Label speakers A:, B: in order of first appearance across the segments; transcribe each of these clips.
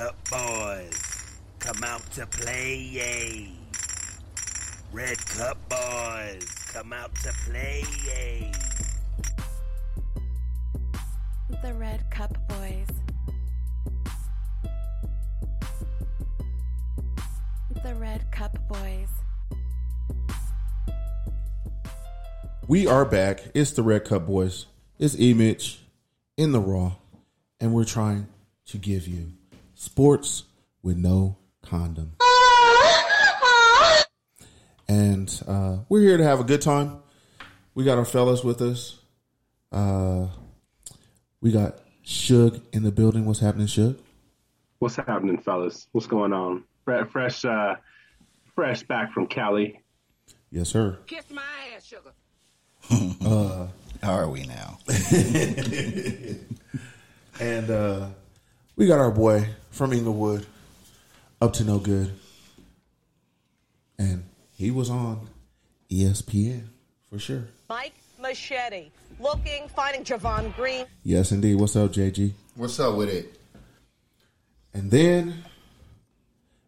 A: up, boys? Come out to play, yay. Red Cup boys, come out to play, yay.
B: The Red Cup Boys. The Red Cup Boys.
C: We are back. It's the Red Cup Boys. It's Image in the Raw, and we're trying to give you sports with no condom. And uh, we're here to have a good time. We got our fellas with us. Uh, we got Suge in the building. What's happening, Suge?
D: What's happening, fellas? What's going on? Fre- Fresh, uh, fresh back from Cali.
C: Yes, sir.
E: Kiss my ass, sugar.
F: How are we now?
C: And uh, we got our boy from Inglewood, up to no good. And he was on E ESPN for sure.
G: Mike Machete looking, finding Javon Green.
C: Yes, indeed. What's up, JG?
F: What's up with it?
C: And then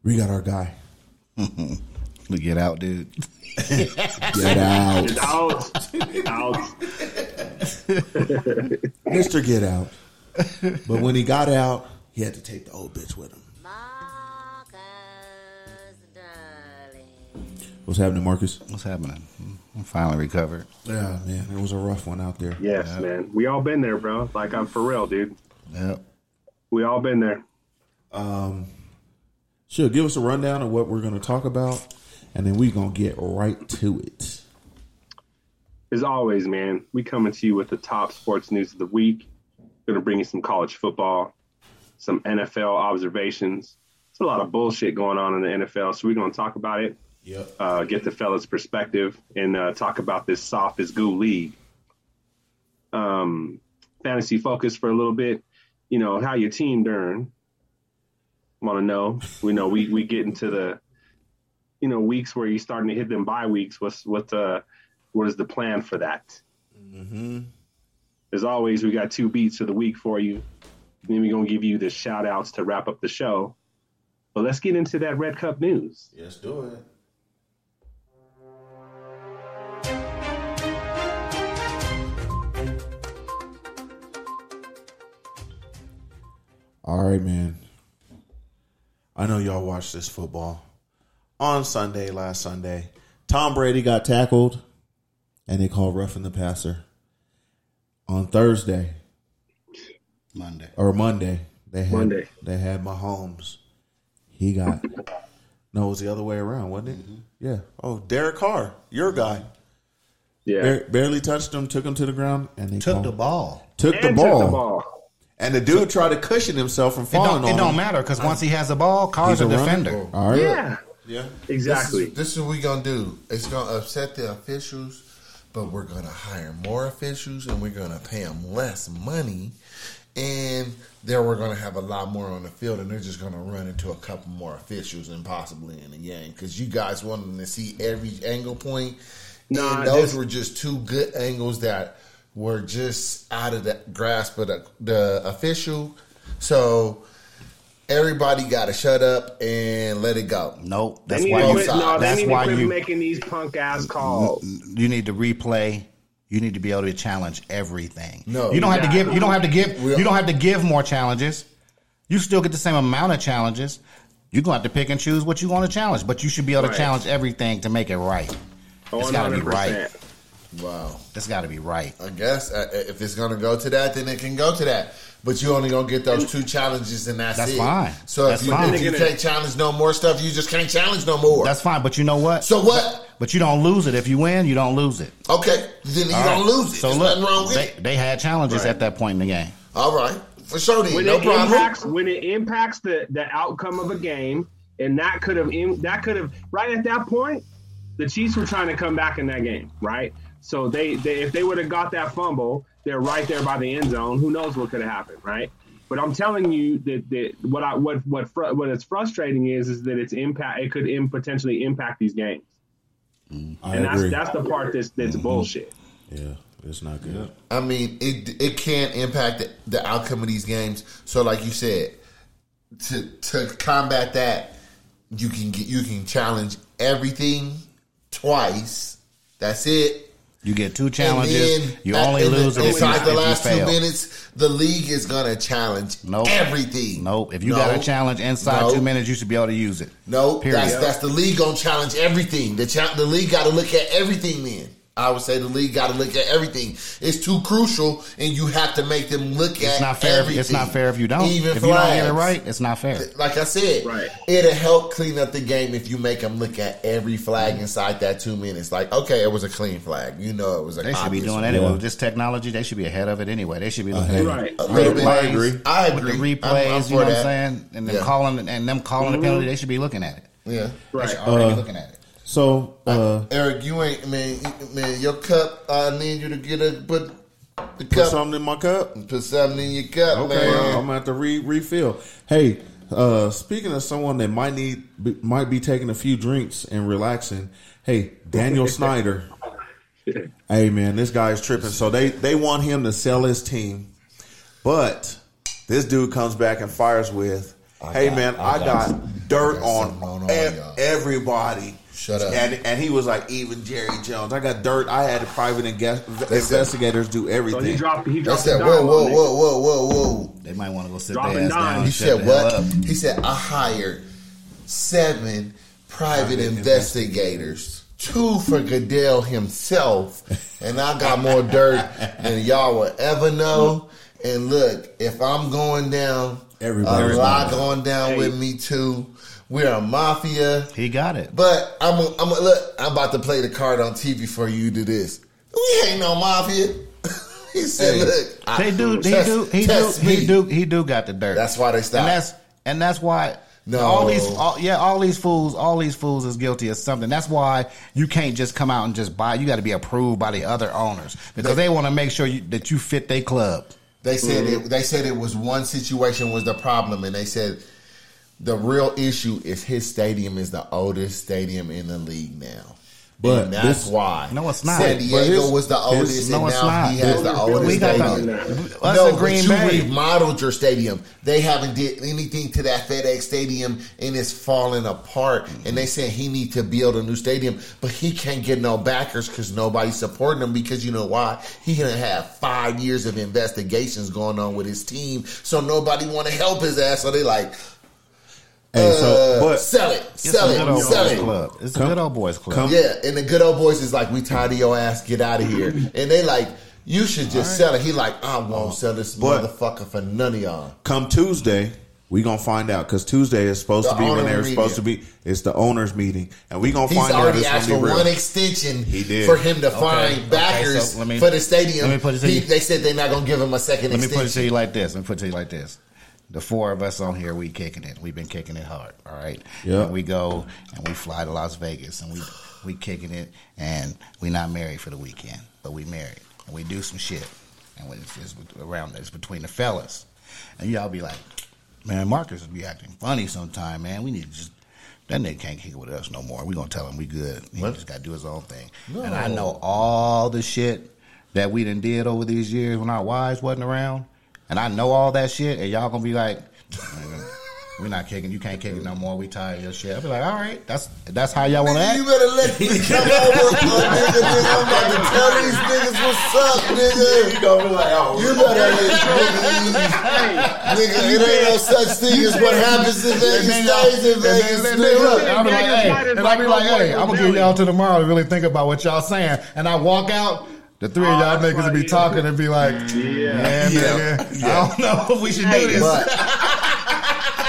C: we got our guy.
F: We get out, dude.
C: Get out.
D: It's out, out.
C: Mr. Get Out. But when he got out, he had to take the old bitch with him. What's happening, Marcus?
F: What's happening? I'm finally recovered.
C: Yeah, man. It was a rough one out there.
D: Yes, man. We all been there, bro. Like I'm for real, dude.
F: Yep.
D: We all been there.
C: Um, Sure, give us a rundown of what we're going to talk about, and then we're going to get right to it.
D: As always, man, we coming to you with the top sports news of the week. Going to bring you some college football, some NFL observations. It's a lot of bullshit going on in the NFL, so we're going to talk about it.
C: Yep.
D: Uh, get the fellas' perspective and uh, talk about this soft as goo league. Um, fantasy focus for a little bit. You know how your team doing? Want to know? We know we we get into the, you know, weeks where you're starting to hit them bye weeks. What's what uh what is the plan for that? As always, we got two beats of the week for you. then we're going to give you the shout outs to wrap up the show. But let's get into that Red Cup news.
C: Let's do it. All right, man. I know y'all watched this football on Sunday, last Sunday. Tom Brady got tackled, and they called roughing the passer. On Thursday,
F: Monday.
C: or Monday. They had
D: Monday.
C: they had Mahomes. He got no, it was the other way around, wasn't it? Yeah. Oh, Derek Carr, your guy,
D: Yeah.
C: Bar- barely touched him, took him to the ground, and they
F: Took
C: called-
F: the ball.
C: took, the
D: And
C: ball.
D: took the ball.
C: and the dude tried to cushion himself from
F: It
C: falling
F: don't, it
C: on
F: don't
C: him.
F: matter because once he has the ball, Carr's a,
C: He's a runner. Oh,
F: defender.
C: All right,
D: Yeah,
C: yeah.
D: exactly.
H: This is what we're gonna do. It's gonna upset the officials, but we're gonna hire more officials and we're gonna pay them less money. And there we're gonna have a lot more on the field, and they're just gonna run into a couple more officials and possibly in the game because you guys wanted to see every angle point.
D: Nah,
H: and those
D: this-
H: were just two good angles that were just out of the grasp of the, the official. So everybody got to shut up and let it go.
F: Nope.
D: They
F: That's
D: need
F: why
D: to
F: you.
D: quit, no, they
F: that's
D: need
F: why
D: to quit
F: you.
D: making these punk ass calls.
F: you need to replay. You need to be able to challenge everything.
H: No.
F: you don't have to
D: Yeah.
F: give. You don't have to give.
H: We-
F: You don't have to give more challenges. You still get the same amount of challenges. You're gonna have to pick and choose what you want to challenge, but you should be able
D: Right.
F: to challenge everything to make it right. Mm-hmm. It's gotta be
D: 100%.
H: Wow.
F: That's got to be right.
H: I guess uh, if it's going to go to that, then it can go to that. But you only going to get those two challenges, and that's,
F: That's
H: it.
F: fine.
H: So
F: That's
H: if, you,
F: fine.
H: if you can't challenge no more stuff, you just can't challenge no more.
F: That's fine, but you know what?
H: so what?
F: But you don't lose it if you win. You don't lose it.
H: Okay, then you don't lose it.
F: So
H: There's
F: look,
H: nothing wrong with
F: they,
H: it.
F: they had challenges at that point in the game.
H: All right, for sure. Then
D: When
H: no
D: it
H: problem.
D: impacts when it impacts the, the outcome of a game, and that could have im- that could have right at that point, the Chiefs were trying to come back in that game, right? So they, they if they would have got that fumble, they're right there by the end zone. Who knows what could have happened, right? But I'm telling you that, that what I what what fr- what is frustrating is is that it's impact it could Im- potentially impact these games,
C: I
D: and that's
C: agree.
D: that's the part that's that's bullshit.
C: yeah, it's not good.
H: I mean, it it can impact the, the outcome of these games. So, like you said, to to combat that, you can get you can challenge everything twice. That's it.
F: You get two
H: And
F: challenges.
H: then
F: you
H: at-
F: only
H: and then
F: lose if, you,
H: inside
F: if
H: the
F: you
H: last two
F: fail.
H: minutes. The league is gonna challenge
F: Nope.
H: everything.
F: Nope. If you
H: No.
F: got a challenge inside
H: Nope.
F: two minutes, you should be able to use it.
H: No,
F: Period.
H: that's that's the league gonna challenge everything. The cha- the league got to look at everything. Then I would say the league got to look at everything. It's too crucial, and you have to make them look at.
F: It's not fair. If,
H: Everything.
F: it's not fair if you don't.
H: Even
F: if you don't get it
H: flags.
F: right, it's not fair.
H: Like I said,
D: Right.
H: it'll help clean up the game if you make them look at every flag inside that two minutes. Like, okay, it was a clean flag. You know, it was a.
F: They should be
H: obvious
F: doing
H: one.
F: that anyway.
C: Yeah.
F: With this technology, they should be ahead of it anyway. They should be looking
C: Ahead.
F: at
D: Uh, Right.
H: A
F: replays,
H: little bit. I agree. I
F: with the
H: agree. I'm-
F: replays,
H: I'm
F: you
H: for
F: know what I'm
H: that.
F: saying? And them
H: Yeah.
F: calling and them calling
D: Mm-hmm.
F: the penalty, they should be looking at it.
H: Yeah.
F: They
D: Right.
F: should
H: uh,
F: already be looking at it.
C: So, uh,
H: Eric, you ain't man. you- Man, your cup. I need you to get a put the
C: put
H: cup.
C: something in my cup.
H: Put something in your cup,
C: Okay,
H: man.
C: I'm gonna have to re- refill. Hey, uh, speaking of someone that might need be, might be taking a few drinks and relaxing. Hey, Daniel Snyder. Hey man, this guy's tripping. So they they want him to sell his team, but this dude comes back and fires with, "Hey
H: got-
C: man,
H: I
C: I,
H: got-
C: got, dirt
H: I got
C: on,
H: something on all
C: ev-
H: y'all."
C: everybody."
H: Shut up.
C: And, and he was like, even Jerry Jones. I got dirt. I had private inge- investigators do
D: So
C: everything.
D: he dropped. He
H: I
D: dropped.
H: said,
D: the
H: whoa,
D: dime
H: whoa,
D: on it.
H: whoa, whoa, whoa, whoa.
F: They might want to go sit
D: Dropping
F: their ass
D: dimes.
F: down. and
H: He
F: shut
H: said
F: the hell
H: what?
F: up.
H: He said I hired seven private investigators, two for Goodell himself, and I got more dirt than y'all will ever know. And look, if I'm going down,
C: Everybody's
H: a lot
C: going
H: going down with me too. We're a mafia.
F: He got it.
H: But I'm a, I'm a, look. I'm about to play the card on TV for you. To this, we ain't no mafia. he said,
F: Hey,
H: "Look, I-
F: they do. They
H: test-
F: do. He do.
H: test
F: He
H: me.
F: do. He do got the dirt.
H: That's why they stopped.
F: And that's and that's why.
H: No.
F: All these, all, yeah, all these fools, all these fools is guilty of something. That's why you can't just come out and just buy. You got to be approved by the other owners because they, want to make sure you, that you fit their club.
H: They said
F: Mm-hmm.
H: it. They said it was one situation was the problem, and they said the real issue is his stadium is the oldest stadium in the league now.
C: But
H: and that's
C: this-
H: why.
F: No, it's not.
H: San
F: But
H: Diego
C: his-
H: was the
C: his-
H: oldest,
F: no,
H: and
F: it's
H: now
F: not.
H: he has the oldest
F: We got
H: stadium.
F: the, us
H: No,
F: in Green
H: but you
F: Bay.
H: remodeled your stadium. They haven't did anything to that FedEx Stadium, and it's falling apart.
F: Mm-hmm.
H: And they said he need to build a new stadium, but he can't get no backers because nobody's supporting him. Because you know why? He gonna have five years of investigations going on with his team, so nobody want to help his ass. So they like
C: Hey,
H: uh,
C: so, but
H: sell it,
F: It's
H: sell
F: a good
H: it,
F: old
H: sell
F: boys
H: it.
F: club. It's a
C: Come-
F: good old boys club.
C: come-
H: Yeah, and the good old boys is like, we tired of your ass, get out of here. And they like, you should just sell it. He like, I
F: Oh,
H: won't sell this
C: But-
H: motherfucker for none of y'all.
C: come Tuesday, we gonna find out because Tuesday is supposed
H: The
C: to be when
H: owner
C: they're
H: meeting.
C: supposed to be. It's the owners meeting, and we gonna
H: He's
C: find out.
H: already
C: It's
H: asked
C: gonna
H: for
C: be real.
H: one extension
C: He did.
H: for him to
F: Okay, okay,
H: find
F: so
H: backers
F: let me-
H: for the stadium.
F: let me put it to
H: He-
F: you.
H: They said they're not gonna give him a second
F: Let me
H: extension.
F: put it to you like this. Let me put it to you like this. The four of us on here, we kicking it. We've been kicking it hard. All right.
C: Yeah.
F: And we go and we fly to Las Vegas and we we kicking it and we not married for the weekend, but we married and we do some shit and when it's just around it's between the fellas and y'all be like, man, Marcus would be acting funny sometime, man. We need to just. That nigga can't kick it with us no more. We gonna tell him we good. He just gotta do his own thing. And I know all the shit that we done did over these years when our wives wasn't around, and I know all that shit, and y'all gonna be like, "Nigga, "We not kicking. You can't kick it no more. We tired of your shit." I'll be like, "All right, that's that's how y'all want to
H: Nigga, you
F: act."
H: better let me come over, nigga. nigga. I'm about to tell these niggas what's up, nigga.
C: oh,
H: You better let me leave. Nigga, it ain't no such thing as what happens in
F: And
H: Vegas
F: then y'all-
H: stays in
F: and then-
H: Vegas,
F: and then-
H: nigga.
F: I'll be like,
D: Vegas
F: hey,
D: night is
F: and I'll be
D: like
F: like, hey,
D: Homeboy
F: I'm gonna
D: Nelly.
F: give y'all to tomorrow to really think about what y'all saying. And I walk out, the three of y'all
D: Oh, that's
F: niggas
D: right,
F: be
D: yeah.
F: talking and be like, yeah, nigga, I don't know if we should do this.
H: But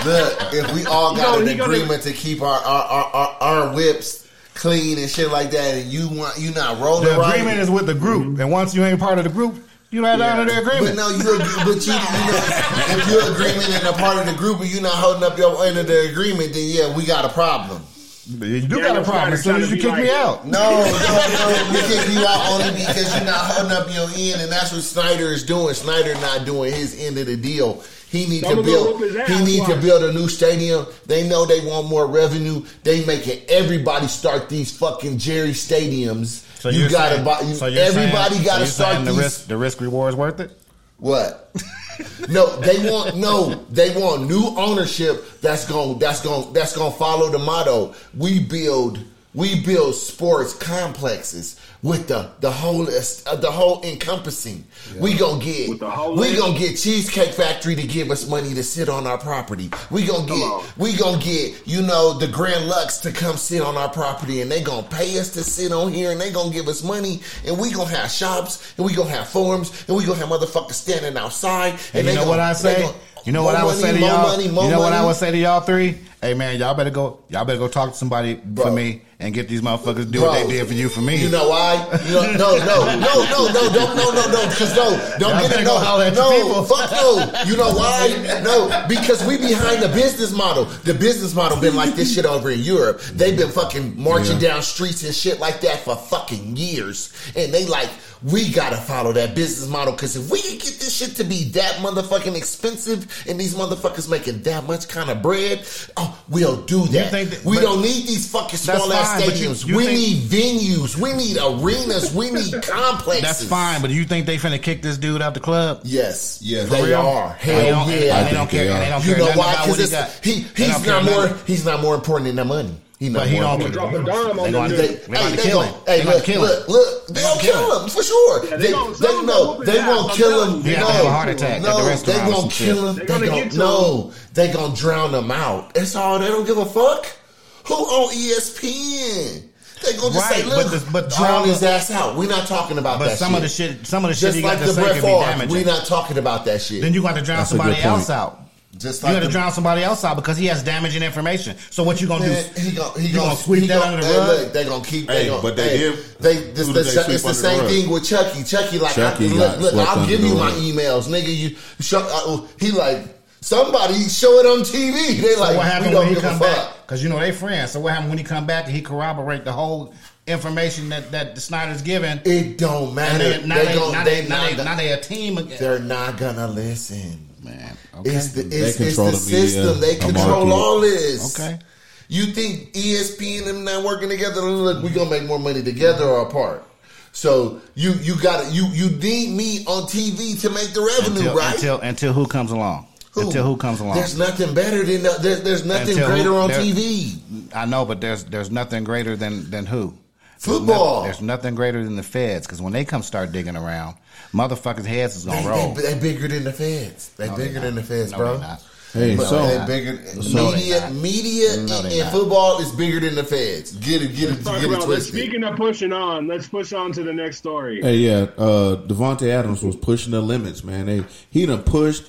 H: look, if we all got
D: No,
H: an
D: he gonna-
H: agreement to keep our our, our, our our whips clean and shit like that, and you want you not rolling
F: the
H: right,
F: agreement is with the group, and once you ain't part of the group, you not under the
H: but
F: agreement.
H: no, you agree- but you, you know, if your agreement and a part of the group, and you not holding up your end of the agreement, then yeah, we got a problem.
F: You do
D: Yeah,
F: got a
D: that's right,
F: problem as
D: trying
F: soon
D: to
F: as you
D: be
F: kick me
D: like-
F: out.
H: No, no, no. We kick you out only because you're not holding up your end, and that's what Snyder is doing. Snyder not doing his end of the deal. He need
D: I'ma
H: to
D: go
H: build.
D: whoop his ass,
H: He need to
D: watch.
H: build a new stadium. They know they want more revenue. They making everybody start these fucking Jerry stadiums. you
F: you're
H: got to
F: saying-
H: buy. You,
F: so you're
H: everybody
F: saying-
H: got to
F: so you're saying
H: start
F: the
H: these.
F: risk. The risk reward is worth it.
H: What? no, they want no. They want new ownership. That's going. That's going. That's going to follow the motto. We build. We build sports complexes with the the whole est- uh, the whole encompassing. We gonna get.
D: With the whole
H: we
D: list.
H: gonna get Cheesecake Factory to give us money to sit on our property. We gonna
D: Come on.
H: get. We gonna get. You know the Grand Lux to come sit on our property, and they gonna pay us to sit on here, and they gonna give us money, and we gonna have shops, and we gonna have forums, and we gonna have motherfuckers standing outside,
F: And, you
H: they
F: know what
H: gonna-
F: I say?
H: they gonna-
F: you know
H: more
F: what I would
H: money,
F: say to
H: more
F: y'all?
H: money,
F: you know
H: more
F: what I
H: money.
F: would say to y'all three? Hey man, y'all better go. Y'all better go talk to somebody for me and get these motherfuckers to do what
H: Bro,
F: they did for you for me.
H: You know why? You know, no, no, no, no, no, don't, no, no, no, because no, don't
F: Y'all
H: get
F: better
H: it.
F: go
H: No,
F: holler at your people.
H: no, fuck no. You know why? No, because we behind the business model. The business model been like this shit over in Europe. They've been fucking marching down streets and shit like that for fucking years, and they like. We gotta follow that business model because if we can get this shit to be that motherfucking expensive and these motherfuckers making that much kind of bread, oh, we'll do that.
F: think that-
H: we
F: but-
H: don't need these fucking
F: That's
H: small ass
F: fine, but you-
H: stadiums.
F: you
H: we
F: think-
H: need venues. We need arenas. We need complexes.
F: That's fine, but you think they finna kick this dude out the club?
H: Yes, yes,
F: For
H: they
F: real?
H: are.
F: And they
H: Hell
F: don't-
H: yeah.
F: And they don't
C: I think
F: care.
C: they
F: And they
C: are.
F: don't
H: you
F: care
H: know
F: nothing
H: why?
F: about what he
H: Because
F: got.
H: he,
F: They don't
H: he's
F: care
H: not
F: nothing.
H: more. He's not more important than the money. He not
F: But he
H: more
F: don't.
H: important.
D: Drop a dime on
F: They gonna-
D: them
H: They,
D: dudes.
F: they gonna
H: hey, they
F: kill
H: gonna,
F: him. They
H: hey,
F: gonna
H: look,
F: kill him.
H: look, look, they,
F: They
H: gonna
F: gonna kill
H: kill him for sure.
D: Yeah,
H: they,
D: they
H: they,
D: gonna- some of them
H: know
D: whooping
H: they
D: ass.
H: won't
D: I'm
H: kill
D: telling
H: him.
D: you.
F: Yeah,
H: no,
F: they have a heart attack at the
H: No, they
F: restaurant or some
H: gonna
F: shit.
H: kill him.
D: They
H: They
D: gonna
H: gonna
D: get to
H: no, they gonna drown him out. That's all. They don't give a fuck. Who on E ESPN? They gonna just say,
F: Right, but
H: look,
F: this- but all
H: drown
F: the-
H: his ass out. We're not talking about
F: But
H: that.
F: some
H: shit.
F: of the shit, some of the shit
H: just
F: he
H: like
F: got to
H: the
F: say could
H: Brett
F: be
H: Favre, we're
F: damaging.
H: not talking about that shit.
F: Then you got to drown
C: That's a
F: somebody
C: good point.
F: else out.
H: just
F: You
H: like
F: got to
H: the-
F: drown somebody else out because he has damaging information. So what you gonna
H: Man,
F: do?
H: he gonna he
F: You
H: gonna,
F: gonna sweep
H: he
F: that
H: gonna-
F: under the
H: hey,
F: rug?
H: look, they gonna keep. They
C: Hey,
H: gonna,
C: but they
H: hey,
C: did-
H: they this,
C: who did
H: this,
C: they
H: it's
C: sweep
H: the
C: under the
H: same
C: rug?
H: thing with Chucky. Chucky like
C: Chucky
H: I,
C: got
H: look, look
C: swept
H: I'll
C: under
H: give
C: the
H: you my
C: rug.
H: emails, nigga. You Chuck, I, he like somebody show it on TV. They like
F: So what
H: we
F: happened
H: don't
F: when he
H: give a
F: come
H: fuck.
F: back? Because you know they friends. So what happened when he come back and he corroborate the whole information that that the Snyder's given?
H: It don't
F: And
H: matter.
F: they, now they,
H: They gon-
F: now
H: they
F: they, now
H: not
F: they,
H: gon-
F: now they a team again.
H: They're not gonna listen, man.
F: okay.
H: It's the
C: They
H: it's, it's
C: control
H: the,
C: the media,
H: system. They
C: the
H: control
C: market.
H: all this.
F: Okay.
H: You think ESPN and them not working together? Look, we gonna make more money together or apart. So you you got to you you need me on TV to make the revenue,
F: Until,
H: right?
F: until until who comes along? Until who comes along?
H: There's nothing better than the, there, there's nothing
F: Until who-
H: greater on
F: there-
H: TV.
F: I know, but there's there's nothing greater than than who. There's
H: Football.
F: noth- There's nothing greater than the feds because when they come start digging around, motherfuckers' heads is
H: They,
F: gonna roll.
H: they, they bigger than the feds. They
F: No, they
H: bigger
F: not.
H: than the feds,
F: No,
H: bro.
F: they not.
C: Hey,
H: But
C: so-
H: they
F: not.
H: bigger
F: No, they
H: media,
F: not.
H: media,
F: No, they
H: and
F: not.
H: football is bigger than the feds. Get it, get it,
D: Talk
H: get it
D: about- let's-
H: twisted.
D: Speaking of pushing on, let's push on to the next story.
C: Hey, yeah, uh, Devonte Adams was pushing the limits, man. They he done pushed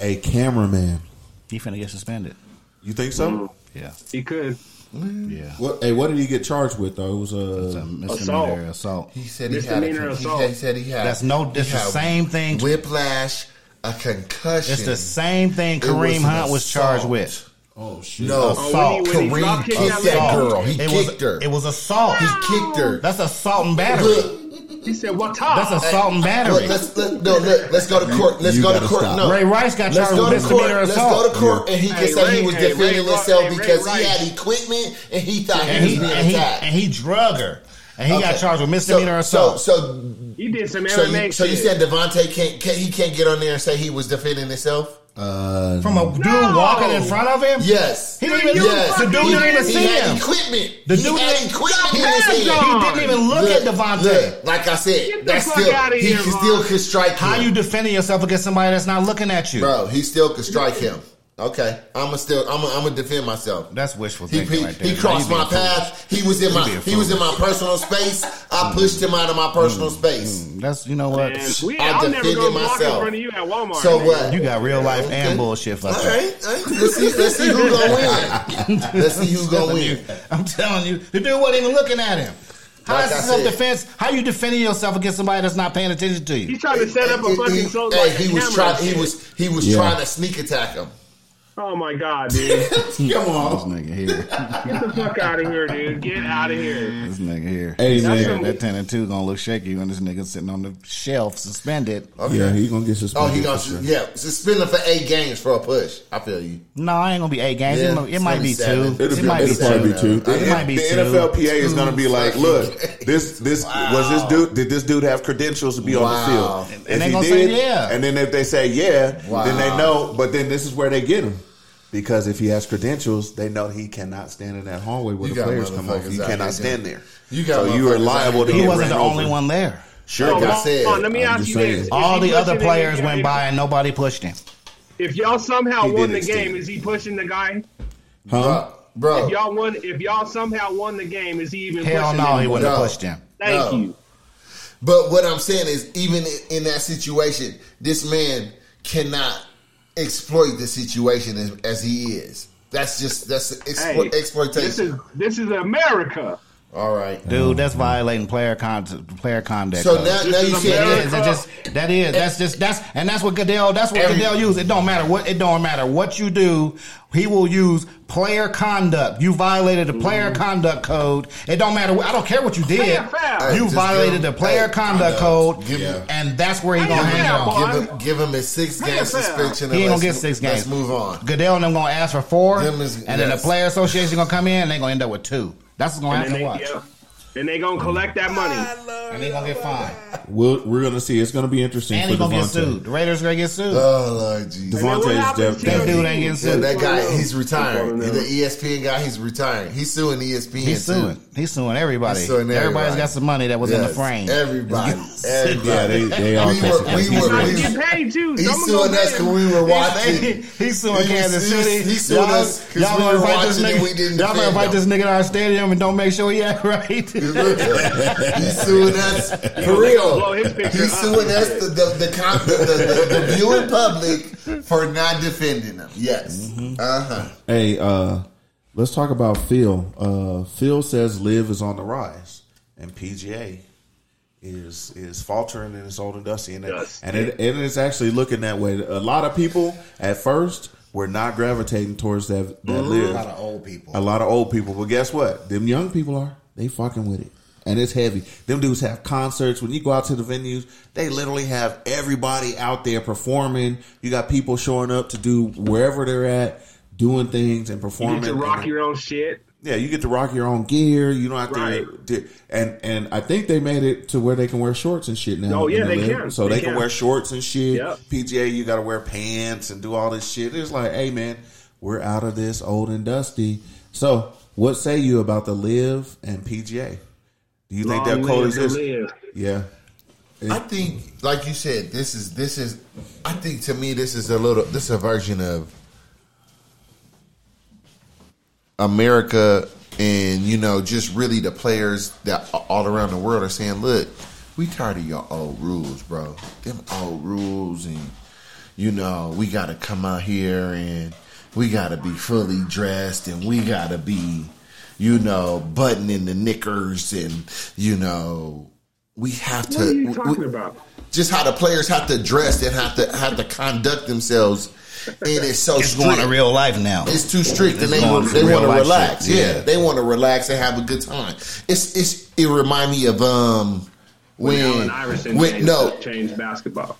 C: a cameraman.
F: He finna get suspended.
C: You think so?
F: Yeah,
D: He could.
H: Mm.
F: yeah.
C: What? Hey, what did he get charged with though? It was
F: It's a
C: uh,
F: misdemeanor assault.
H: He said he had.
D: Misdemeanor
H: A, he,
D: assault.
H: had- he said he had.
F: That's no-
H: he
F: that's the
H: had
F: same thing.
H: Whiplash, a concussion.
F: It's the same thing
H: It was
F: Kareem
H: an
F: Hunt was charged
H: assault.
F: with.
C: oh shit.
H: No,
F: Oh,
D: he- when
F: when
D: he
H: Kareem
D: drop kicked
H: kicked
D: that
H: that
D: lady.
H: girl. He
F: it
H: kicked
F: was,
H: her.
F: It was assault.
H: he kicked her.
F: That's assault and battery.
H: Look,
D: He said, "What
F: That's
D: up?"
F: assault and
H: look,
F: battery.
H: let's let, no, look, let's go to court. Let's
C: You
H: go to
C: gotta
H: court.
C: stop.
H: No,
F: Ray Rice got
H: Let's
F: charged
H: go
F: with
H: to court.
F: misdemeanor
H: Let's
F: assault.
H: go to court, and he can
D: Hey,
H: say
D: Ray-
H: he was
D: hey, Ray
H: defending
D: Rice-
H: himself
D: hey, Ray
H: because he
D: Rice.
H: had equipment and he thought
F: and
H: he
F: he
H: was being
F: and he,
H: attacked.
F: and he drug her, and he got
H: Okay.
F: charged with misdemeanor
H: so,
F: assault.
H: So,
D: He did some
H: so, so,
D: MMA
H: you, so you
D: shit.
H: said Devontae can't, can't he can't get on there and say he was defending himself?
C: Uh,
F: From a dude walking in front of him.
H: Yes.
F: He didn't even.
H: yes.
F: The dude
H: he,
F: didn't even
H: he
F: see
H: had
F: him.
H: equipment.
F: The
H: he
F: dude
H: had
F: didn't-
H: equipment in
D: Got
H: his
D: hands
H: hand.
D: on.
F: He didn't even look, at Devontae.
H: look, like I said,
D: Get the
H: that's
D: fuck
H: still
D: outta
H: he
D: here,
H: can
D: Vaughn.
H: still could strike him.
F: How you defending yourself against somebody that's not looking at you?
H: bro? He still could strike him. Okay, I'm gonna still I'm gonna I'm gonna defend myself.
F: That's wishful
H: He,
F: thinking
H: he,
F: right there.
H: he crossed
F: Now you
H: my
F: being foolish.
H: path. He was in my
F: being
H: he was in my personal space. I
F: Mm-hmm.
H: pushed him out of my personal space.
F: That's you know what.
D: And we,
H: I
D: I'll never go
H: defended
D: block in
H: myself.
D: front of you at Walmart.
H: So
D: nigga.
H: what?
F: You got real life
H: Okay.
F: and bullshit
H: All
F: fucked up.
H: right, all right. Let's see. Let's see who's gonna win. Let's see who's gonna
F: telling
H: win.
F: you. I'm telling you, the dude wasn't even looking at him. How
H: Like
F: is this
H: I said.
F: self defense? How you defending yourself against somebody that's not paying attention to you?
D: He's trying to set up a
H: He-
D: fucking
H: he-
D: show
H: hey,
D: like
H: he
D: a
H: was
D: camera
H: trying.
D: shit.
H: He was he was
C: Yeah.
H: trying to sneak attack him.
D: Oh my god, dude!
H: Come
F: This
H: on.
F: nigga here.
D: Get the fuck out of here, dude! Get out of here!
F: This nigga here.
C: Hey,
F: That-
C: man.
F: That ten and two gonna look shaky when this nigga sitting on the shelf suspended.
H: Okay.
C: Yeah, he gonna get
H: oh,
C: suspended.
H: he gonna
C: for sure.
H: yeah suspend him for eight games for a push. I feel you.
F: No, I ain't gonna be eight games.
H: Yeah,
F: it mo- it
H: it's
F: might
H: gonna be
F: be
H: seven.
F: two.
C: It'll
F: it
C: be-
F: might be
C: it'll probably be
F: two.
C: two.
F: It might be
C: the
F: two.
C: NFLPA is going to be like, look, this this was this dude. Did this dude have credentials to be
H: Wow.
C: on the field?
F: And they
C: If
F: gonna
C: he
F: say
C: did,
F: yeah.
C: And then if they say yeah,
H: Wow.
C: then they know. But then this is where they get him. Because if he has credentials, they know he cannot stand in that hallway where
H: You
C: the
H: got
C: players come off.
H: motherfuckers
C: You
H: out
C: cannot
H: here
C: stand
H: doing-
C: there.
H: You got
C: so you are
H: motherfuckers
C: liable
H: out
C: to
F: He
H: here
C: get
H: doing-
F: wasn't the
C: ran over.
F: only one there.
C: Sure,
D: Oh,
H: Like I
D: hold
C: that's
H: said,
D: on, let me
C: I'm
D: ask
C: just
D: you this:
C: saying.
D: If
F: All
D: he
F: the other
D: pushing in
F: players
D: the
F: went
D: game-
F: by and nobody pushed him.
D: If y'all somehow
H: He
D: won the
H: did
D: game,
H: extend it.
D: is he pushing the guy?
C: huh?
H: bro.
D: If y'all won, if y'all somehow won the game, is he even
F: Hell
D: pushing?
F: no,
D: him?
F: he wouldn't have
H: No.
F: pushed him.
D: Thank
H: No.
D: you.
H: But what I'm saying is, even i- in that situation, this man cannot exploit the situation as, as he is. That's just that's explo-
D: Hey,
H: exploitation.
D: This is this is America.
H: All right.
F: Dude, that's violating player con- player conduct.
H: So
F: code.
H: now, now
D: is
H: you
F: It
H: can't.
F: is. It just that is. That's just that's and that's what Goodell. That's what
H: Every-
F: Goodell used. It don't matter what. It don't matter what you do. He will use player conduct. You violated the player conduct code. It don't matter. what- I don't care what you did.
D: Mm-hmm. Player foul.
H: Hey,
F: You
H: just
F: violated
H: give
F: the
H: him-
F: player
H: hey,
F: conduct
H: conduct.
F: code,
H: Give him-
F: and that's where he
D: Player
F: gonna hang
D: foul,
F: on.
D: boy.
H: Give him, give him a six
D: Man,
H: game
D: fam.
H: suspension.
F: He
H: and
F: ain't gonna
H: let's
F: get six
H: mo-
F: games.
H: Let's move on.
F: Goodell and them gonna ask for four,
H: Him is-
F: and then the
H: yes.
F: player association gonna come in and they gonna end up with two. That's what's gonna
D: And
F: happen.
D: they,
F: Watch,
D: yeah, and they gonna collect that
H: Ah,
D: money.
F: and they gonna get fined,
C: We'll, we're going to see. It's going to be interesting
F: and
C: for
F: he gonna get
C: Devontae.
F: sued. The Raiders gonna get sued.
H: Oh Lord Jesus.
C: Devon-
D: And
C: Vontae's
D: what happens
C: def-
D: to
C: that
D: your team?
F: dude ain't getting
H: Yeah,
F: sued.
H: that guy, he's retiring.
D: Football now.
H: The E ESPN guy, he's retiring. He's suing E ESPN.
F: He's
H: too.
F: suing. He's suing everybody.
H: He's suing
F: everybody. has
H: everybody.
F: got some money that was in the
H: Yes,
F: frame.
H: Everybody. everybody.
C: Yeah, they, they all
H: We
C: catch
H: were-
C: it.
H: we
C: He's
H: were-
C: right.
D: Like,
H: we-
D: Get paid too.
H: He's
D: Someone
H: suing
D: gonna
H: us
D: pay him.
H: because we were watching.
F: He's, he's suing Kansas
H: he's-
F: City.
H: He's suing
F: Y'all-
H: us because
F: y'all
H: we
F: gonna
H: were
F: invite this
H: watching and
F: nigga-
H: we didn't
F: Y'all gonna
H: defend
F: invite this
H: him.
F: nigga to our stadium and don't make sure he act right.
H: he's suing us for
D: Blow
H: real.
D: his picture
H: He's
D: up.
H: suing us, the, the, the, con- the, the, the, the viewing public, for not defending him. Yes.
F: Mm-hmm.
H: Uh huh.
C: Hey, uh, let's talk about Phil. Uh, Phil says Live is on the rise, and PGA is is faltering and it's old and dusty, and it,
D: Dusty.
C: and it, it is actually looking that way. A lot of people at first were not gravitating towards that that Live.
F: old people.
C: A lot of old people, but guess what? Them young people are they fucking with it. And it's heavy. Them dudes have concerts. When you go out to the venues, they literally have everybody out there performing. You got people showing up to do wherever they're at, doing things and
D: You
C: performing.
D: get to rock your own shit.
C: yeah, you get to rock your own gear. You don't have to.
D: Right.
C: di- And and I think they made it to where they can wear shorts and shit now.
D: Oh, yeah,
C: in the
D: they
C: lib.
D: can.
C: So they,
D: They
C: can.
D: can.
C: wear shorts and shit.
D: Yep.
C: PGA, you got to wear pants and do all this shit. It's like, hey man, we're out of this old and dusty. So, what say you about the live and PGA? Do you think
D: Long
C: that
D: live
C: coexist?
D: the live.
C: Yeah,
H: I think, like you said, this is this is. I think to me, this is a little. This is a version of America, and you know, just really the players that a- all around the world are saying, "Look, we tired of your old rules, bro. Them old rules, and you know, we got to come out here and we got to be fully dressed, and we got to be." You know, buttoning the knickers, and you know, we have to.
D: What are you
H: we-
D: talking
H: we-
D: about?
H: just how the players have to dress and have to have to conduct themselves, and it's so
F: It's
H: strict.
F: going to real life now.
H: It's too strict, and
F: It's
H: they
F: going
H: want,
F: to
H: they
F: real
H: want to
F: life
H: relax.
F: shit.
H: Yeah.
F: Yeah.
H: they want to relax and have a good time. It's it's it remind me of um when
D: Allen Iverson
H: when
D: changed,
H: no
D: changed basketball.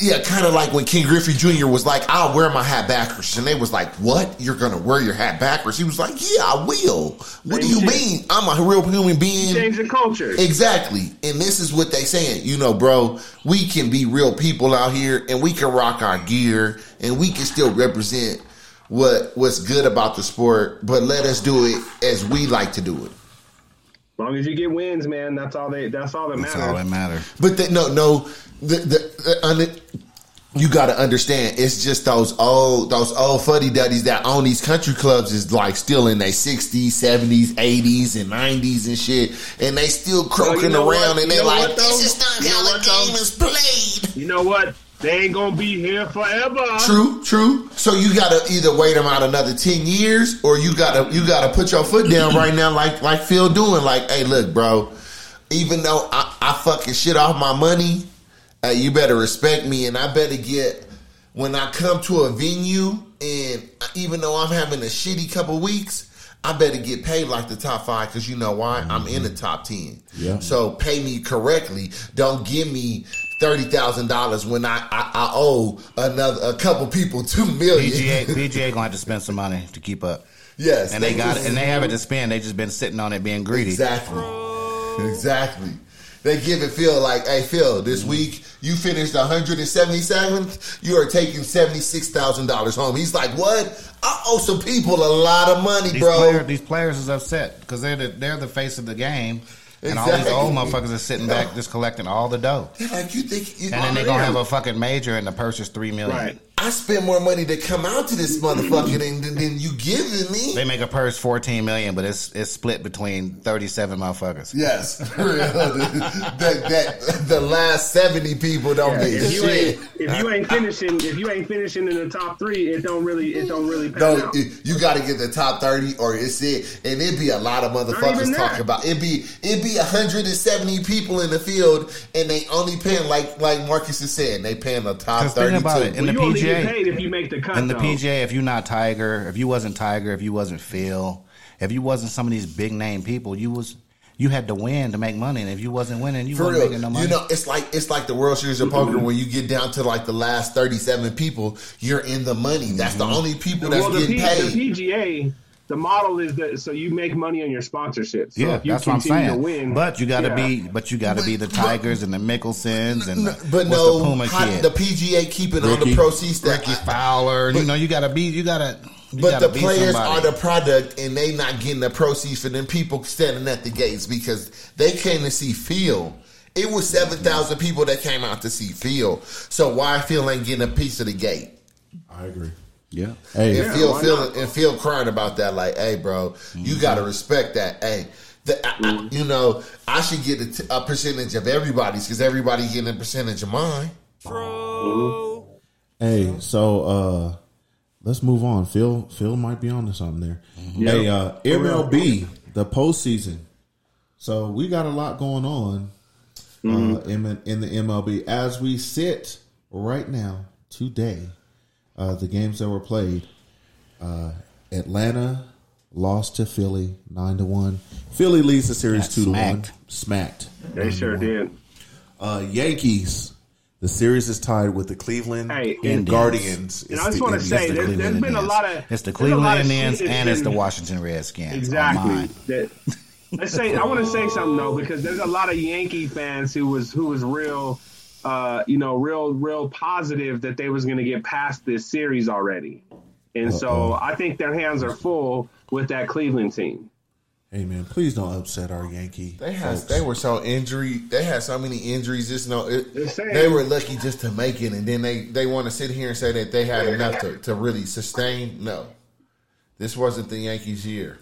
H: yeah, kind of like when King Griffey Jr. was like, I'll wear my hat backwards. And they was like, What? You're going to wear your hat backwards? He was like, Yeah, I will. What do
D: Same
H: you
D: shit.
H: mean? I'm a real human being.
D: Change the culture.
H: Exactly. And this is what they saying, you know, bro, we can be real people out here and we can rock our gear and we can still represent what what's good about the sport, but let us do it as we like to do it.
D: As long as you get wins, man, that's all they. That's all that
F: That's all that
D: matters.
F: matters.
H: But the, no, no, the, the, the under, you got to understand. It's just those old, those old fuddy duddies that own these country clubs is like still in their sixties, seventies, eighties, and nineties and shit, and they still croaking
D: know what?
H: around
D: You
H: and they
D: know
H: like,
D: what, though?
H: "This is not
D: You know
H: how the
D: what, though?
H: game is played."
D: You know what? They ain't gonna be here forever.
H: True, true. So you gotta either wait them out another ten years, or you gotta you gotta put your foot down right now, like like Phil doing. Like, hey, look, bro. Even though I, I fucking shit off my money, hey, you better respect me, and I better get when I come to a venue and even though I'm having a shitty couple weeks, I better get paid like the top five because you know why? I'm in the top ten.
C: Yeah.
H: So pay me correctly. Don't give me thirty thousand dollars when I, I I owe another a couple people two million.
F: BGA BGA gonna have to spend some money to keep up.
H: Yes,
F: And they got it
H: just-
F: and they haven't to spend, they just been sitting on it being greedy.
H: Exactly.
F: Oh.
H: Exactly. They give it Phil like, hey Phil, this
F: Mm-hmm.
H: week you finished 177th, you are taking $76,000 home. He's like, what? I owe some people a lot of money,
F: These,
H: bro.
F: player, these players is upset because they're the, they're the face of the game, and all these
H: Exactly.
F: old motherfuckers are sitting back just collecting all the dough,
H: They're like, you think you, oh,
F: and then they're gonna have a fucking major and the purse is three million.
D: Right.
H: I spend more money to come out to this motherfucker than, than, than you giving me?
F: They make a purse fourteen million, but it's it's split between thirty seven motherfuckers.
H: Yes, for real. that, that, the last 70 people don't get
D: If you
H: shit.
D: ain't if you ain't finishing if you ain't finishing in the top three, it don't really it don't really pan
H: No,
D: out.
H: it- you got to get the top thirty, or it's it. And it'd be a lot of
D: even
H: motherfuckers
D: that.
H: talking about it'd be it'd be hundred and seventy people in the field, and they only paying like like Marcus is saying they paying the top
F: 'Cause think
H: thirty
F: about
H: two.
F: it, in the
D: you only get
F: PGA.
D: paid if you make the cut.
F: In the
D: though.
F: PGA, if you're not Tiger, if you wasn't Tiger, if you wasn't Phil, if you wasn't some of these big name people, you was you had to win to make money, and if you wasn't winning, you
H: For
F: weren't
H: real,
F: making no money.
H: you know, it's like it's like the World Series of Poker when you get down to like the last thirty seven people, you're in the money. That's
F: Mm-hmm.
H: the only people that's
D: well, the,
H: getting
D: P,
H: paid.
D: the PGA, the model is that so you make money on your sponsorship. So
F: yeah,
D: if you
F: that's what I'm
D: continue
F: saying.
D: To win,
F: but you got to
D: yeah.
F: be, but you got to be the Tigers and the Mickelsons and the,
H: but
F: what's
H: no,
F: the Puma
H: how-
F: kid,
H: the PGA keeping all the
C: Ricky-
H: proceeds that
F: Ricky Fowler. you know, you got to be, you got to.
H: But the players are the product, and they not getting the proceeds for them people standing at the gates because they came to see Phil. It was seven thousand people that came out to see Phil. So why Phil ain't getting a piece of the gate?
C: I agree. Yeah. Hey,
H: And Phil,
D: why
H: Phil,
D: not?
H: and Phil crying about that. Like, hey, bro, you got to respect that. Hey. The, I, I, you know, I should get a, t- a percentage of everybody's because everybody getting a percentage of mine.
C: hey. So uh, let's move on. Phil, Phil might be onto something there. Hey, uh, MLB the postseason. So we got a lot going on uh, in, in the MLB as we sit right now today. Uh, the games that were played, uh, Atlanta lost to Philly nine to one. Philly leads the series
F: Got
C: two
F: smacked.
C: to one. Smacked.
D: they sure
F: Mm-hmm.
D: did.
C: Uh, Yankees. The series is tied with the Cleveland
D: Hey,
C: and
F: Indians.
C: Guardians.
D: And I
C: It's
D: just
C: the
D: wanna
C: Indians.
D: say
C: It's the
D: that-
C: Cleveland-
D: there's been a lot of-
F: It's the
D: there's a lot of
F: Cleveland
D: shit
F: Indians
D: that's
F: and it's the
D: been-
F: Washington Redskins. Oh
D: Exactly.
F: Mine.
D: That, let's say I want to say something though because there's a lot of Yankee fans who was who was real, uh, you know, real real positive that they was going to get past this series already, and so I think their hands are full with that Cleveland team.
C: Hey man, please don't upset our Yankee.
H: They had
C: folks.
H: they were so injury. They had so many injuries. Just no, it,
D: They're saying-
H: they were lucky just to make it, and then they they want to sit here and say that they had enough to, to really sustain. No, this wasn't the Yankees' year.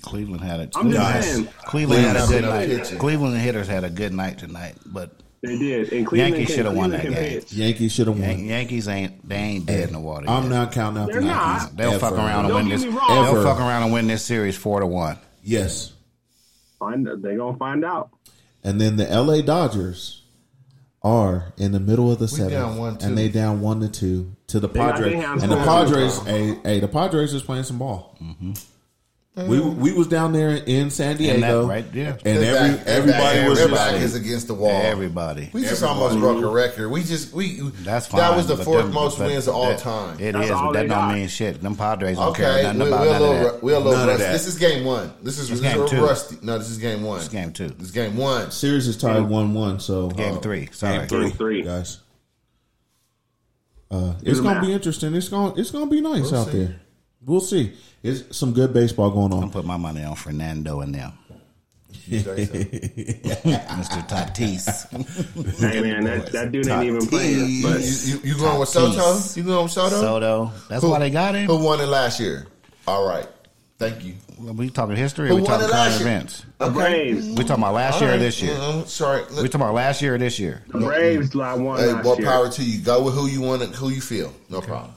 F: Cleveland had a
D: I'm just
F: Cleveland-
D: saying.
F: Cleveland had a good
H: Cleveland-
F: night. Cleveland hitters had a good night tonight, but
D: They did, and Cleveland
F: Yankees
D: can-
F: shoulda won
D: Cleveland
F: that
D: can
F: game.
D: pitch.
C: Yankees should have
F: Yan-
C: won.
F: Yankees ain't they ain't dead in the water.
C: I'm
F: yet.
C: not counting out the
D: They're
C: Yankees.
D: not.
F: They'll
C: ever.
F: fuck around and
D: Don't
F: win
D: get
F: this.
D: me wrong.
F: They'll
C: Ever.
F: fuck around and win this series four to one.
C: Yes,
D: Find they gonna find out.
C: and then the L.A. Dodgers are in the middle of the seventh,
H: down one, two.
C: and they down one to two to the
D: got
C: Padres.
D: their hands
C: And the
D: full.
C: Padres, hey, hey, the Padres is playing some ball.
H: Mm-hmm.
C: We we was down there in San
F: that
C: Diego,
F: right, yeah.
C: and
H: Their
C: every
H: back- their
C: everybody
H: back-
C: was
H: their
C: just
H: back
C: like-
H: is against the wall.
F: Everybody.
H: We just almost broke a record. We just we
F: That's fine.
H: That was the
F: but
H: fourth
F: them-
H: most
F: but
H: wins of all
F: that-
H: time.
F: It
D: That's
F: is,
D: all
F: but that
D: they
F: don't
D: got.
F: mean shit. Them Padres don't care
H: Okay,
F: nothing
H: we,
F: about
H: we're a
F: none of
H: little
F: that.
H: ru- we're a little
C: None of
H: rusty.
C: that.
H: This is game one. This is,
F: This
H: this
F: game
H: is
F: two.
H: rusty. No, this is game one. This
F: game two.
H: This is game one.
C: series is tied one one. So
F: Game
H: Oh.
C: uh,
F: three. Sorry.
D: three. Three.
C: guys. Uh, it's
D: the
C: gonna
D: math.
C: be interesting. It's gonna it's gonna be nice out there. We'll see. It's some good baseball going
F: I'm
C: on.
F: put my money on Fernando and them. Mr. Tatis.
D: Hey man, that, that dude ain't even playing.
H: You,
D: But
H: you, you going with
F: Tatis.
H: Soto? You going with Soto?
F: Soto. That's
H: Who-
F: why they got him.
H: Who won it last year? All right. Thank you.
F: We talking history or
H: Who
F: we
H: won
F: talking
H: it
F: current
H: last year?
F: events?
D: the Braves,
F: We talking about last
H: All
F: year or
H: right. Mm-hmm.
F: this year?
H: Mm-mm. sorry.
F: We talking about last year or this year?
D: the Braves like won
H: hey,
D: last
H: what
D: year.
H: power to you? Go with who you want and who you feel. No problem.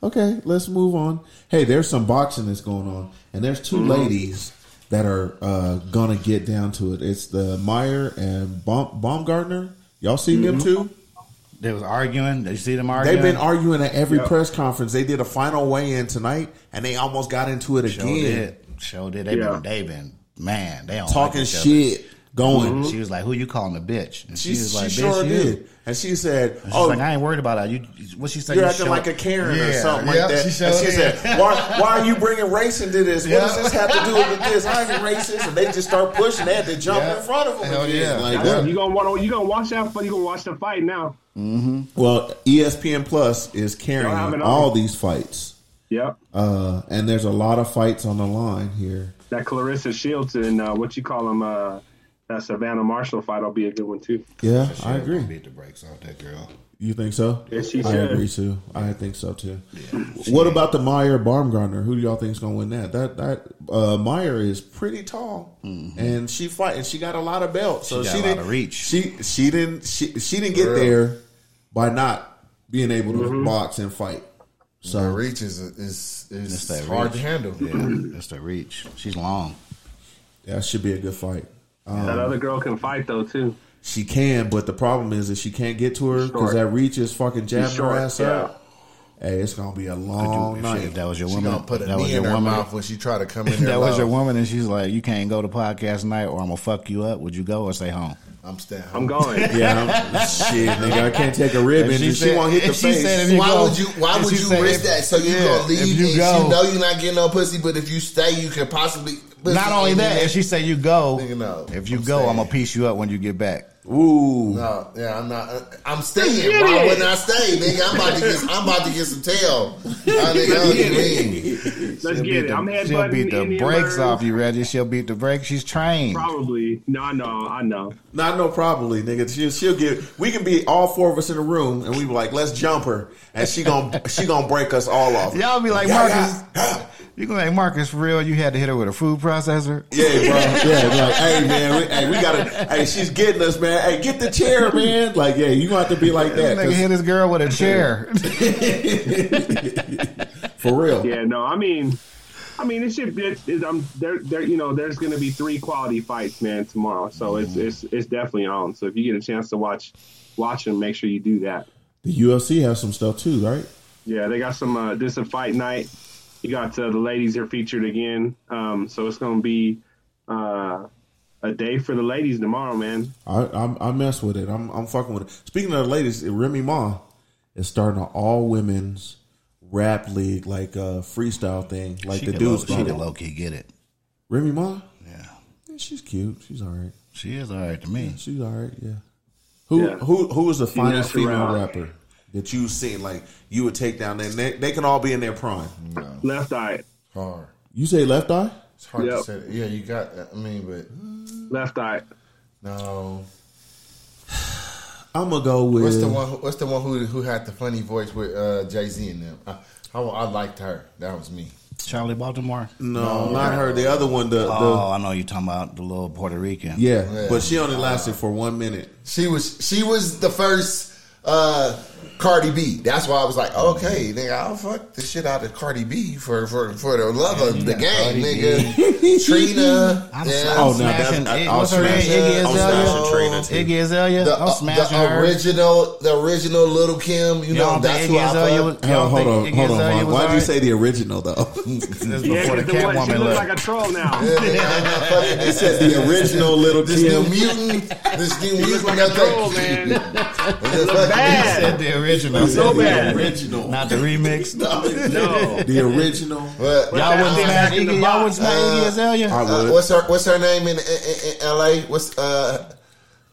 C: Okay, let's move on. Hey, there's some boxing that's going on, and there's 2
F: Mm-hmm.
C: ladies that are uh, gonna get
F: Mm-hmm.
C: down to it. It's the Meyer and Baum- Baumgartner. Y'all seen them too?
F: They was arguing. Did you see them arguing?
C: They've been arguing at every
D: Yep.
C: press conference. They did a final weigh in tonight, and they almost got into it
F: Showed
C: again,
F: it. Showed it. They
D: Yeah.
F: been. They been. Man, they don't
C: talking
F: like each other. Mm-hmm.
C: shit, going.
F: She was like, "Who you calling a bitch?" And
C: She,
F: she, was like,
C: she
F: "Bitch,
C: sure
F: you."
C: did, and she said,
F: She's
C: "Oh,
F: like, I ain't worried about that. You, what she said?
C: you're
F: you
C: acting
F: showed-
C: like a Karen or
F: Yeah,
C: something
F: yep,
C: like that."
F: She,
C: and
F: showed
C: she
F: it.
C: said, why, "Why are you bringing race into this? What does
F: Yeah.
C: this have to do with this? I ain't racist." And they just start pushing. They had to jump
F: Yeah.
C: in front of them.
F: Hell
C: again.
F: yeah.
C: Like, uh,
D: I know, You gonna want you gonna watch that fight. You gonna watch the fight now.
C: well, E ESPN Plus is
D: have
C: carrying
D: it
C: all
D: on.
C: these fights,
D: Yep.
C: uh, and there's a lot of fights on the line here.
D: That Clarissa Shields and uh, what you call him, uh, that Savannah Marshall fight will be a good one too.
C: Yeah,
F: She
C: I
F: was gonna
C: agree.
F: Beat the brakes off that girl.
C: You think so?
D: Yes, she
C: I
D: should.
C: agree too. I think so too. What about the Meyer Baumgartner? Who do y'all think is going to win that? That that uh, Meyer is pretty tall, and she fight and she got a lot of belts. So
F: Mm-hmm. She
C: she,
F: got a lot
C: didn't
F: of reach.
C: She she didn't she she didn't get there by not being able to
D: Mm-hmm.
C: box and fight. So
H: The reach is is
F: It's
H: is
F: that
H: hard
F: reach.
H: to handle.
F: Yeah, that's the reach. She's long.
C: that should be a good fight.
F: Oh.
D: that other girl can fight though too.
C: She can, but the problem is that she can't get to her because
D: Short.
C: that reach is fucking jabbing her
D: short,
C: ass
D: yeah.
C: up. Hey, it's gonna be a
F: All
C: long
F: night.
C: night.
F: If that was your
H: She
F: woman.
H: gonna put a
F: that was
H: knee in
F: your
H: her
F: woman.
H: mouth when she try to come in
F: If
H: here.
F: that was your
H: loud.
F: woman, and she's like, "You can't go to podcast night, or I'm gonna fuck you up." Would you go or stay home?
H: I'm staying.
D: I'm going.
C: Yeah, I'm, shit, nigga, I can't take a ribbon.
F: If
C: If
F: she
C: she,
F: said-
C: won't hit the
F: if she
C: face.
F: said if
H: Why
F: go-
H: would you? Why
F: if
H: would
F: she
H: you
F: said
H: risk
F: if-
H: that? So you
F: yeah,
H: gonna leave?
F: if you
H: and
F: go-
H: you know you're not getting no pussy, but if you stay, you could possibly. pussy
F: Not only
H: and
F: that,
H: then-
F: if she say you go,
H: Nigga, no.
F: if you
H: I'm
F: go, I'm gonna
H: staying.
F: piece you up when you get back.
C: Ooh,
H: No, yeah, I'm not. uh, I'm staying.
D: Get
H: Why
D: it.
H: wouldn't I stay, nigga? I'm about to get. I'm about to get some tail. I nigga, I don't mean.
D: Let's
F: She'll
D: get
F: beat
D: it.
F: the-
D: I'm
F: She'll
D: headbutting
F: beat the
D: Indian
F: brakes
D: birds.
F: off you, Reggie. She'll beat the brakes. She's trained.
D: Probably. No, I know. I know.
C: not no probably, nigga. She, she'll get. We can be all four of us in a room, and we be like, let's jump her, and she gonna she gonna break us all off.
F: Y'all be like
C: Yeah,
F: Marcus. You gonna like Marcus for real? You had to hit her with a food processor.
C: Yeah, bro. Yeah, like, hey man, we, hey, we gotta. Hey, she's getting us, man. Hey, get the chair, man. Like, yeah, you gonna have to be like that
F: Nigga
C: 'cause-
F: hit his girl with a chair.
C: for real.
D: Yeah. No. I mean. I mean, it should. It, it, I'm um, there. There. You know, there's going to be three quality fights, man, tomorrow. So it's
H: Mm-hmm.
D: it's it's definitely on. So if you get a chance to watch, watch them. Make sure you do that.
C: The UFC has some stuff too, right?
D: Yeah, they got some. Uh, this is a fight night. You got uh, the ladies are featured again. Um, so it's going to be uh, a day for the ladies tomorrow, man.
C: I, I I mess with it. I'm I'm fucking with it. Speaking of the ladies, Remy Ma is starting an all women's rap league, like a freestyle thing, like
F: she
C: the
F: could
C: dudes.
F: low, she
C: do.
F: could low key get it.
C: Remy Ma,
F: Yeah,
C: yeah, she's cute. She's all right.
F: she is all right to me.
C: She's all right. Yeah. Who
D: Yeah.
C: who who is the finest
D: messed
C: female
D: around.
C: rapper that you've seen? Like you would take down there. They, they can all be in their prime.
D: Left eye,
H: Hard.
C: You say Left Eye?
H: It's hard to
D: Yep.
H: say. That. Yeah, you got. that. I mean, but
D: left eye.
H: no.
C: I'm gonna go with.
H: What's the one? who- What's the one who who had the funny voice with uh, Jay Z and them? I, I, I liked her. That was me.
F: Charlie Baltimore.
C: No, not her. The other one. The, the
F: Oh, I know you talking about the little Puerto Rican.
C: yeah,
H: Yeah.
C: but she only lasted for one minute.
H: She was she was the first uh, Cardi B. That's why I was like, okay, nigga, I'll fuck the shit out of Cardi B for for, for the love of the game,
F: Cardi
H: nigga. Trina,
F: I'm,
H: yeah.
F: I'm
C: Oh, no,
F: smashing.
C: that- I-
F: Ig-
C: I'll
F: what's her name?
C: smash-
F: Iggy
C: I'll smash
F: Azalea.
C: Trina, too.
F: Iggy Azalea.
H: the, uh,
F: I'm smashing
H: the
F: her.
H: original, the original Little Kim. You know,
F: Y'all
H: that's
F: think
H: who
F: Iggy
H: I
F: Azalea
H: fuck.
F: was-
C: Hold on,
F: Y'all
C: hold
F: think
C: on,
F: Iggy
C: hold
F: Azalea
C: on.
F: was
C: Why would you
F: alright?
C: say the original though?
F: This
D: Yeah,
F: before the
D: 'cause the one, she
F: Catwoman
D: looks
F: left.
D: like a troll now.
H: Yeah, nigga, I'm not fucking
C: It
H: this-
C: says the original Little
H: This new
C: Kim.
H: mutant, this new mutant,
D: like
H: I
D: a troll, man.
H: think. This fucking-
D: bad.
F: said the original.
D: So bad.
C: original.
F: Not the remix.
D: No.
C: The original.
H: But-
F: Y'all wouldn't
D: that
F: smash
D: in the
F: Iggy. Y'all
D: box.
F: wouldn't smash Iggy Azalea.
C: I
H: Uh,
C: would.
H: what's her What's her name in, in, in L.A.? What's uh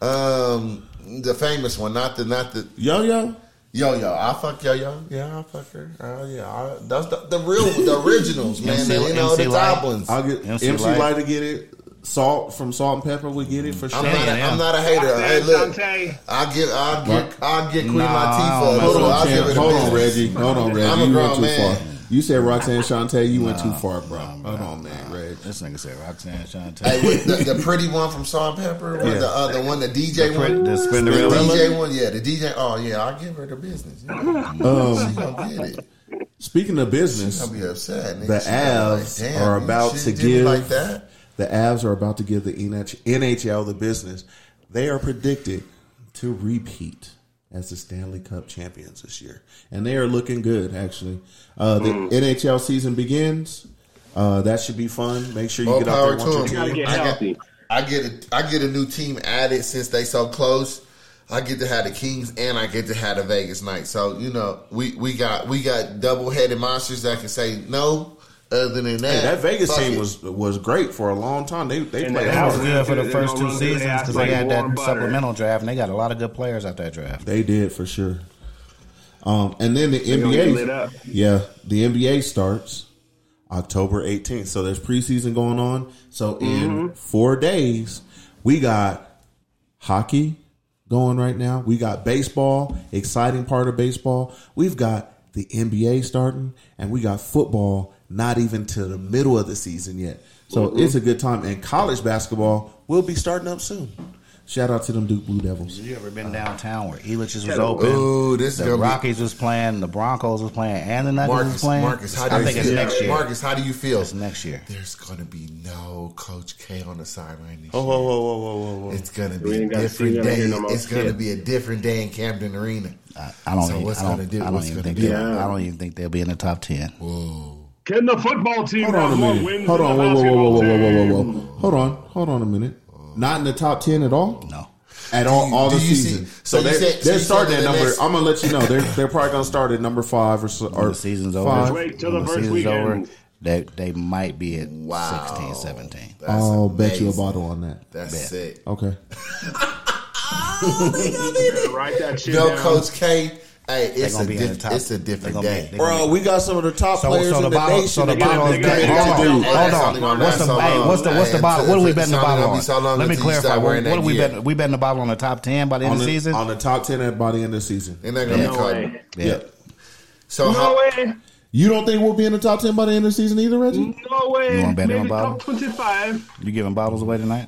H: um the famous one? Not the not the
C: Yo yo.
H: yo yo. I fuck yo yo. Yeah, I fuck her. Oh yeah, I, that's the, the real the originals, man.
F: MC
H: you know the
F: Lyte.
H: top ones.
C: I'll get MC,
F: MC
C: Light.
F: Lyte.
C: to get it. Salt from Salt and Pepper would get it for sure.
H: I'm not, a,
F: yeah.
H: I'm not a hater. Hey, look,
D: Shantae.
H: I get, I get, I get Queen
F: Nah, I don't
H: Latifah.
F: mess
H: Hold
C: Hold
F: with
H: on,
C: on,
H: I give
C: Chan.
H: it a
C: Hold on,
H: miss.
C: Reggie. Hold on, Reggie.
H: I'm a
C: you
H: grown
C: went too
H: man.
C: far. You said Roxanne Shante. You went too far, bro. Hold on, man, Reg.
F: This nigga said Roxanne
H: Hey,
F: Shante.
H: with the, the pretty one from Salt and Pepper, or
C: Yeah.
H: the uh, the one, the DJ
F: The
H: one,
F: pret- the
H: the
F: Spinderella?
H: DJ one, yeah, the DJ. Oh yeah, I'll give her the business. Yeah.
C: Oh.
H: she gonna get it.
C: Um, Speaking of business,
H: I'll be upset. Nigga.
C: The
H: She gonna be
C: Avs
H: "Damn,
C: are
H: you
C: about
H: shit
C: to
H: did me
C: give-
H: like that.
C: the Avs are about to give the NH- NHL the business. They are predicted to repeat as the Stanley Cup champions this year, and they are looking good. Actually, uh, the NHL season begins. Uh, that should be fun. Make sure you
H: More
C: get out there.
H: power
C: and
H: to
C: watch your
H: them.
C: team.
D: gotta get
H: I
D: healthy.
H: get, I get, a, I get a new team added since they so close. I get to have the Kings and I get to have the Vegas Knights. So you know, we, we got we got double headed monsters that can say no. Other than that,
C: Hey, that Vegas
H: fuck
C: team
H: it.
C: was was great for a long time. They they
D: And
C: played.
D: they
C: hard.
F: That was
D: Yeah.
F: good for the
D: They
F: first
D: don't
F: two
D: run through their
F: seasons
D: ass
F: because
D: like
F: they had
D: warm
F: that
D: butter.
F: supplemental draft and they got a lot of good players out that draft.
C: They did for sure. Um, and then the
D: gonna get lit up.
C: NBA, yeah, the NBA starts October 18th. So there's preseason going on. So in four days, we got hockey going right now. We got baseball, exciting part of baseball. We've got the NBA starting, and we got football not even to the middle of the season yet. So it's a good time. And college basketball will be starting up soon. Shout out to them Duke Blue Devils.
F: You ever been downtown where Elitch's was
D: Ooh,
F: open?
H: this is
F: the
H: gonna be-
F: Rockies was playing, the Broncos was playing, and the Nuggets was
H: Marcus,
F: playing.
H: Marcus, how do
F: I
H: you
F: think
H: feel?
F: it's next year.
H: Marcus, how do you feel?
F: It's next year.
H: There's gonna be no Coach K on the sideline this
C: Oh,
H: year.
C: whoa, whoa, whoa, whoa, whoa, whoa.
H: It's gonna
D: We
H: be a
D: ain't gotta see
H: different
D: them
H: day.
D: here no more.
H: it's gonna
D: Yeah.
H: be a different day in Camden Arena.
F: I, I don't.
H: So
F: even,
H: what's
F: I don't,
H: gonna do?
F: I don't
H: What's
F: even
H: gonna
F: think
H: do?
F: they'll. I don't even think they'll be in the top ten.
H: Whoa.
D: Can the football team
C: Hold on a
D: have more
C: minute.
D: wins
C: Hold
D: than
C: on.
D: the
C: Whoa, whoa, whoa, whoa, whoa,
D: basketball
C: whoa, whoa,
D: team?
C: whoa. Hold on. Hold on a minute. Not in the top ten at all.
F: No.
C: At all, all
H: do
C: the
H: you see-
C: season. So,
H: so you
C: they're,
H: said- so
C: they're
H: you said
C: starting
H: in
C: at
H: the
C: number.
H: next-
C: I'm gonna let you know. They're they're probably gonna start at number five or so. Or
F: the season's
C: five.
F: over.
D: Wait till the
F: When
D: first
F: over,
D: weekend.
F: They they might be at
H: Wow.
F: sixteen, seventeen. 16, 17.
H: That's
C: I'll bet you a
H: amazing.
C: bottle on that.
H: That's
F: Bet. Oh.
H: sick.
C: Okay.
D: Write that shit
H: No
D: down.
H: Coach K. Hey, it's
F: gonna
H: a
F: be in the
H: diff-
F: top-
H: it's a
F: they
H: different
F: gonna be-
H: day.
F: they
C: Bro, we got some of the top
F: So,
C: players
F: so
C: in
F: the
C: the
F: bottle,
C: nation.
F: so the
C: that
F: bottle is
C: got
D: they
F: bet.
D: got-
F: Hold
D: they
F: on,
D: got-
F: hold
H: they
F: on.
H: got- they
F: What's
H: got-
F: the
H: they
F: Oh, hey,
H: got-
F: what's the what's the
H: hey,
F: bottle? What are we betting the
H: it's gonna
F: bottle
H: be so
F: on?
H: long
F: Let me
H: until you
F: clarify.
H: start
F: What,
H: wearing
F: what
H: that
F: are we
H: gear.
F: betting? We betting the bottle on the top ten by the end
C: on
F: of the
C: the,
F: season?
C: on the top ten at by the end of the season.
H: They're not gonna
D: No
H: be caught.
D: way.
F: yeah.
H: So
D: No
H: how,
D: way.
C: You don't think we'll be in the top ten by the end of the season either, Reggie?
D: No way.
F: You wanna bet
D: Maybe
F: on Bob?
D: top 25.
F: You giving bottles away tonight?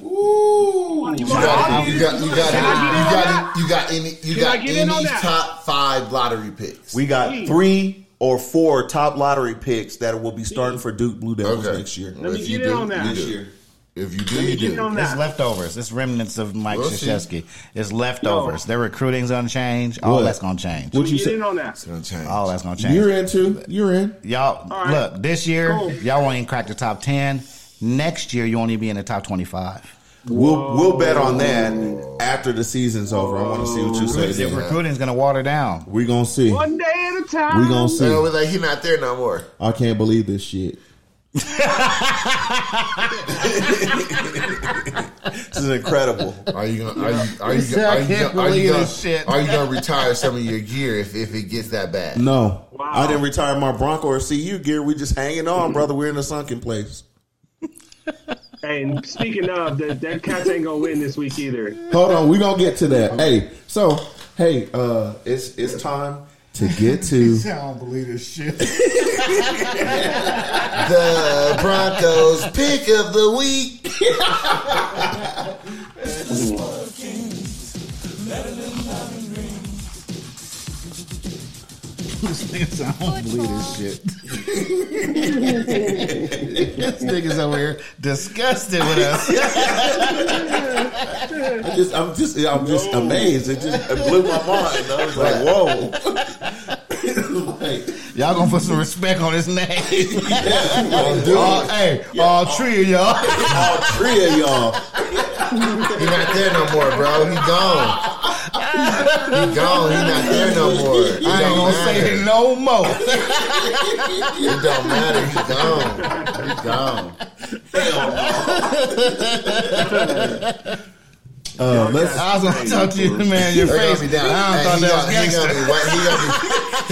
C: Ooh.
D: You
H: you
D: wanna
H: got
D: argue?
H: you got you got
D: Can I
H: you got you got any you
D: Can I
H: got
D: get in on
H: any
D: that?
H: top five lottery picks?
C: We got three or four top lottery picks that will be starting for Duke Blue Devils
H: Okay.
C: next year.
D: Let me
H: If
D: get in
H: you do,
D: on that.
H: you do.
D: This
C: year.
H: If you do, you
D: get in
H: do.
D: on that.
F: It's leftovers. It's remnants of Mike
H: We'll
F: we'll
H: see.
F: It's leftovers. Their recruiting's gonna change. All
C: What?
F: that's gonna change.
C: What you
D: Get
C: say?
D: in on that.
H: It's gonna change.
F: All that's gonna change.
C: You're in too. You're in.
F: Y'all
D: All right.
F: look this year.
D: Cool.
F: Y'all won't even crack the top ten. Next year, you won't even be in the top twenty-five.
C: We'll we'll bet on that after the season's over. I want to see what you say.
F: Your
C: then.
F: recruiting's gonna water down.
C: We gonna see. We
D: One day at a time.
C: gonna see.
H: So we're like, he not there no more.
C: I can't believe this shit. this is incredible.
H: Are you gonna? Are you? Are you?
F: said,
H: Are
F: "I
H: you?
F: can't
H: gonna- Are you
F: believe
H: gonna?
F: this shit.
H: Are you gonna retire some of your gear if if it gets that bad?
C: No,
D: Wow.
C: I didn't retire my Bronco or CU gear. We just hanging on, brother. We're in a sunken place.
D: And speaking of, that, that Cats ain't going to win this week either.
C: Hold on, we gonna get to that. Hey, so hey, uh, it's it's time to get to.
F: don't believe this shit.
H: The Broncos pick of the week.
F: Niggas, I don't believe this shit. this niggas over here disgusted with us.
C: I just, I'm just, I'm just amazed. It just it blew my mind. I was like, whoa. like,
F: Y'all gonna put some respect on his name.
C: dude,
F: all, hey, all three of y'all.
C: all three of y'all.
H: He not there no more, bro. He gone. He gone. He not there no more. It
F: I ain't
H: don't
F: gonna say it
H: matter.
F: no more.
H: It don't matter. He gone. He gone.
C: Uh, let's.
F: I was gonna talk to you, man. Your
H: They're
F: face.
H: gonna be down.
F: I
H: Hey,
F: don't
H: he
F: thought
H: gonna- he
F: that was
H: gonna be
F: gangster.
H: wa- he gonna be-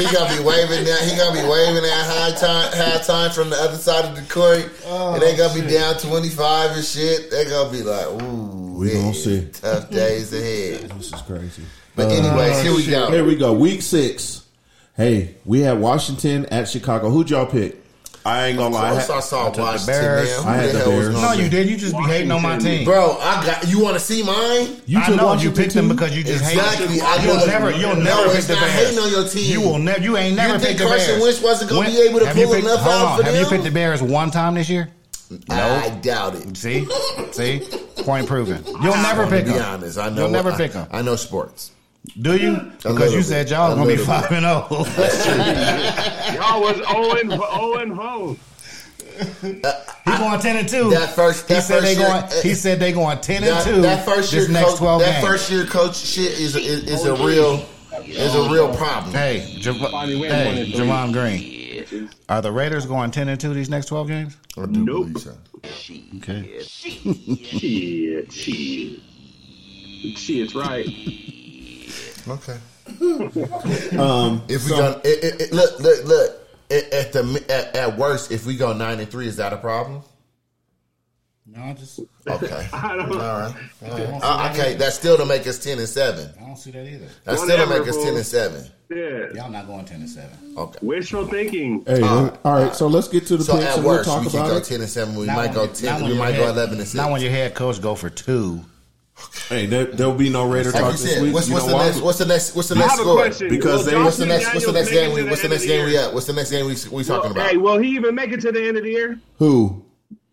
H: He gonna be waving that. He gonna be waving that high time, high time from the other side of the court,
F: Oh,
H: and they gonna be down twenty five and shit. They gonna be like, ooh,
C: We gonna
H: yeah,
C: see. Uh,
H: tough days ahead.
C: This is crazy.
H: But anyways, here we go.
C: Here we go. Week six. Hey, we had Washington at Chicago. Who'd y'all pick? I ain't gonna lie. I
H: Once I
C: had,
H: saw Washington,
F: Bears.
H: man, who
C: I had
H: the
C: the
H: hell was
C: Bears.
H: gonna
F: No, you
H: be-
F: did. You just be hating on my team.
H: bro. I got. You want to see mine?
C: you
F: I
C: took
F: know you
C: Washington
F: picked them
C: too?
F: because you just
H: Exactly.
F: hate
H: I
F: them. You'll
H: know-
F: never, you'll
H: No,
F: never pick
H: it's
F: the
H: not
F: Bears.
H: hating on your team.
F: You will never. You ain't never
H: think
F: picked the Bears.
H: Carson Wentz wasn't gonna be able to
F: have you
H: pull
F: picked-
H: enough
F: hold
H: out
F: on,
H: for
F: Have you
H: them?
F: picked the Bears one time this year?
H: I doubt it.
F: See, see, point proven. You'll never
H: I'm gonna
F: pick
H: be
F: them.
H: honest. I know.
F: You'll never
H: I,
F: pick them.
H: I know sports.
F: Do you?
H: A
F: Because you
H: little
F: said
H: bit.
F: y'all
H: A
F: gonna be
H: little
F: five and oh. zero.
D: Y'all was Owen Owen Ho.
F: He going ten and two.
H: That first-
F: he
H: that
F: said they
H: first year- eh,
F: going. He said they going ten and
H: That,
F: two.
H: that first year
F: this next
H: coach,
F: twelve
H: that
F: games.
H: first year coach shit is is, is a real is a real problem.
F: hey,
D: Finally
F: Javon,
D: win one
F: hey,
D: and three.
F: Javon Green. Are the Raiders going ten and two these next twelve games?
H: I do
D: Nope.
H: believe so.
F: Okay.
D: Shit, shit. Shit's right.
H: Okay.
F: Um,
H: if we go, it, it, it, look, look, look. At, at the mi- at, at worst, if we go nine and three, is that a problem?
F: No, I just
H: Okay. All
D: I don't,
H: right. All right. Uh, okay. That's still to make us ten and seven.
F: I don't see that either.
H: That's still to make
D: Whatever,
H: us ten
D: fool.
H: and seven.
D: yeah.
F: Y'all not going ten and seven.
H: Okay.
D: Wishful thinking.
C: Hey,
F: Uh,
C: all right. So let's get to the
H: So
C: picks
H: at
C: and we'll
H: worst,
C: talk
H: we can
C: about
H: go
C: it.
H: ten and seven. We
F: Not
H: might
F: when
H: go
F: you- not
H: ten.
F: when
H: We
F: your
H: might go
F: head-
H: eleven and six.
F: Not when your head coach go for two.
C: Hey, there, there'll be no Raider
H: like
C: talk
H: you
C: this
H: said,
C: week.
H: what's,
C: You
H: what's
C: know
H: the
C: why?
H: next? What's the next? What's the
D: I
H: next
D: have a
H: score?
D: question.
C: Because they-
D: Johnson
H: What's the next? What's the next game?
D: Daniels
H: We
D: make it to
H: what's the
D: end of
H: next game
D: year?
H: we at? What's the next game we we talking about?
D: Hey, will he even make it to the end of the year?
C: Who?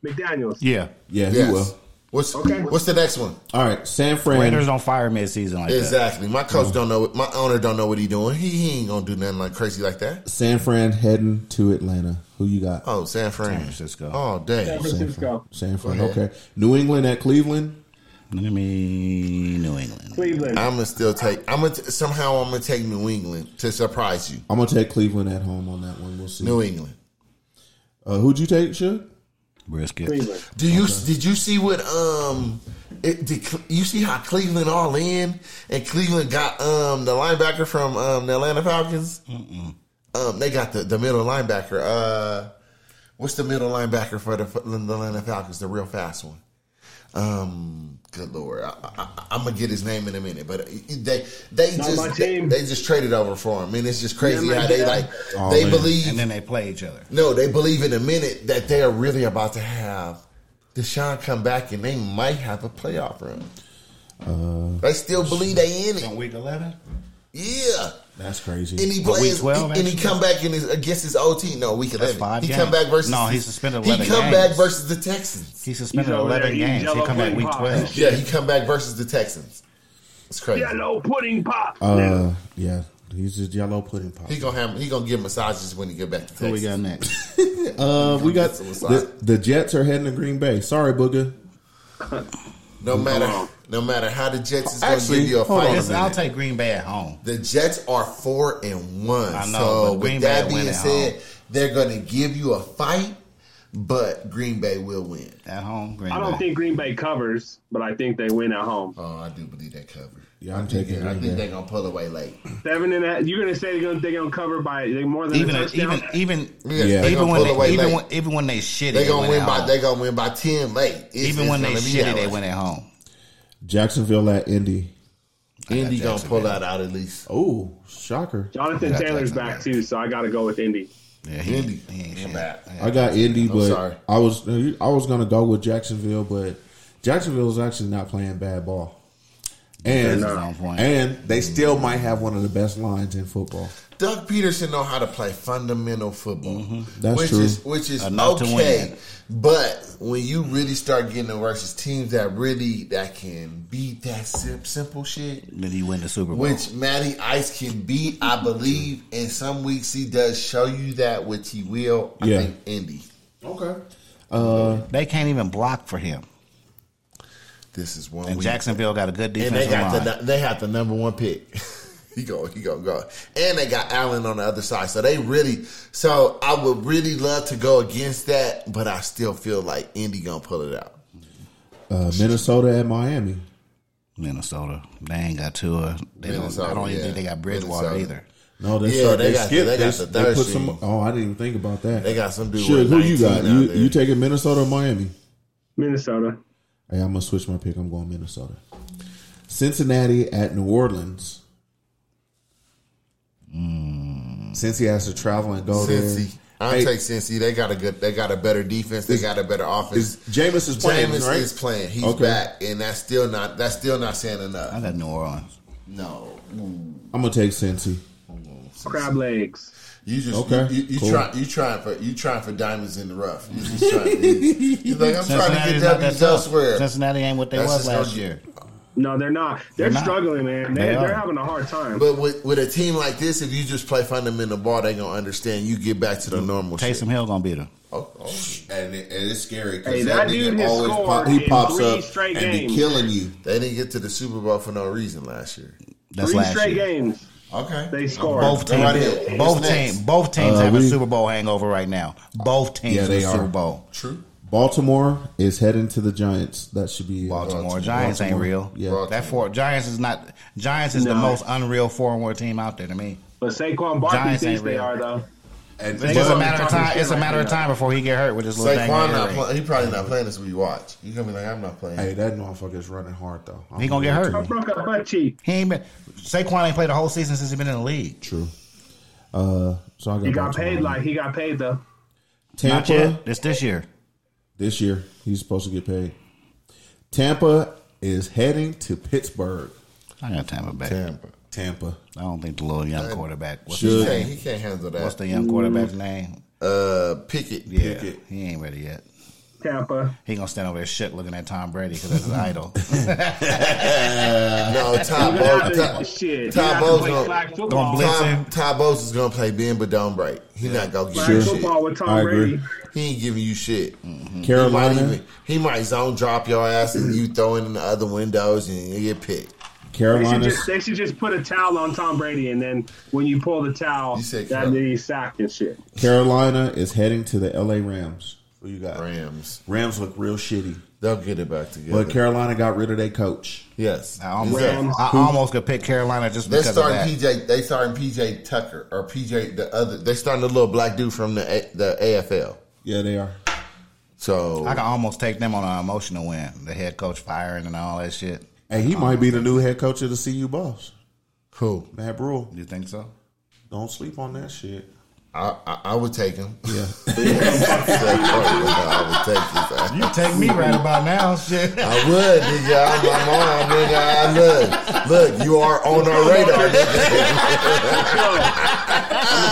D: McDaniels.
F: Yeah.
C: Yeah,
H: Yes.
C: he will.
H: What's
D: Okay.
H: what's the next one?
C: All right, San Fran.
F: Raiders don't fire mid season like that.
H: Exactly. My coach don't know. What, my owner don't know what he doing. He, he ain't gonna do nothing like crazy like that.
C: San Fran heading to Atlanta. Who you got?
H: Oh, San Fran,
F: San Francisco.
H: all day.
D: San Francisco.
C: San Fran.
H: ahead.
C: Okay. New England at Cleveland.
F: Let me New England.
D: Cleveland.
H: I'm gonna still take. I'm gonna t- somehow. I'm gonna take New England to surprise you.
C: I'm gonna take Cleveland at home on that one. We'll see.
H: New England.
C: Uh, who'd you take, Shug?
F: Brisket.
D: Cleveland.
H: Do you did you see what um it, did, Cle- you see how Cleveland all in and Cleveland got um the linebacker from um the Atlanta Falcons. Um, they got the the middle linebacker. Uh, what's the middle linebacker for the, for the Atlanta Falcons? The real fast one. Um, good lord, I, I, I'm gonna get his name in a minute, but uh, they they
D: Not my
H: just they,
D: team.
H: they just traded over for him, and it's just crazy
D: Yeah,
H: how they
D: man.
H: like they
C: man.
H: believe
F: Oh, And then they play each other.
H: no, they believe in a minute that they are really about to have Deshaun come back and they might have a playoff run.
F: Uh,
H: they still believe they in
F: On
H: it.
F: week eleven?
H: Yeah.
C: That's crazy.
H: And he
F: But week
H: plays,
F: 12
H: and he
F: actually?
H: come back in his, against his old team. No, week eleven.
F: five
H: he
F: games.
H: come back versus
F: No, he suspended
H: He
F: 11
H: come
F: games.
H: back versus the Texans.
F: He
D: He's
F: suspended
D: over
F: eleven
D: there eating
F: games. He
D: jello
F: come back
D: pudding
F: week
D: pie.
F: twelve.
H: Yeah, he come back versus the Texans. It's crazy.
D: Yellow pudding pop.
C: uh, yeah, he's just yellow pudding pop.
H: He gonna have he gonna give massages when he get back to Texas.
F: Who we got next?
C: Uh, we got
H: That's what's
C: the, the Jets are heading to Green Bay. Sorry, Booger.
H: No matter
D: on.
H: no matter how the Jets is gonna
C: Actually,
H: give you a
C: hold on
H: fight.
C: a
F: Listen, I'll take Green Bay at home.
H: The Jets are four and one.
F: I know, but
H: so
F: Green
H: with
F: Bay
H: that
F: will win
H: being
F: at
H: said,
F: home.
H: they're going to give you a fight, but Green Bay will win.
F: At home, Green
D: I
F: Bay.
D: don't think Green Bay covers, but I think they win at home.
H: Oh, I do believe they cover.
C: Yeah, I'm
H: I think,
C: taking
H: I
C: Green
H: think
C: Bay.
H: they're going to pull away late.
D: Seven and a, you're gonna say they're gonna they're gonna cover by like, more than
F: even
D: a touchdown.
F: even even
C: Yeah.
H: Yeah, they're
F: even
H: gonna
F: when
H: pull away
F: they, even
H: late.
F: when even when they shitty,
H: they're going
F: win
H: to win
F: at
H: by
F: home.
H: they going to win by ten late. It's-
F: even
H: it's
F: when they
H: gonna be
F: shitty,
H: that
F: they
H: way.
F: win at home.
C: Jacksonville at Indy.
H: Indy going to
F: Jacksonville.
H: pull out out at least.
C: Oh, shocker!
D: Jonathan
F: Yeah,
D: Taylor's
F: Jackson,
D: back
F: yeah.
D: too, so I gotta go with Indy.
F: Yeah, he,
H: Indy,
F: he ain't
H: I'm
F: shit.
H: back.
C: I got Indy, but
H: sorry.
C: I was I was gonna go with Jacksonville, but Jacksonville's actually not playing bad ball, and
F: Defense is on point.
C: and they still might have one of the best lines in football.
H: Doug Peterson know how to play fundamental football,
C: That's
H: which
C: true.
H: is which is
F: Enough Mm-hmm. to
H: okay.
F: win.
H: But when you really start getting the versus teams that really that can beat that sim- simple shit,
F: Then he win the Super Bowl.
H: which Matty Ice can beat, I believe. In some weeks, he does show you that, which he will. I
C: Yeah.
H: think Indy.
C: Okay.
F: they can't even block for him.
H: This is one
F: And
H: week,
F: Jacksonville got a good
H: Oh, and they
F: defensive
H: got
F: line.
H: the nu- they have the number one pick. he go, he go, go, and they got Allen on the other side. So they really. So I would really love to go against that, but I still feel like Indy gonna pull it out.
C: Uh, Minnesota at Miami.
F: Minnesota. They ain't got Tua. They don't,
H: Minnesota,
F: I don't even
H: yeah.
F: think they got Bridgewater
H: Minnesota.
F: either.
C: No, they
H: Yeah,
C: start,
H: they
C: they,
H: got-
C: skip.
H: they
C: They,
H: got the
C: they
H: third
C: put some.
H: seed.
C: Oh, I didn't even think about that.
H: They got some dude.
C: Shug,
H: with
C: who you got?
H: 19 out
C: You
H: there.
C: you taking Minnesota or Miami?
D: Minnesota.
C: Hey, I'm gonna switch my pick. I'm going Minnesota. Cincinnati at New Orleans. Since he has to travel and go
H: Mm. Cincy.
C: there,
H: I
C: Hey,
H: take Cincy. They got a good. They got a better defense. They
C: Is-
H: got a better offense.
C: is Jameis is playing,
H: Jameis
C: right?
H: is playing. He's
C: Okay.
H: back, and that's still not. That's still not saying
F: I
H: enough.
F: got New Orleans.
H: No,
C: I'm gonna take Cincy.
D: Crab legs.
H: you just
C: Okay,
H: you, you, you
C: cool.
H: try you trying for you trying for diamonds in the rough. You just trying. you- You're like I'm trying to
F: Cincinnati's
H: get
F: not that
H: W's
F: tough.
H: elsewhere.
F: Cincinnati ain't what they
H: That's
F: was
H: just
F: last
H: gonna-
F: year.
D: No, they're not. They're,
F: They're not.
D: struggling, man. They,
F: They
D: they are
F: are.
D: having a hard time.
H: But with, with a team like this, if you just play fundamental ball, they gonna understand. You get back to the normal. shit.
F: Taysom Hill gonna beat him.
E: Oh, oh. And, it, and it's scary because
D: Hey,
E: that,
D: that dude
E: nigga
D: has
E: always
D: scored
E: pop, he
D: in
E: pops
D: three
E: up
D: straight
E: and
D: games.
E: be killing you.
H: They didn't get to the Super Bowl for no reason last year.
F: That's
D: Three
F: last
D: straight
F: year.
D: games.
E: Okay,
D: They scored.
F: Both
E: They're
F: teams,
E: right here.
F: both
E: Who's next?
F: teams, both teams
C: Uh,
F: have a
C: we-
F: Super Bowl hangover right now. Both teams
C: Yeah,
F: in
C: they
F: the
C: are.
F: Super Bowl.
E: True.
C: Baltimore is heading to the Giants. That should be it.
F: Baltimore, Giants ain't real.
C: Yeah.
F: that four Giants is not. Giants is the
D: No.
F: most unreal four and one team out there to me.
D: But Saquon Barkley
F: Giants
D: thinks
F: ain't
D: they
F: real.
D: are though.
E: And
F: It's just a
D: But-
F: matter of time.
D: Talking
F: It's a
D: shit
F: matter
D: right
F: of
D: now.
F: time before he get hurt with his little thing.
H: Saquon not play, he probably not playing this week. You watch. You gonna be like, I'm not playing.
C: Hey, that motherfucker's running hard though. I'm
F: He gonna get
C: gonna
F: hurt.
D: Broke a butt cheek.
F: He ain't been Saquon ain't played the whole season since he been in the league.
C: True. Uh, so I got
D: He got
C: Baltimore.
D: paid like he got paid though.
F: Not
C: Tampa
F: yet. It's this year.
C: this year. He's supposed to get paid. Tampa is heading to Pittsburgh.
F: I got Tampa back.
H: Tampa.
C: Tampa.
F: I don't think the little young quarterback. What's,
H: He
F: his
H: can't,
F: name?
H: he can't handle
F: what's
H: that.
F: the young quarterback's name?
H: Uh, Pickett.
F: Yeah,
H: Pickett.
F: he ain't ready yet.
D: Tampa.
F: He gonna stand over there shit looking at Tom Brady because that's his idol.
H: No, Ty
D: You're gonna have
H: Bo.
D: to-
H: Ty,
D: shit.
H: Ty
D: you have to
H: Bowe's
D: play
H: gonna-
D: flag football.
F: gonna blitz him.
H: Ty, Ty Bose is gonna play Ben, but don't break. He not gonna give
D: Flag
H: you
D: football
H: shit.
D: with Tom
C: I
D: Brady.
C: agree.
H: He ain't giving you shit. He Mm. might
C: Carolina.
H: even. He might zone drop your ass and you throw it in the other windows and you get picked.
D: They should,
C: Carolina.
D: just, they should just put a towel on Tom Brady, and then when you pull the towel,
H: You said
D: that
H: Cal-
D: he's sacked and shit.
C: Carolina is heading to the LA Rams. Who you got?
H: Rams.
C: Rams look real shitty.
H: They'll get it back together.
C: But Carolina got rid of their coach.
H: yes.
F: I almost,
H: Exactly.
F: I almost could pick Carolina just
H: They're
F: because of
H: starting
F: that.
H: PJ. They starting PJ Tucker or PJ the other. They starting the little black dude from the A, the AFL.
C: Yeah, they are.
H: So
F: I can almost take them on an emotional win. The head coach firing and all that shit.
C: Hey, he might be the new head coach of the CU Boss.
H: who?
C: Matt Brule.
F: You think so?
C: Don't sleep on that shit.
H: I, I I would take him.
C: Yeah.
H: I would take his ass.
F: You take me right about now, shit.
H: I would, nigga. I'm my mom, nigga. I look, look. You are on our radar. nigga.
D: Yo, I'm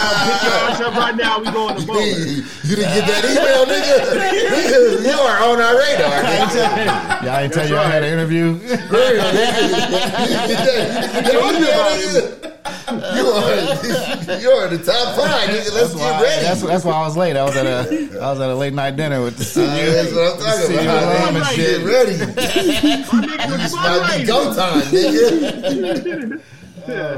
D: gonna pick your ass up right now. We going to Boulder.
H: you didn't get that email, nigga. nigga you are on our radar. Nigga.
F: Y'all ain't tell you I had an interview.
H: Real, nigga. You didn't get that- you didn't get that email, nigga. You are, you are in the top five, nigga. Let's
F: That's
H: get
F: why,
H: ready.
F: that's, that's why I was late. I was at a I was at a late night dinner with the CU.
H: Uh, that's what I'm talking
F: CU
H: about.
F: alum and
H: Let's
F: shit.
H: Get ready.
D: My nigga was
H: It's about to be go
D: fundraising.
H: time, nigga.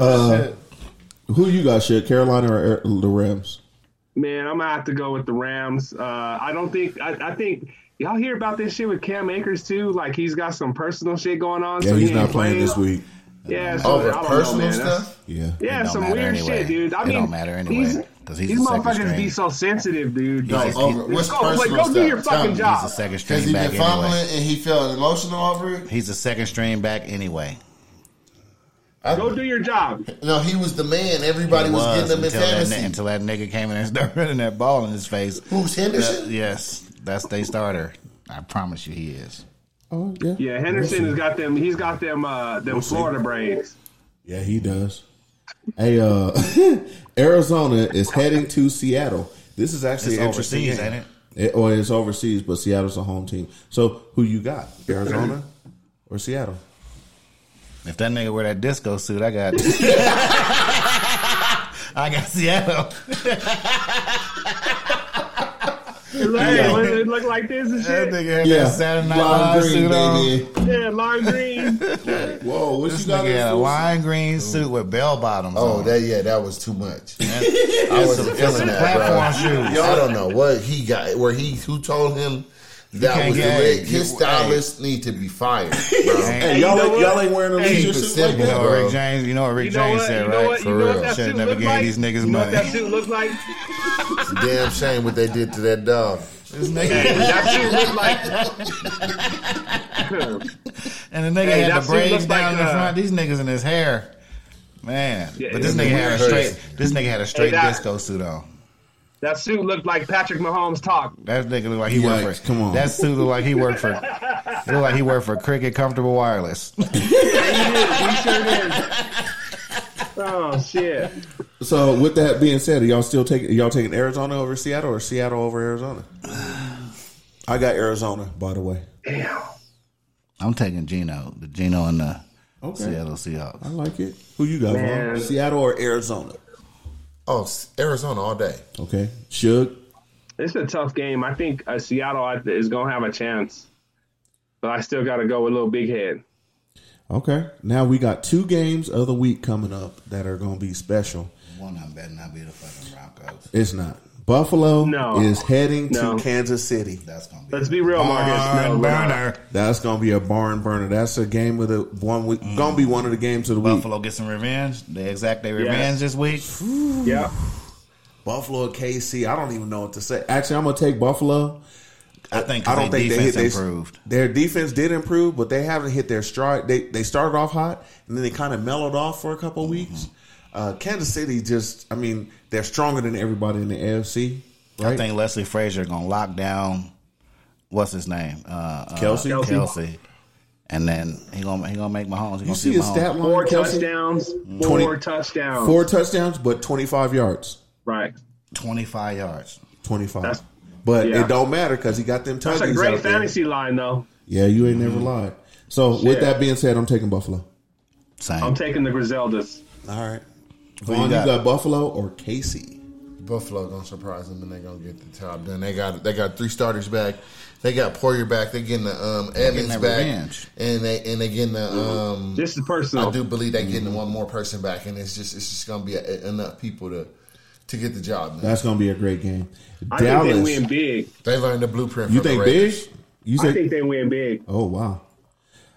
C: Who you got, shit? Carolina or uh, the Rams?
D: Man, I'm gonna have to go with the Rams. Uh, I don't think. I, I think y'all hear about this shit with Cam Akers too. Like he's got some personal shit going on.
C: Yeah,
D: so
C: he's
D: he ain't
C: not playing this week.
D: Yeah, so
H: Over
D: I don't know,
H: personal
D: man. That's-
H: stuff.
C: Yeah.
D: Yeah,
F: don't
D: some
F: matter
D: weird
F: anyway.
D: shit, dude. I
F: It
D: mean,
F: don't matter anyway,
D: these-
F: 'cause he's
D: these
F: the second
D: motherfuckers be
F: string.
D: so sensitive, dude.
F: No,
D: Like,
H: over- what's
D: go, like,
H: personal
D: go do
H: stuff?
D: your fucking
H: Tell me,
D: job.
F: He's the second
H: Because
F: string
H: he
F: back
H: been fumbling
F: anyway.
H: and he felt emotional over it.
F: He's the second string back anyway.
H: I-
D: Go do your job.
H: no, he was the man. Everybody
F: He
H: was,
F: was
H: getting him in
F: until that, ni-
H: fantasy.
F: until that nigga came in and started running that ball in his face. Uh,
H: Who's Henderson?
F: Yes, that's they starter. I promise you, he is.
C: Oh, yeah.
D: Yeah, Henderson has got them. He's got them. Uh, them Florida braids.
C: Yeah, he does. Hey, uh, Arizona is heading to Seattle. This is actually
F: It's
C: an interesting.
F: overseas,
C: game.
F: ain't
C: It- well, it's overseas, but Seattle's a home team. So, who you got, Arizona or Seattle?
F: If that nigga wear that disco suit, I got. I got Seattle.
D: Hey, look- it look like this and
F: That
D: shit.
F: nigga had that Saturday Night Live suit on.
D: Yeah, lime green.
C: Whoa, what
F: This
C: you got?
F: nigga had a
C: in the
F: lime green suit with bell bottoms.
H: Oh,
F: on.
H: that yeah, that was too much. I
F: It's
H: wasn't
F: some- it's
H: feeling
F: some
H: that, bro.
F: platform shoes.
H: Y'all don't know what he got. Where he who told him that
F: can't
H: was the
F: get-
H: lick.
F: you-
H: His stylist need to be fired. Bro.
C: Hey, y'all, ain't, y'all ain't wearing a
D: Hey,
C: leisure
H: keep it
C: suit like
H: simple,
F: You know
C: that.
F: what
H: bro.
F: Rick James? You know what Rick
D: You know
F: James
D: what?
F: said,
D: You know
F: right?
D: what? You
F: For
D: know what
F: real,
D: that
F: should
D: suit
F: never
D: look
F: gave
D: like?
F: these niggas
D: You know what that
F: money.
D: suit look like?
H: Damn shame what they did to that dog.
F: This
D: Hey,
F: nigga,
D: that suit look like.
F: and the nigga
D: Hey, that
F: had the
D: suit
F: braids
D: looks like,
F: down in the
D: uh,
F: front. These niggas in his hair, man.
D: Yeah,
F: but this
D: it's
F: nigga had a
H: weird.
F: straight. This nigga had a straight
D: that-
F: disco suit on.
D: That suit looked like Patrick Mahomes talk.
F: That nigga look like he
C: Yikes,
F: worked for.
C: come on.
F: That suit look like he worked for. Look like he worked for Cricket Comfortable Wireless.
D: He did. He sure did. Oh shit.
C: So, with that being said, are y'all still taking y'all taking Arizona over Seattle or Seattle over Arizona? I got Arizona, by the way.
D: Damn.
F: I'm taking Gino, the Gino and the
C: Okay.
F: Seattle
C: I
F: Seahawks.
C: like it. Who you got, Vaughn?
D: Man.
C: Seattle or Arizona?
H: Oh, s- Arizona all day.
C: Okay. Shug.
D: It's a tough game. I think uh, Seattle is going to have a chance, but I still got to go with little big head.
C: Okay. Now we got two games of the week coming up that are going to be special.
F: One of them better not be the fucking Broncos.
C: It's not. Buffalo
D: No.
C: is heading
D: No.
C: to Kansas City.
F: That's gonna be.
D: Let's be real, Marcus. No,
F: Barn
D: we're not.
F: burner.
C: That's going to be a barn burner. That's a game of the one week. Going to be one of the games of the week.
F: Buffalo get some revenge. They exact their revenge this week.
D: Yeah.
C: Buffalo, KC. I don't even know what to say. Actually, I'm gonna take Buffalo.
F: I think.
C: I don't think they hit
F: defense
C: their
F: improved.
C: Their defense did improve, but they haven't hit their stride. They they started off hot and then they kind of mellowed off for a couple of weeks. Uh, Kansas City just, I mean, they're stronger than everybody in the AFC,
F: I
C: right?
F: think Leslie Frazier gonna lock down. What's his name? Uh, uh,
C: Kelsey?
F: Kelsey. And then he gonna he gonna make Mahomes. He
C: you see
F: gonna see
C: his
F: Mahomes.
C: stat line,
D: Four
C: Kelsey?
D: touchdowns. Four
C: 20
D: touchdowns.
C: Four touchdowns, but 25 yards,
D: Right.
F: Twenty five yards.
C: 25.
D: That's-
C: but
D: yeah.
C: it don't matter because he got them touchdowns.
D: That's a great fantasy line, though.
C: Yeah, you ain't never lied. So with
D: Shit.
C: that being said, I'm taking Buffalo.
F: Same.
D: I'm taking the Griseldas.
C: All right,
F: you
C: Vaughn, you
F: got?
C: got? Buffalo or KC?
H: Buffalo gonna surprise them and they gonna get the job done. They got they got three starters back. They got Poirier back. They're getting the um, Evans
F: that
H: back,
F: revenge.
H: and they and they getting the um.
D: This is
H: I
D: personal.
H: do believe they're getting one more person back, and it's just it's just gonna be a, enough people to to get the job done.
C: That's gonna be a great game.
D: I
C: Dallas,
D: think they win big.
H: They learned the blueprint.
C: you
H: from
C: think
H: the
C: big?
H: Raiders.
C: You
D: I
C: say
D: think they win big.
C: Oh wow,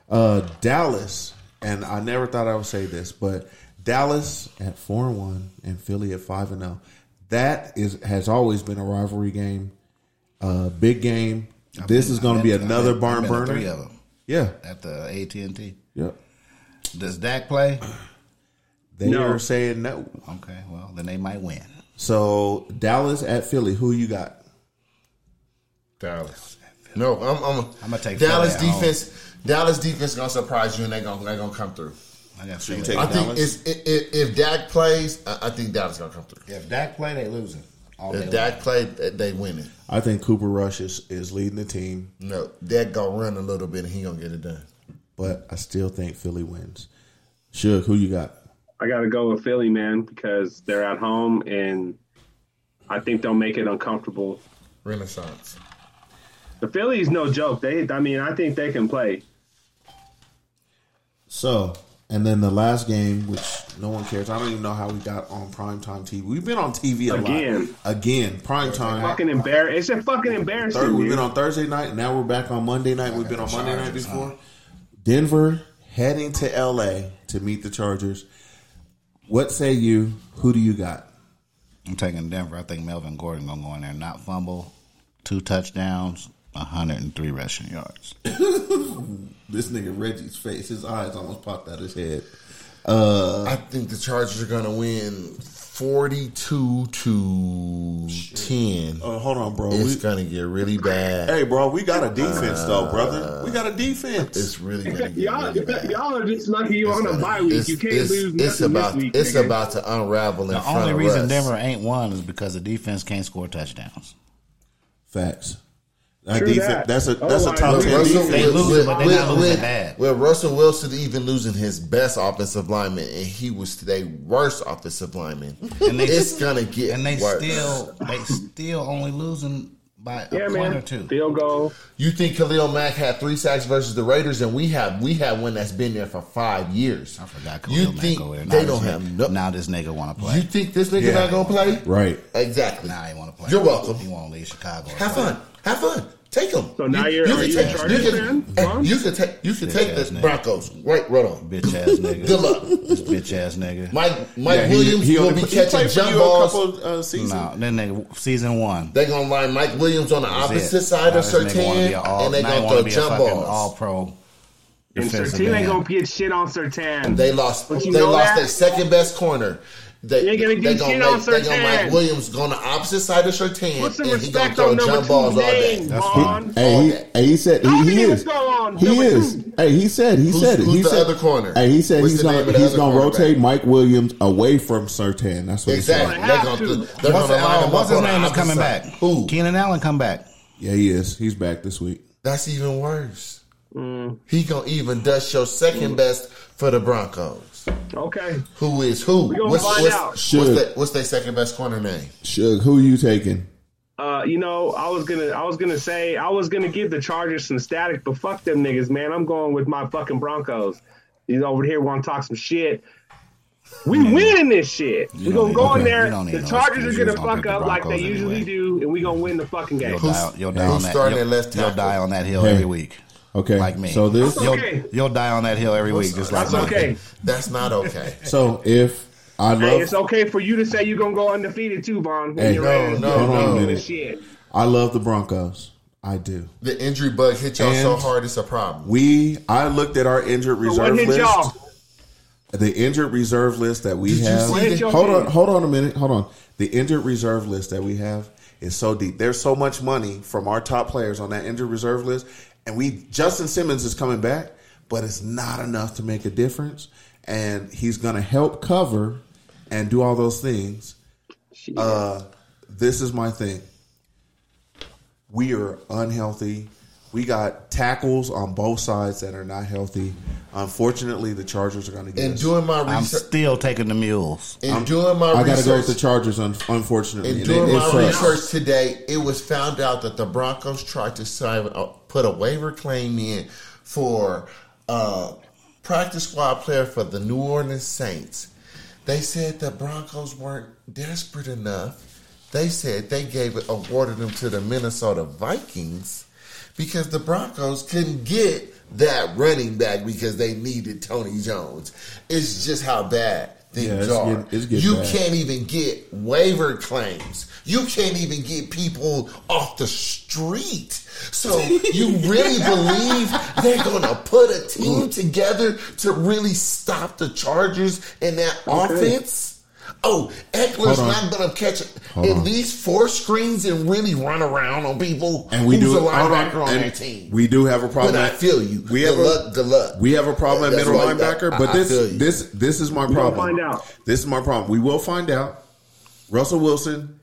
C: uh, Dallas, and I never thought I would say this, but Dallas at four and one and Philly at five and zero. That is has always been a rivalry game, uh, big game. this is going to be
F: I've been-
C: another
F: I've
C: barn
F: been to
C: burner.
F: Three oh. of them
C: Yeah,
F: at the AT and T.
C: yeah.
F: Does Dak play?
C: They
D: No.
C: are saying no.
F: Okay. Well, then they might win.
C: So Dallas at Philly. Who you got?
H: Dallas. No, I'm I'm,
F: I'm gonna take
H: Dallas
F: Philly at
H: defense. Dallas defense gonna surprise you, and they gonna they gonna come through.
F: I got
C: you
F: Philly.
C: take-
H: I
C: Dallas?
H: think it's, i i if Dak plays, I, I think Dallas gonna come through.
F: If Dak play, they losing. All day
H: If Dak played, they win it.
C: I think Cooper Rush is, is leading the team,
H: No, Dak gonna run a little bit, and he gonna get it done.
C: but I still think Philly wins. Shug, who you got?
D: I got to go with Philly, man, because they're at home and I think they'll make it uncomfortable.
H: Renaissance.
D: The Phillies, no joke. They, I mean, I think they can play.
C: So, and then the last game, which no one cares. I don't even know how we got on primetime TV. We've been on TV a
D: Again.
C: lot. Again. Primetime.
D: Fucking embar. It's a fucking embarrassing.
C: Third, we've
D: dude.
C: been on Thursday night. Now we're back on Monday night. We've been on Monday night before. Denver heading to LA to meet the Chargers. What say you? Who do you got?
F: I'm taking Denver. I think Melvin Gordon gonna go in there, and not fumble, two touchdowns, 103 rushing yards.
C: This nigga Reggie's face, his eyes almost popped out his head.
H: I think the Chargers are gonna win forty-two to ten.
C: Oh, hold on, bro. We,
H: It's gonna get really bad.
C: hey, bro, we got a defense though, brother. We got a defense.
H: It's really gonna get
D: Y'all,
H: really bad.
D: y'all are just lucky you're on a
H: It's-
D: bye week.
H: it's-
D: You can't
H: it's-
D: lose nothing
H: It's about
D: this week.
H: it's
D: nigga.
H: about to unravel in
F: The
H: front
F: only
H: of
F: reason
H: us.
F: Denver ain't won is because the defense can't score touchdowns.
C: Facts. That
D: True
C: defense,
D: that.
C: That's a that's
D: Oh,
C: a
D: I
C: top
D: agree.
C: ten
H: Russell,
C: defense.
F: They
H: with-
F: losing,
H: with-
F: but they not
H: with-
F: losing
H: with-
F: bad.
H: With Russell Wilson even losing his best offensive lineman, and he was today worst offensive lineman.
F: And they-
H: it's gonna get
F: and they
H: worse.
F: still they still only losing by a
D: yeah,
F: point
D: man.
F: or two.
D: Field goal.
H: You think Khalil Mack had three sacks versus the Raiders, and we have we have one that's been there for five years.
F: I forgot
H: you
F: Khalil Mack
H: think
F: over there. Now
H: they
F: this
H: don't
F: nigga-
H: have no?
F: Now this nigga want to
H: you
F: play.
H: think this nigga
C: Yeah.
H: not gonna play?
C: Right.
H: Exactly.
F: Now he want to play.
H: You're welcome.
F: He want to leave Chicago.
H: Have fun. Have fun. Take them.
D: So now you're- are you a Chargers fan, Vaughn?
H: You can take. You can
F: Bitch
H: take
F: ass
H: the
F: nigga.
H: Broncos. Right. Right on.
F: Bitch ass nigga.
H: Good luck.
F: This bitch ass nigga.
H: Mike Mike
C: Yeah, he-
H: Williams
C: he
H: will
C: only-
H: be
C: he
H: catching
C: played for
H: jump
C: you a
H: balls.
C: couple, uh, seasons.
F: no, then they season one.
H: They're gonna line Mike Williams on the
F: That's it.
H: opposite side
F: Now
H: of
F: this nigga wanna
H: Sertan,
F: be a all-
H: and they're
F: now he
H: gonna
F: wanna
H: throw
F: be a
H: jump
F: fucking
H: balls.
F: All pro.
D: And
F: defensive
D: Sertan ain't
F: end.
D: gonna get shit on Sertan.
H: They lost.
D: But
H: They
D: you know
H: lost
D: that?
H: their second best corner. They,
D: They ain't gonna
H: they,
D: do
H: they
D: shit
H: gonna
D: on
H: make they gonna
D: Sertan.
H: Mike Williams go on the opposite side of
D: Put
H: Sertan,
D: some
H: and he gonna
D: respect
H: throw
D: on number
H: jump
D: two's
H: balls all
D: name,
H: day.
D: Vaughn.
C: Hey, he,
H: Oh,
C: hey, he said he,
D: How many
C: he
D: of
C: is.
D: us go on?
C: He
D: Number
C: is.
D: two.
C: Hey, he said. He
H: Who's-
C: said it.
H: who's
C: he
H: the
C: said,
H: other corner?
C: Hey, he said
H: What's
C: he's
H: the name of
C: gonna
H: the
C: he's
H: other
C: gonna
H: cornerback?
C: rotate Mike Williams away from Sertan. That's what
H: Exactly.
C: he said.
H: They're gonna throw- they're
F: What's,
H: gonna line
F: uh,
H: him
F: what's
H: up
F: his
H: on the
F: name is
H: opposite
F: coming
H: side.
F: back?
H: Who?
F: Keenan Allen come back.
C: Yeah, he is. He's back this week.
H: That's even worse.
D: Mm.
H: He gonna even dust your second best for the Broncos.
D: Okay.
H: Who is who?
D: gonna
H: what's,
D: find
H: what's,
D: out.
H: What's,
C: Sure.
H: that, what's their second best corner name?
C: Shug, who you taking?
D: Uh, you know, I was gonna, I was gonna say, I was gonna give the Chargers some static, but fuck them niggas, man. I'm going with my fucking Broncos. These over here want to talk some shit. We winning this shit. we
F: don't
D: gonna go
F: need-
D: in
F: okay,
D: there.
F: you don't need
D: The
F: no
D: Chargers
F: excuses.
D: are gonna
F: You gonna
D: fuck
F: pick the
D: up like they
F: Broncos
D: usually
F: anyway.
D: do, and we gonna win the fucking game.
F: You'll
H: Who's-
F: die, you'll die on
H: who's
F: that.
H: starting
F: you'll,
H: at left
F: you'll
H: tackle?
F: die on that hill
C: Hey.
F: every week.
C: Okay,
F: Like me.
C: So this,
D: That's okay.
F: You'll, you'll die on that hill every week, just like
D: That's
F: me.
D: okay.
H: That's not okay.
C: so if I love,
D: Hey, it's okay for you to say you're gonna go undefeated too, Vaughn. when
C: Hey,
D: you're
C: no,
D: ready.
H: no,
D: You're
H: no.
D: doing
H: Hold on a
C: minute.
D: Shit.
C: I love the Broncos. I do.
H: the injury bug hit y'all so
C: And-
H: hard it's a problem.
C: We, I looked at our injured
D: So
C: reserve
D: what hit
C: list.
D: y'all?
C: The injured reserve list that we
H: Did you
C: have.
H: see
D: Hit
H: the-
D: your
C: hold on,
D: team.
C: hold on a minute. Hold on. The injured reserve list that we have is so deep. There's so much money from our top players on that injured reserve list, and we Justin Simmons is coming back, but it's not enough to make a difference. And he's going to help cover and do all those things. Uh, this is my thing. We are unhealthy. We got tackles on both sides that are not healthy. Unfortunately, the Chargers are going to get.
H: In
C: us-
H: doing my
F: I'm
H: research,
F: still taking the mules.
H: in doing my
C: I got to go with the
H: research,
C: Chargers, un- unfortunately.
H: in
C: And
H: doing
C: it- it
H: my
C: sucks.
H: research today, it was found out that the Broncos tried to sign, uh, put a waiver claim in for uh, practice squad player for the New Orleans Saints. They said the Broncos weren't desperate enough. They said they gave it, awarded them to the Minnesota Vikings because the Broncos couldn't get that running back because they needed Tony Jones. It's just how bad things
C: Yeah, it's
H: are.
C: getting- it's getting
H: you
C: bad.
H: can't even get waiver claims. You can't even get people off the street. So you really believe they're gonna put a team together to really stop the Chargers in that offense? Oh, Eckler's
C: Hold on.
H: not gonna catch
C: Hold
H: at
C: on.
H: least four screens and really run around on people.
C: and we
H: who's
C: do
H: a linebacker
C: hold
H: on,
C: and
H: their team.
C: We do have a problem.
H: but I
C: at-
H: feel you.
C: We
H: good
C: have a,
H: luck. Good luck.
C: we have a problem at
H: That's
C: middle
H: why-
C: linebacker.
H: I-
C: but
H: I
C: this
H: feel you.
C: this this is my
D: gonna
C: problem.
D: find out.
C: This is my problem. We will find out. Russell Wilson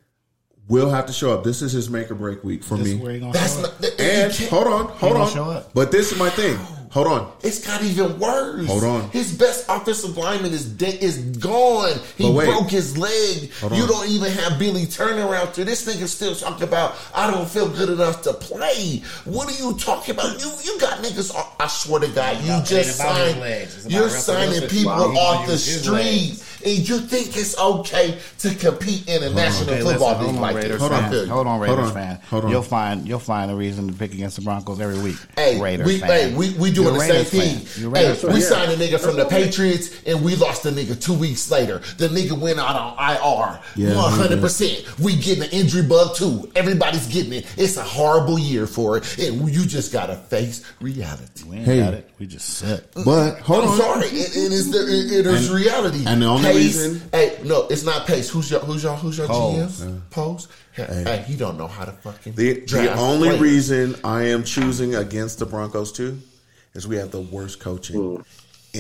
C: will have to show up. This is his make or break week for
F: This is
C: me.
F: where you gonna
H: That's
F: show
H: not.
F: up.
H: that- you
C: and
H: can't-
C: hold on, hold
F: gonna show
C: on.
F: up.
C: But this is my thing. Hold on.
H: It's got even worse.
C: Hold on.
H: His best offensive lineman is de- is gone. He
C: But wait.
H: broke his leg.
C: Hold
H: You
C: on.
H: don't even have Billy Turner out there. This nigga still talking about I don't feel good enough to play. What are you talking about? You you got niggas. on- I swear to God, you
F: about- ain't
H: just
F: about his
H: signed.
F: legs. It's about
H: You're
F: Russell
H: signing
F: Wilson.
H: people
F: Wow, he
H: off
F: gonna
H: the
F: use his
H: street,
F: legs.
H: and you think it's okay to compete in a national
F: Okay, listen,
H: football
F: hold
H: league
F: on,
H: like
F: Raiders
H: this.
C: Hold on.
H: I feel
F: fan.
H: you.
F: Hold on,
C: Hold
F: Raiders
C: on.
F: fan.
C: Hold on.
F: You'll find you'll find a reason to pick against the Broncos every week.
H: Hey,
F: Raiders
H: we,
F: fan.
H: hey, we, we doing
F: You're
H: the
F: Raiders
H: same
F: fan. You're
H: thing.
F: Raiders
H: Hey, we
F: fan.
H: signed a nigga from the Patriots and we lost the nigga two weeks later. The nigga went out on IR.
C: Yeah,
H: One hundred percent. We getting an injury bug too. Everybody's getting it. It's a horrible year for it, and you just gotta face reality.
F: We ain't
C: Hey.
F: got it. We just suck.
C: But hold
H: I'm
C: on.
H: sorry, it, it is the it, it is
C: And-
H: reality.
C: and the only
H: Pace-
C: reason-
H: hey, no, it's not pace. Who's your who's your who's your
F: Poles.
H: GM? Pose. Hey, hey, he don't know how to fucking.
C: The, the
H: draft
C: only
H: players.
C: reason I am choosing against the Broncos too is we have the worst coaching
D: Hmm.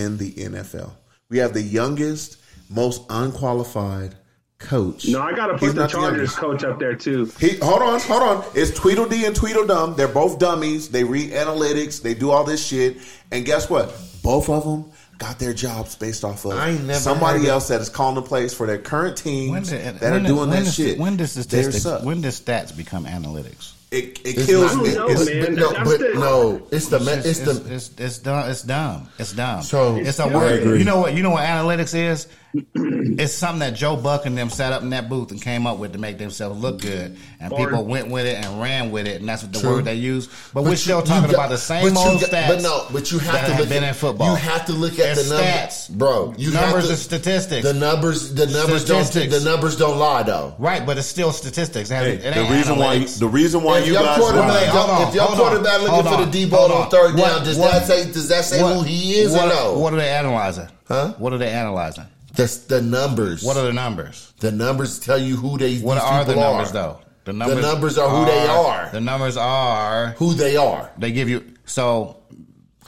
C: in the NFL. We have the youngest, most unqualified coach.
D: No, I gotta
C: He's
D: put the
C: not
D: Chargers
C: youngest.
D: coach up there too.
C: He, hold on, hold on. It's Tweedledee and Tweedledum. They're both dummies. They read analytics. They do all this shit. And guess what? Both of them got their jobs based off of
H: I ain't never heard
C: somebody
H: of-
C: else that is calling the plays for their current teams
F: did-
C: that are
F: did-
C: doing that
F: does-
C: shit.
F: When does
C: They
F: statistics?
C: suck.
F: When does stats become analytics?
C: it, it
H: It's
C: kills
H: not-
C: me.
D: I don't know,
C: It's-
H: it's-
D: man.
H: no,
D: That's
H: but
D: the-
H: no, it's the
F: It's,
H: it's
F: it's,
H: the
F: it's, it's dumb. It's dumb. It's dumb.
H: So-
F: it's a
H: I
F: word.
C: agree.
F: You know what? You know what analytics is? it's something that Joe Buck and them sat up in that booth and came up with to make themselves look good, and
D: Or-
F: people went with it and ran with it, and that's what the
H: True.
F: word they use. But,
H: But
F: we're
H: you-
F: still
H: you
F: talking
H: got-
F: about the same
H: but you
F: old
H: got-
F: stats.
H: But no, but you have
F: that
H: to
F: have
H: look
F: been
H: at,
F: in football.
H: You have to look at
F: They're
H: the numbers,
F: stats.
H: bro. You have
F: numbers
H: to-
F: and statistics.
H: The numbers, the numbers don't,
F: Statistics.
H: the numbers don't lie though.
F: right, but it's still statistics. It hasn't-
C: Hey,
F: it
C: the
F: ain't
C: reason why you,
F: analytics.
C: the reason why
H: if
C: you
H: your
C: guys
H: quarterback,
F: Wait, hold on,
H: if your
F: hold on,
H: quarterback looking
F: hold
H: for
F: on,
H: the D ball
F: hold
H: on third
F: What-
H: down, does
F: what-
H: that say does that say who he is
F: what,
H: or no?
F: What are they analyzing?
H: Huh?
F: What are they analyzing?
H: That's the numbers.
F: What are the numbers?
H: the numbers tell you who they?
F: What
H: these
F: are the
H: people
F: numbers though? The
H: numbers are who they are.
F: The numbers are
H: Who they are?
F: they give you so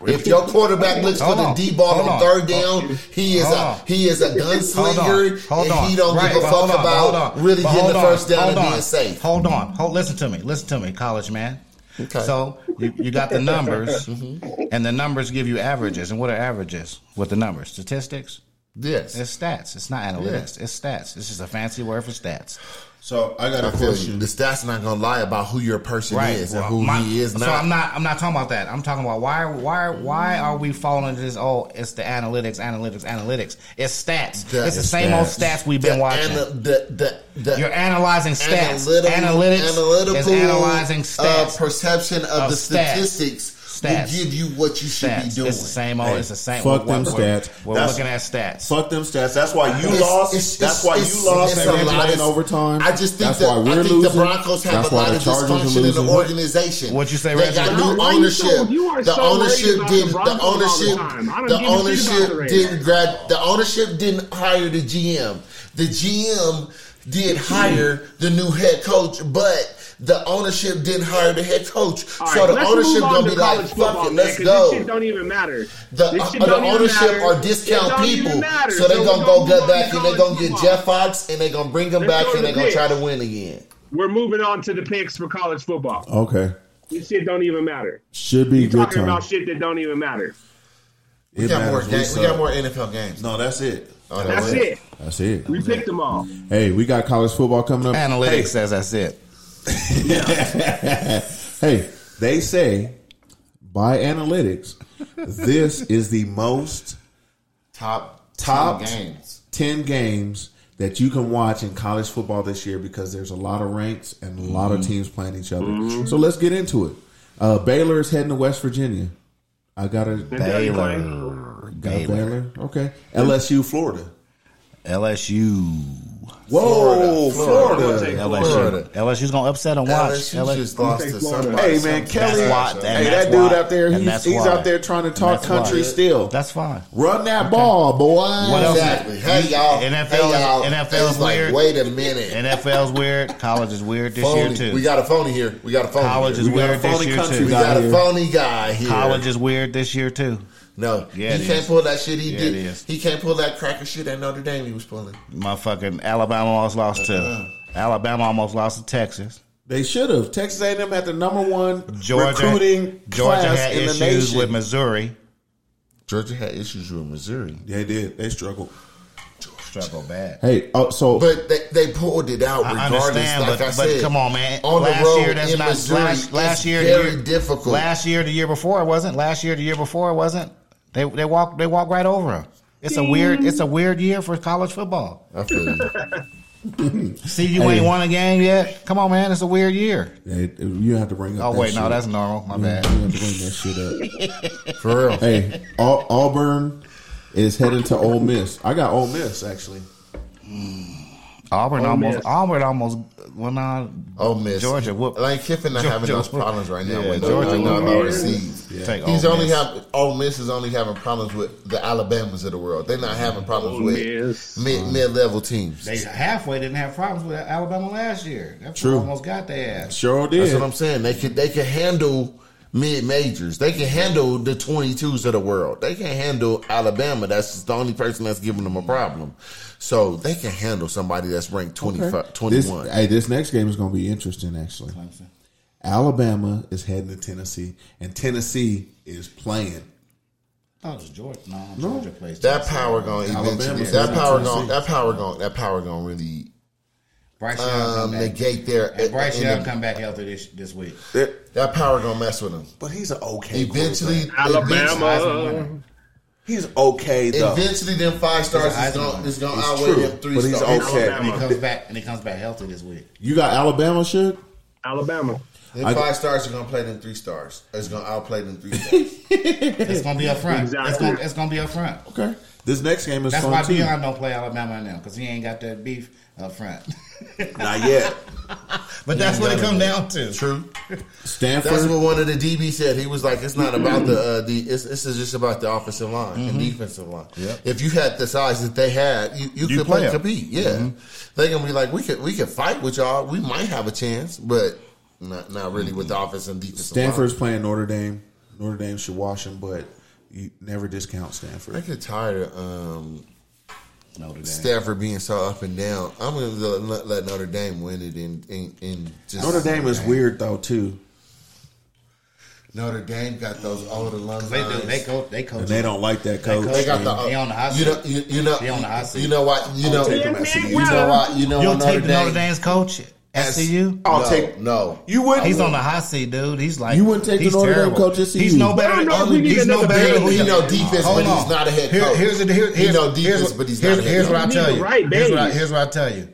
H: If your quarterback looks for
F: Hold
H: the
F: on.
H: D ball
F: Hold
H: on
F: on.
H: third down, he is
F: Hold
H: a
F: on.
H: he is a
F: hold on,
H: gunslinger,
F: hold on.
H: and he don't
F: Right,
H: give a
F: but hold
H: fuck
F: on, but hold
H: about
F: on.
H: really
F: But
H: getting the
F: hold on,
H: first down
F: hold
H: and
F: on.
H: being safe.
F: Hold on, hold. Listen to me, listen to me, college man.
H: Okay.
F: So you, you got the numbers, and the numbers give you averages. And what are averages with the numbers? Statistics?
H: Yes.
F: It's stats. It's not analytics. It's stats. This is a fancy word for stats.
E: So I got
H: I
E: a
H: feel you.
E: question.
H: The stats not gonna lie about who your person is and who
F: My-
H: he is not.
F: So I'm not. I'm not talking about that. I'm talking about why. Why? Why are we falling into this? Oh, it's the analytics, analytics, analytics. It's stats.
H: That
F: it's the
H: is
F: same old
H: stats.
F: stats we've been
H: the
F: watching.
H: ana- the, the, the
F: You're analyzing stats.
H: analytic-
F: analytics is analyzing stats.
H: Uh, perception of,
F: Of
H: the
F: stats.
H: statistics
F: Stats.
H: will give you what you should
F: stats.
H: be doing.
F: It's the same old.
C: Hey,
F: it's the same.
C: fuck
F: we're-
C: them
F: we're-
C: stats.
F: We're
C: That's-
F: looking at stats.
C: Fuck them stats. That's why you
H: It's-
C: lost.
H: it's-
C: That's
H: it's-
C: why
H: it's-
C: you lost.
H: it's
C: and
H: a
C: Rangers
H: lot of-
C: in overtime.
H: I just think
C: that's
H: that
C: why we're
H: I think
C: losing.
H: the Broncos have
C: That's
H: a
C: why
H: lot
C: the
H: of
C: Chargers are
H: dysfunction in
C: losing.
H: the organization.
F: What'd you say,
H: They
F: Reggie?
H: got no
D: You are so-
H: ownership.
D: you are
H: The
D: so worried
H: ownership
D: about
H: didn't.
D: the
H: The
D: Broncos all the
H: ownership.
D: time. I don't give
H: The
D: a shit about the
H: ownership
D: Raiders.
H: didn't grad. The ownership didn't hire the GM. The GM did hire the new head coach, but. The ownership didn't hire the head coach,
D: All
H: so
D: right,
H: the
D: let's
H: ownership
D: move on
H: gonna
D: to
H: be like,
D: college
H: "Fuck
D: football,
H: it,
D: man,
H: let's
D: 'cause
H: go."
D: This shit don't even matter.
H: The,
D: This shit
H: uh, the
D: don't even
H: ownership
D: matter.
H: are
D: It
H: discount
D: don't even
H: people,
D: matter.
H: so they're
D: we're
H: gonna go
D: move
H: get
D: on to
H: back and they're
D: college
H: gonna get
D: football.
H: Jeff Fox and they're gonna bring him
D: Let's
H: back
D: go to
H: and they're
D: the
H: gonna try to
D: picks.
H: win again.
D: We're moving on to the picks for college football.
C: Okay,
D: This shit don't even matter.
C: should be
D: You're
C: good
D: talking
C: time.
D: about shit that don't even matter.
C: It
H: We got more.
C: matters.
H: Games, we
C: suck.
H: got more NFL games.
C: No, that's it.
H: Oh, no,
D: That's
H: what?
D: it.
C: That's it.
D: We picked them all.
C: Hey, we got college football coming up.
F: Analytics
C: Hey,
F: says that's it.
C: hey, they say by analytics, this is the most
H: Top
C: Top.
H: top games.
C: 10 games that you can watch in college football this year because there's a lot of ranks and a lot
F: Mm-hmm.
C: of teams playing each other. So let's get into it. Uh, Baylor is heading to West Virginia. I got a got
F: Baylor,
C: Baylor.
F: Baylor,
C: Okay. LSU, Florida.
F: LSU.
C: Whoa,
H: Florida.
C: Florida.
D: Florida.
F: LSU.
H: Florida.
F: LSU's gonna upset and watch.
H: LSU just lost to
D: Florida.
H: somebody.
C: Hey man,
H: Some-
C: Kelly,
F: why- and
C: hey
F: that's
C: that dude
F: why-
C: out there,
F: and
C: he's,
F: that's
C: he's
F: why.
C: out there trying to talk
F: that's why.
C: country still.
F: That's fine.
C: Run that ball, boy.
F: What else?
H: Exactly. Hey y'all.
F: NFL
H: Hey y'all.
F: NFL is
H: It's like,
F: weird.
H: wait a minute.
F: NFL's weird. College is weird this year
H: phony.
F: too.
H: We got a phony here. We got a phony.
F: College
H: here.
F: is
H: we got a
F: weird this
H: phony-
F: year
C: country
F: too.
H: We
C: guy
H: got
C: here.
H: a phony guy here.
F: College is weird this year too.
H: No,
F: Yeah, it
H: he can't
F: is.
H: pull that shit. He
F: Yeah,
H: did.
F: it is.
H: He can't pull that cracker shit that Notre Dame he was pulling.
F: Motherfucking Alabama almost lost to Alabama almost lost to Texas.
C: They should have. Texas A&M had the number one
F: Georgia
C: recruiting
F: Georgia
C: class
F: had
C: in the
F: issues
C: nation.
F: with Missouri.
H: Georgia had issues with Missouri,
C: they did. They struggled.
F: Struggle bad.
C: Hey, oh, so
H: but they, they pulled it out
F: I
H: regardless.
F: understand,
H: like
F: but,
H: I
F: but
H: said,
F: come on, man.
H: On
F: last
H: the road
F: year, that's
H: in
F: not
H: Missouri,
F: last, last
H: it's
F: year. the
H: very
F: year-
H: difficult.
F: Last year, the year before, it wasn't. Last year, the year before, it wasn't. They they walk they walk right over them. It's a weird it's a weird year for college football.
H: I feel you.
F: See, you
C: Hey.
F: ain't won a game yet. Come on, man. It's a weird year.
C: hey, you have to bring up.
F: Oh
C: that
F: wait, no,
C: shit.
F: that's normal. My
C: You
F: bad.
C: have to bring that shit up.
H: for real.
C: hey, Au- Auburn is headed to Ole Miss. I got Ole Miss actually.
F: Auburn almost.
D: Miss.
F: Auburn almost. Well, nah.
H: Oh, Miss
F: Georgia. Whoop.
H: Lane Kiffin not having those problems right now
F: Yeah,
H: with
F: Georgia
H: Georgia
F: whooped
H: not
F: Auburn.
H: our seeds.
F: Yeah. Take
H: He's
F: Ole
H: only
F: Miss.
H: having Ole Miss is only having problems with the Alabamas of the world. They're not having problems
D: Ole Miss.
H: with mid mid level teams.
F: They halfway didn't have problems with Alabama last year. That
C: True.
F: almost got their ass.
C: Sure did.
H: That's what I'm saying. They can they can handle mid majors. They can handle the 22s of the world. They can handle Alabama. That's just the only person that's giving them a problem. So they can handle somebody that's ranked 25,
C: This,
H: 21.
C: hey, this next game is going to be interesting actually. Alabama is heading to Tennessee, and Tennessee is playing.
F: I thought it was Georgia. No, Georgia plays.
H: that power going to eventually.
C: Alabama's
H: That
C: gonna
H: power
C: Tennessee.
H: going. That power going. That power going to really
F: Bryce Young come
H: um,
F: back.
H: negate their.
F: And Bryce
H: and
F: Young come back healthy this this week.
H: That power going to mess with them.
C: But he's an okay.
H: Eventually,
D: Alabama.
F: Heisman winner.
C: he's okay though.
H: Eventually, them five stars
F: He's
H: is
F: a Heisman
H: going
F: winner.
H: is going
C: It's
H: to outweigh
C: true,
H: them three
C: but he's
H: stars.
C: okay.
F: And he comes back and he comes back healthy this week.
C: You got Alabama shit.
D: Alabama.
H: Them
C: I-
H: five stars are going to play them three stars. It's going to outplay them three stars.
F: It's gonna be up front.
D: Exactly.
F: It's, gonna, it's gonna be up front.
C: Okay. This next game is
F: That's
C: fun
F: why
C: too.
F: Dion don't play Alabama now because he ain't got that beef up front.
C: Not yet.
F: but that's what it come down to.
H: True.
C: Stanford.
H: That's what one of the DB said. He was like, "It's not about the uh, the. It's, this is just about the offensive line and defensive line.
F: Yep.
H: If you had the size that they had, you, you,
F: You
H: could
F: play
H: play, Mm-hmm.
F: 'em.
H: compete. Yeah, they gonna be like, we could we could fight with y'all. We might have a chance, but not not really with the offense and defensive
C: Stanford's playing Notre Dame. Notre Dame should wash them, but you never discount
H: line.
C: Stanford.
H: I get tired of um,
F: Notre Dame.
H: Stafford being so up and down. I'm gonna let, let Notre Dame win it and and, and just
C: Notre Dame is weird though too.
H: Notre Dame got those old alumni.
F: They do. They go. They coach.
C: And they don't like that coach.
H: They got
C: man.
H: the.
F: They on the hot
H: you
F: seat.
H: know. You, you know.
F: They on the hot seat.
H: You know what? You know.
C: take
H: You
C: them
H: know
C: at CU.
H: what? You know
F: You'll
H: what
F: take the Notre
H: Dame-
F: Dame's coach. at CU.
C: I'll
H: no,
C: take-
H: no.
C: You wouldn't.
F: He's on the hot seat, dude. He's like
C: You wouldn't take the
F: he's
C: Notre Dame
F: terrible.
C: coach at CU.
F: He's no
D: I
F: better.
D: don't know if we need
F: He's no
D: another
F: better.
H: Bailey.
F: than-
H: He know defense,
F: Hold
H: but he's
F: on.
H: not a head
F: Here-
H: coach.
F: Here's, the- here-
H: He
F: here's-
H: know defense,
F: here's-
H: but he's
F: here's-
H: not a head
F: Here's what I
H: coach.
F: tell
D: He's
F: you.
D: right,
F: here's, what I,
D: Bailey.
F: here's what I tell you.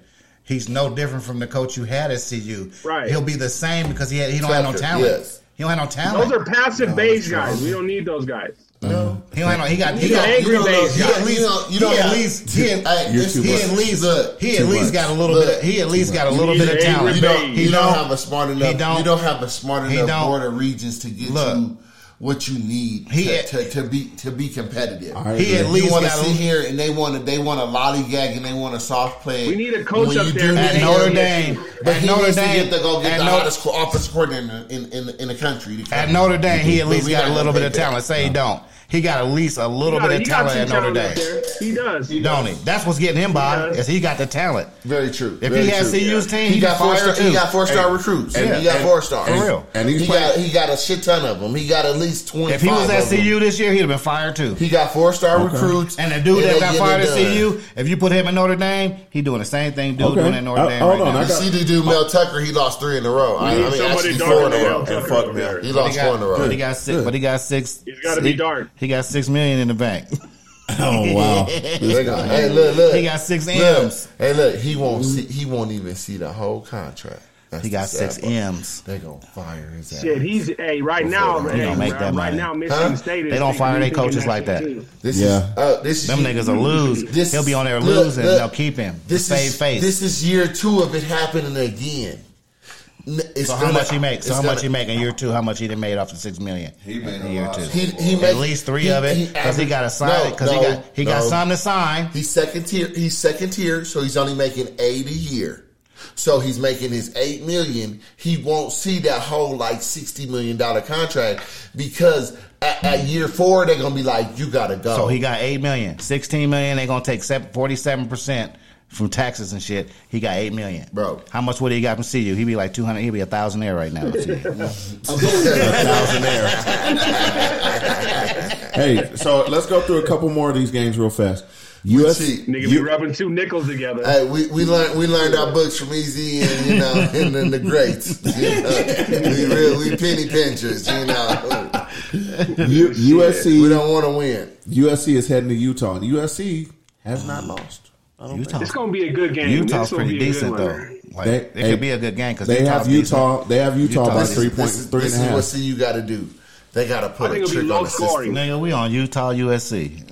F: He's no different from the coach you had at CU.
D: Right.
F: He'll be the same because he had, he don't have no
H: Tucker,
F: talent.
H: yes.
F: He don't have no talent.
D: Those are
H: Oh,
D: passive beige guys. We don't need those guys.
F: he don't have no. He got. He
D: He's
F: got.
D: an angry
H: you don't know-
D: beige
H: you
D: guy.
H: don't- you don't- you don't
F: he at
H: know-
F: least he at,
H: Hey,
C: You're
H: this-
C: too
H: he
C: much.
H: at least look.
F: he at least
C: much.
F: got a little
H: Look,
F: bit. Of, he at least got a little
D: need
F: bit of
D: an angry
F: talent.
H: You don't,
D: He
H: you don't
F: don't-
H: have a smart
F: he
H: enough.
F: don't-
H: you don't have a smart
F: he
H: enough
F: don't-
H: board of regions to get
F: Look.
H: you what you need
F: He-
H: to, to, to be to be competitive.
C: I
F: He
C: agree.
F: at least
H: you want to
F: got a-
H: sit here and they want to they want to lollygag and they want to soft play.
D: We need a coach
H: When
D: up
H: you
D: there that
H: do that,
F: at
D: Yeah,
F: Notre
D: yeah.
F: Dame.
H: But
F: at
H: he
F: Notre
H: needs to
F: Dame.
H: get to go get
F: at
H: the
F: Notre-
H: hottest co- offensive coordinator in, in, in, in the country. The
F: At
H: country.
F: Notre Dame, he at
H: But
F: least
H: we
F: got a
H: not
F: little
H: gonna
F: bit of
H: take that.
F: talent. Say he don't. He got at least a little
D: He
F: bit of
D: got-
F: talent
D: he
F: at
D: got some
F: Notre
D: talent
F: Dame.
D: up there. He does. He
F: Don't he? That's what's getting him by.
D: does.
F: Is he got the talent?
H: Very true.
F: If
H: very
F: he had
H: true.
F: CU's team,
H: he
F: he'd
H: got
F: be
H: four.
F: fired
H: Star, he
F: too.
H: got four star recruits.
F: and-
H: he got
F: and-
H: four stars.
F: for real.
C: And he's
H: he
C: playing-
H: got he got a shit ton of them. He got at least twenty.
F: If he was at
H: of them.
F: CU this year, he'd have been fired too.
H: he got four star recruits.
F: And the dude
H: they
F: that got
H: get
F: fired
H: it
F: at
H: done.
F: CU, if you put him in Notre Dame, he doing the same thing dude
C: Okay.
F: doing at Notre
C: Uh,
F: Dame
C: hold
F: right
C: on,
F: now.
C: I
H: You see, the dude Mel Tucker, he lost three in a row. I, I mean, actually
D: Somebody
H: four
D: dark
H: in a row.
D: now.
C: And fuck me.
H: He
D: He's
F: But
H: lost
F: he got,
H: four in a row.
F: but he got six. But he got six.
D: He's gotta be
F: he-
D: dark.
F: He got six million in the bank.
C: Oh wow.
H: They got- hey, look, look.
F: He got six
H: Look.
F: M's.
H: Hey, look, he won't see. He won't even see the whole contract. That's
F: He got
H: the
F: six
H: sad part.
F: M's.
H: They gonna fire his ass.
D: Shit, he's hey right now.
H: He
D: hey,
F: don't make that
D: right
F: money.
D: now, Michigan
H: Huh?
D: State. Is
F: They don't fire their
D: thinking
F: coaches
D: that
F: like that.
D: too.
H: This
C: Yeah.
H: is uh, this is
F: Them niggas will lose.
H: This-
F: He'll be on there
H: look,
F: losing.
H: look.
F: They'll keep him.
H: This
F: Save
H: is
F: face.
H: this is year two of it happening again. N- It's
F: so how
H: gonna-
F: much he make? So
H: it's
F: how much he
H: gonna-
F: make in year two? How much he done made off the six million?
E: He made
F: in
E: a
F: year
E: lot.
F: two.
H: He, he
F: at
H: make-
F: least three
H: he-
F: of it
H: he
F: because he
H: average-
F: got to sign
H: No,
F: it because
H: no,
F: he got he got
H: no.
F: something to sign.
H: He's second tier. He's second tier, so he's only making eight a year. So he's making his eight million. He won't see that whole like sixty million dollar contract because at, at year four they're gonna be like, you gotta go.
F: So he got eight million. Sixteen million. They gonna take forty-seven percent from taxes and shit. He got eight million,
H: Bro.
F: How much would he got from CU? He'd be like two hundred. He'd be a thousandaire right now. with CU.
C: hey, so let's go through a couple more of these games real fast.
H: Let's
C: USC.
H: see.
D: Nigga be
C: You-
D: rubbing two nickels together.
H: Hey, we, we learned we learned our books from Easy and you know and, then the greats. You know? We real we penny pinchers, you know.
C: U-
H: We
C: USC.
H: don't want to win.
C: USC is heading to Utah. And USC has not lost.
F: Utah,
D: It's gonna be a good game.
F: Utah's
D: This will be a
F: pretty
D: good
F: decent
D: one.
F: though. Like,
C: They-
F: it
C: hey,
F: could be a good game because
C: They have Utah. They have Utah
F: Utah
C: by
F: is-
C: three
H: This
C: points,
H: is,
C: three
H: this
C: and a
H: is
C: half.
H: what CU got to do. They got to put
D: I think
H: a
D: it'll be
H: trick
D: low
H: on the
D: scoring.
H: system.
F: Nigga, we on Utah USC.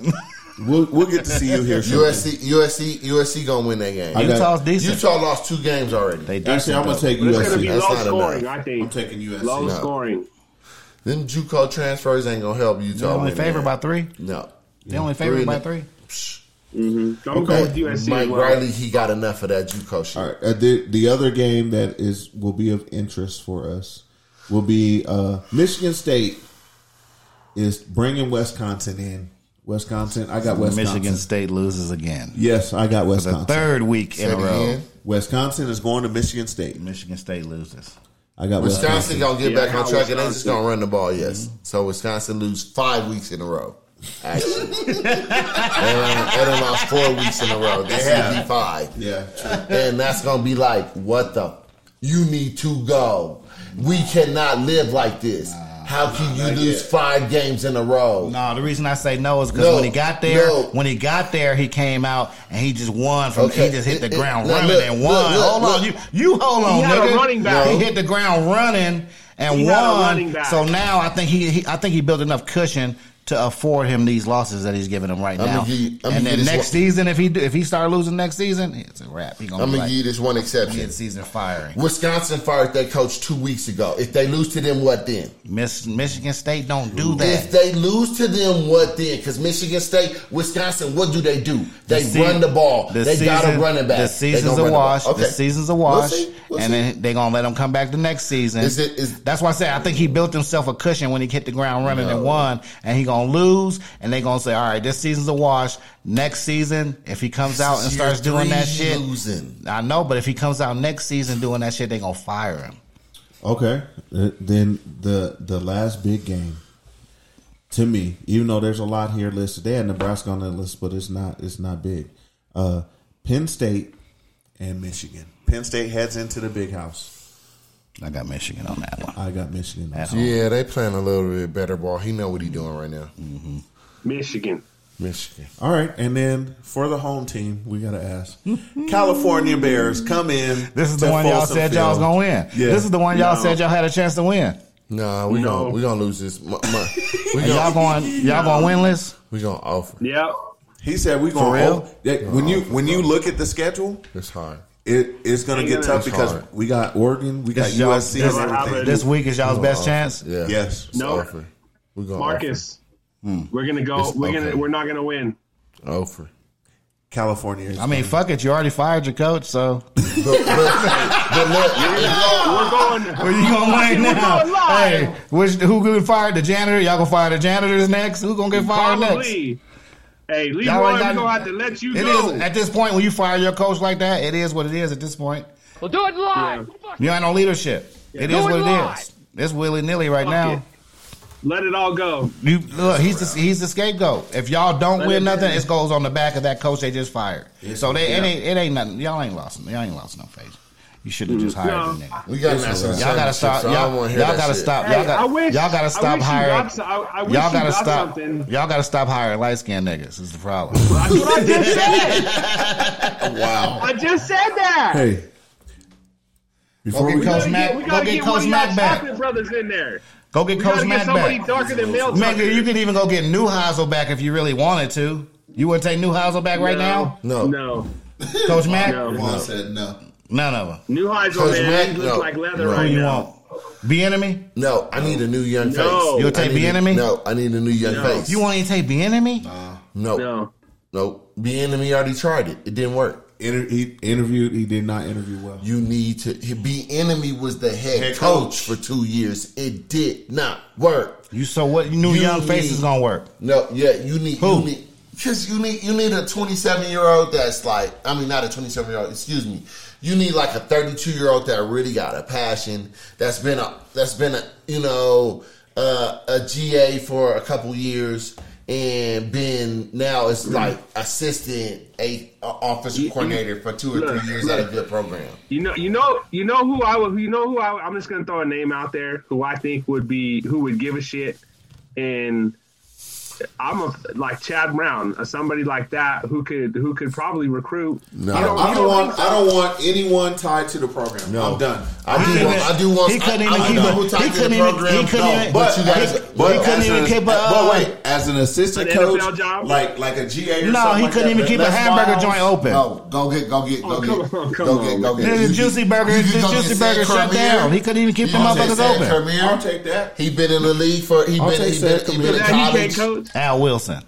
C: We'll, we'll get to see you here. shortly.
H: USC, USC, USC gonna win that game.
C: I got-
F: Utah's decent.
H: Utah lost two games already.
F: they decent.
C: Actually, I'm gonna
F: though.
C: take
D: But it's gonna be
C: USC.
H: That's
D: low
H: not
D: scoring.
H: enough.
D: I think.
C: I'm taking USC.
D: low
H: No.
D: scoring.
H: Them JUCO transfers ain't gonna help Utah.
F: They only
H: win that.
F: favored by three.
H: No.
F: They only favored
H: Three
F: by
H: and-
F: three.
D: I'm going
C: Okay.
D: with USC.
H: Mike
D: as well.
H: Riley, he got enough of that JUCO shit.
C: All right. Uh, the the other game that is will be of interest for us will be uh, Michigan State is bringing Wisconsin in. Wisconsin, I got Wisconsin.
F: Michigan State loses again.
C: Yes, I got
F: The
C: Wisconsin.
F: third week
H: Say
F: in a
H: it
F: row.
H: again.
C: Wisconsin is going to Michigan State.
F: Michigan State loses.
C: I got Wisconsin.
H: Wisconsin gonna get
D: Yeah,
H: back on
D: how
H: track and they just
D: Wisconsin.
H: gonna run the ball. Yes. So Wisconsin lose five weeks in a row. Actually, they, done, they done lost four weeks in a row. This
C: Yeah.
H: should be five.
C: Yeah.
H: and that's gonna be like, what the? You need to go. We cannot live like this. How can you lose five games in a row?
F: No, the reason I say no is because
H: No,
F: when he got there,
H: no.
F: when he got there, he came out and he just won from.
H: Okay,
F: He just hit the
H: it- it-
F: ground
H: look,
F: running
H: look,
F: and
H: look,
F: won.
H: look,
F: hold on, you
H: look.
F: you hold on,
D: He had a
F: nigga.
D: running back.
F: He hit the ground running and
D: He had a running
F: won.
D: back.
F: So now I think he, he I think he built enough cushion to afford him these losses that he's giving him right
H: I'ma
F: now.
H: give you- I'ma
F: and
H: give
F: then
H: you
F: next
H: this one-
F: season, if he do, if he start losing next season, it's a wrap. He gonna
H: I'm
F: be
H: gonna
F: like,
H: give you this one exception.
F: mid season firing.
H: Wisconsin fired their coach two weeks ago. If they lose to them, what then?
F: Miss, Michigan State don't do
H: If
F: that.
H: they lose to them, what then? Because Michigan State, Wisconsin, what do they do? They
F: The sea-
H: run the ball. they got a running back.
F: The
H: They
F: season's
H: gonna
F: a
H: run the ball.
F: wash.
H: Okay.
F: The season's a
H: We'll
F: wash.
H: see. We'll
F: and
H: see.
F: then they're going to let him come back the next season.
H: Is it- is-
F: That's why I say I think he built himself a cushion when he hit the ground running and won. And he going to lose. And they going to say, all right, this season's a wash. Next season, if he comes out and
H: Year
F: starts doing
H: three,
F: that shit.
H: losing.
F: I know, but if he comes out next season doing that shit, they going to fire him.
C: Okay. Uh, Then the the last big game to me, even though there's a lot here listed, they had Nebraska on that list, but it's not it's not big. Uh, Penn State and Michigan. Penn State heads into the big house.
F: I got Michigan on that one.
C: I got Michigan.
F: At home.
H: Yeah, they playing a little bit better ball. He know what he doing right now.
D: Michigan.
H: Michigan.
C: All right, and then for the home team, we gotta ask California Bears come in.
F: This is the
C: to
F: one y'all
C: Folsom
F: said y'all was
C: Field.
F: gonna win.
C: Yeah.
F: This is the one y'all
C: No.
F: said y'all had a chance to win.
H: Nah, we
D: No.
H: gonna we gonna lose this. Mu- mu- we
F: And y'all
H: gonna
F: going y'all going winless?
H: we gonna offer.
D: Yep.
F: Oh,
C: He said we gonna
F: real?
C: oh, yeah, when you when you look at the schedule,
H: It's hard.
C: it, it's gonna
D: Ain't
C: get
D: gonna-
C: tough because
H: It's hard.
C: we got Oregon, we got
F: This y'all-
C: USC,
D: this-
C: and everything.
F: This week is y'all's best
H: Offer.
F: chance.
H: Yeah.
C: Yes.
H: It's
D: No.
H: Offer. We gonna
D: Marcus.
F: hmm.
D: We're gonna go.
H: It's
D: we're gonna.
H: okay.
D: We're not gonna win.
H: offer. offer.
C: California. Is
F: I mean, fuck it. You already fired your coach, so
H: But, but, but look,
D: We're going.
F: where you gonna win
D: We're
F: now?
D: going live.
F: Hey, which, who gonna fire the janitor? Y'all gonna fire the janitors next? Who gonna get fired next?
D: Probably. Hey, Leroy,
F: Y'all
D: we're
F: ain't got-
D: gonna have to let you
F: It
D: go.
F: is at this point when you fire your coach like that. It is what it is at this point.
D: Yeah.
F: You ain't no leadership. It is what it is. It's willy nilly right now.
D: it. Let it all go.
F: You look, he's the, he's the scapegoat. If y'all don't
D: Let
F: win
D: it
F: nothing,
D: be.
F: it goes on the back of that coach they just fired. so they, it
D: yeah.
F: ain't it ain't nothing. Y'all ain't lost. Y'all ain't lost no faith. You should have just hired
D: No.
F: the nigga.
H: we got national
F: Y'all gotta
H: championships,
F: stop.
H: so I don't
F: Y'all,
H: wanna hear
F: y'all
H: that
F: gotta
H: shit.
F: stop.
D: Hey,
F: Y'all got.
D: I wish-
F: y'all gotta
D: I
F: stop
D: wish you
F: hiring.
D: got so- I- I wish
F: y'all
D: you
F: gotta
D: got
F: stop.
D: something.
F: Y'all gotta stop hiring light skinned niggas. Is the problem.
D: That's what I just said.
H: Wow.
D: I just said that.
C: Hey. Before
F: Okay,
C: we
F: Coach
D: We gotta
F: Mac-
D: get- we
F: go
D: gotta
F: get
D: get
F: Coach
D: one of
F: Mac
D: y'all
F: back.
D: Chocolate brothers in there.
F: go get
D: We
F: Coach
D: gotta
F: Mac
D: get somebody
F: back.
D: darker than Mel. Tucker.
F: Nigga, you could even go get Newhousel back if you really wanted to. You wouldn't take Newhousel back right now,
H: No.
D: No.
F: Coach Mac.
D: No.
E: Juan said no.
F: None of them.
D: New highs on
H: Coach
D: there.
H: Mack?
D: He looks
H: No.
D: like leather
H: No.
F: Who
D: right
F: you
D: now.
F: want? Be enemy.
H: No, I need a new young
D: No.
H: face.
F: You'll
H: I
F: take
H: need a-
F: Bieniemy?
H: No, I need a new young
D: No.
H: face.
F: You won't even take the enemy?
H: No. No.
D: No.
H: The enemy already tried it. It didn't work.
C: inter- he interviewed, he did not interview well.
H: You need to be enemy was the head,
C: Head
H: coach.
C: coach.
H: for two years. It did not work.
F: You so what? You knew
H: You
F: young face
H: need-
F: is gonna work.
H: No, yeah, you need
F: Who?
H: you need because you need you need a twenty seven year old that's like I mean not a twenty seven year old, excuse me. You need like a thirty two year old that really got a passion, that's been a that's been a you know, uh, a GA for a couple years and been now it's
D: Mm-hmm.
H: like assistant a, a officer coordinator for two or
D: look,
H: three years at a good program.
D: You know, you know, you know who I would. You know who I. I'm just gonna throw a name out there who I think would be who would give a shit, and I'm a like Chad Brown, or somebody like that who could who could probably recruit. No,
C: I don't, I don't want. I don't want anyone tied to the program.
H: No.
C: I'm done.
H: I
F: He
H: do
F: couldn't-
H: want. I do want.
F: he couldn't
H: I,
F: even
H: I
F: keep
H: know
F: up-
H: who tied
F: he
H: to the
F: couldn't even-
H: program.
F: he couldn't
H: No,
F: even-
H: but
F: he-
H: you guys.
F: he
H: but
F: couldn't
H: as
F: even
H: an-
F: keep a,
C: but
F: uh,
C: wait, as an assistant
D: An
C: coach,
D: NFL job?
C: like like a GA. Or
F: No,
C: something
F: he
C: like
F: couldn't
C: that,
F: even
C: but
F: keep a
C: Les
F: hamburger
C: Miles-
F: joint open.
E: No, go get, go get, go
D: Oh,
E: get,
D: come on, come
E: go
D: on,
E: get, go
D: man.
E: get.
F: The
E: You- you-
F: juicy burger,
E: you
F: the
E: gonna
F: juicy
E: get
F: burger
E: Sam
F: shut
E: Kermere?
F: down. He couldn't even keep
E: You
F: them
E: gonna
F: motherfuckers
E: take Sam
F: open.
E: Kermere?
C: I'll take that.
H: He been in the league for. He
C: I'll
H: been.
C: take
H: He
C: Sam
H: been, he been in
C: Kermere.
D: That he can't
H: college.
D: coach.
F: Al Wilson.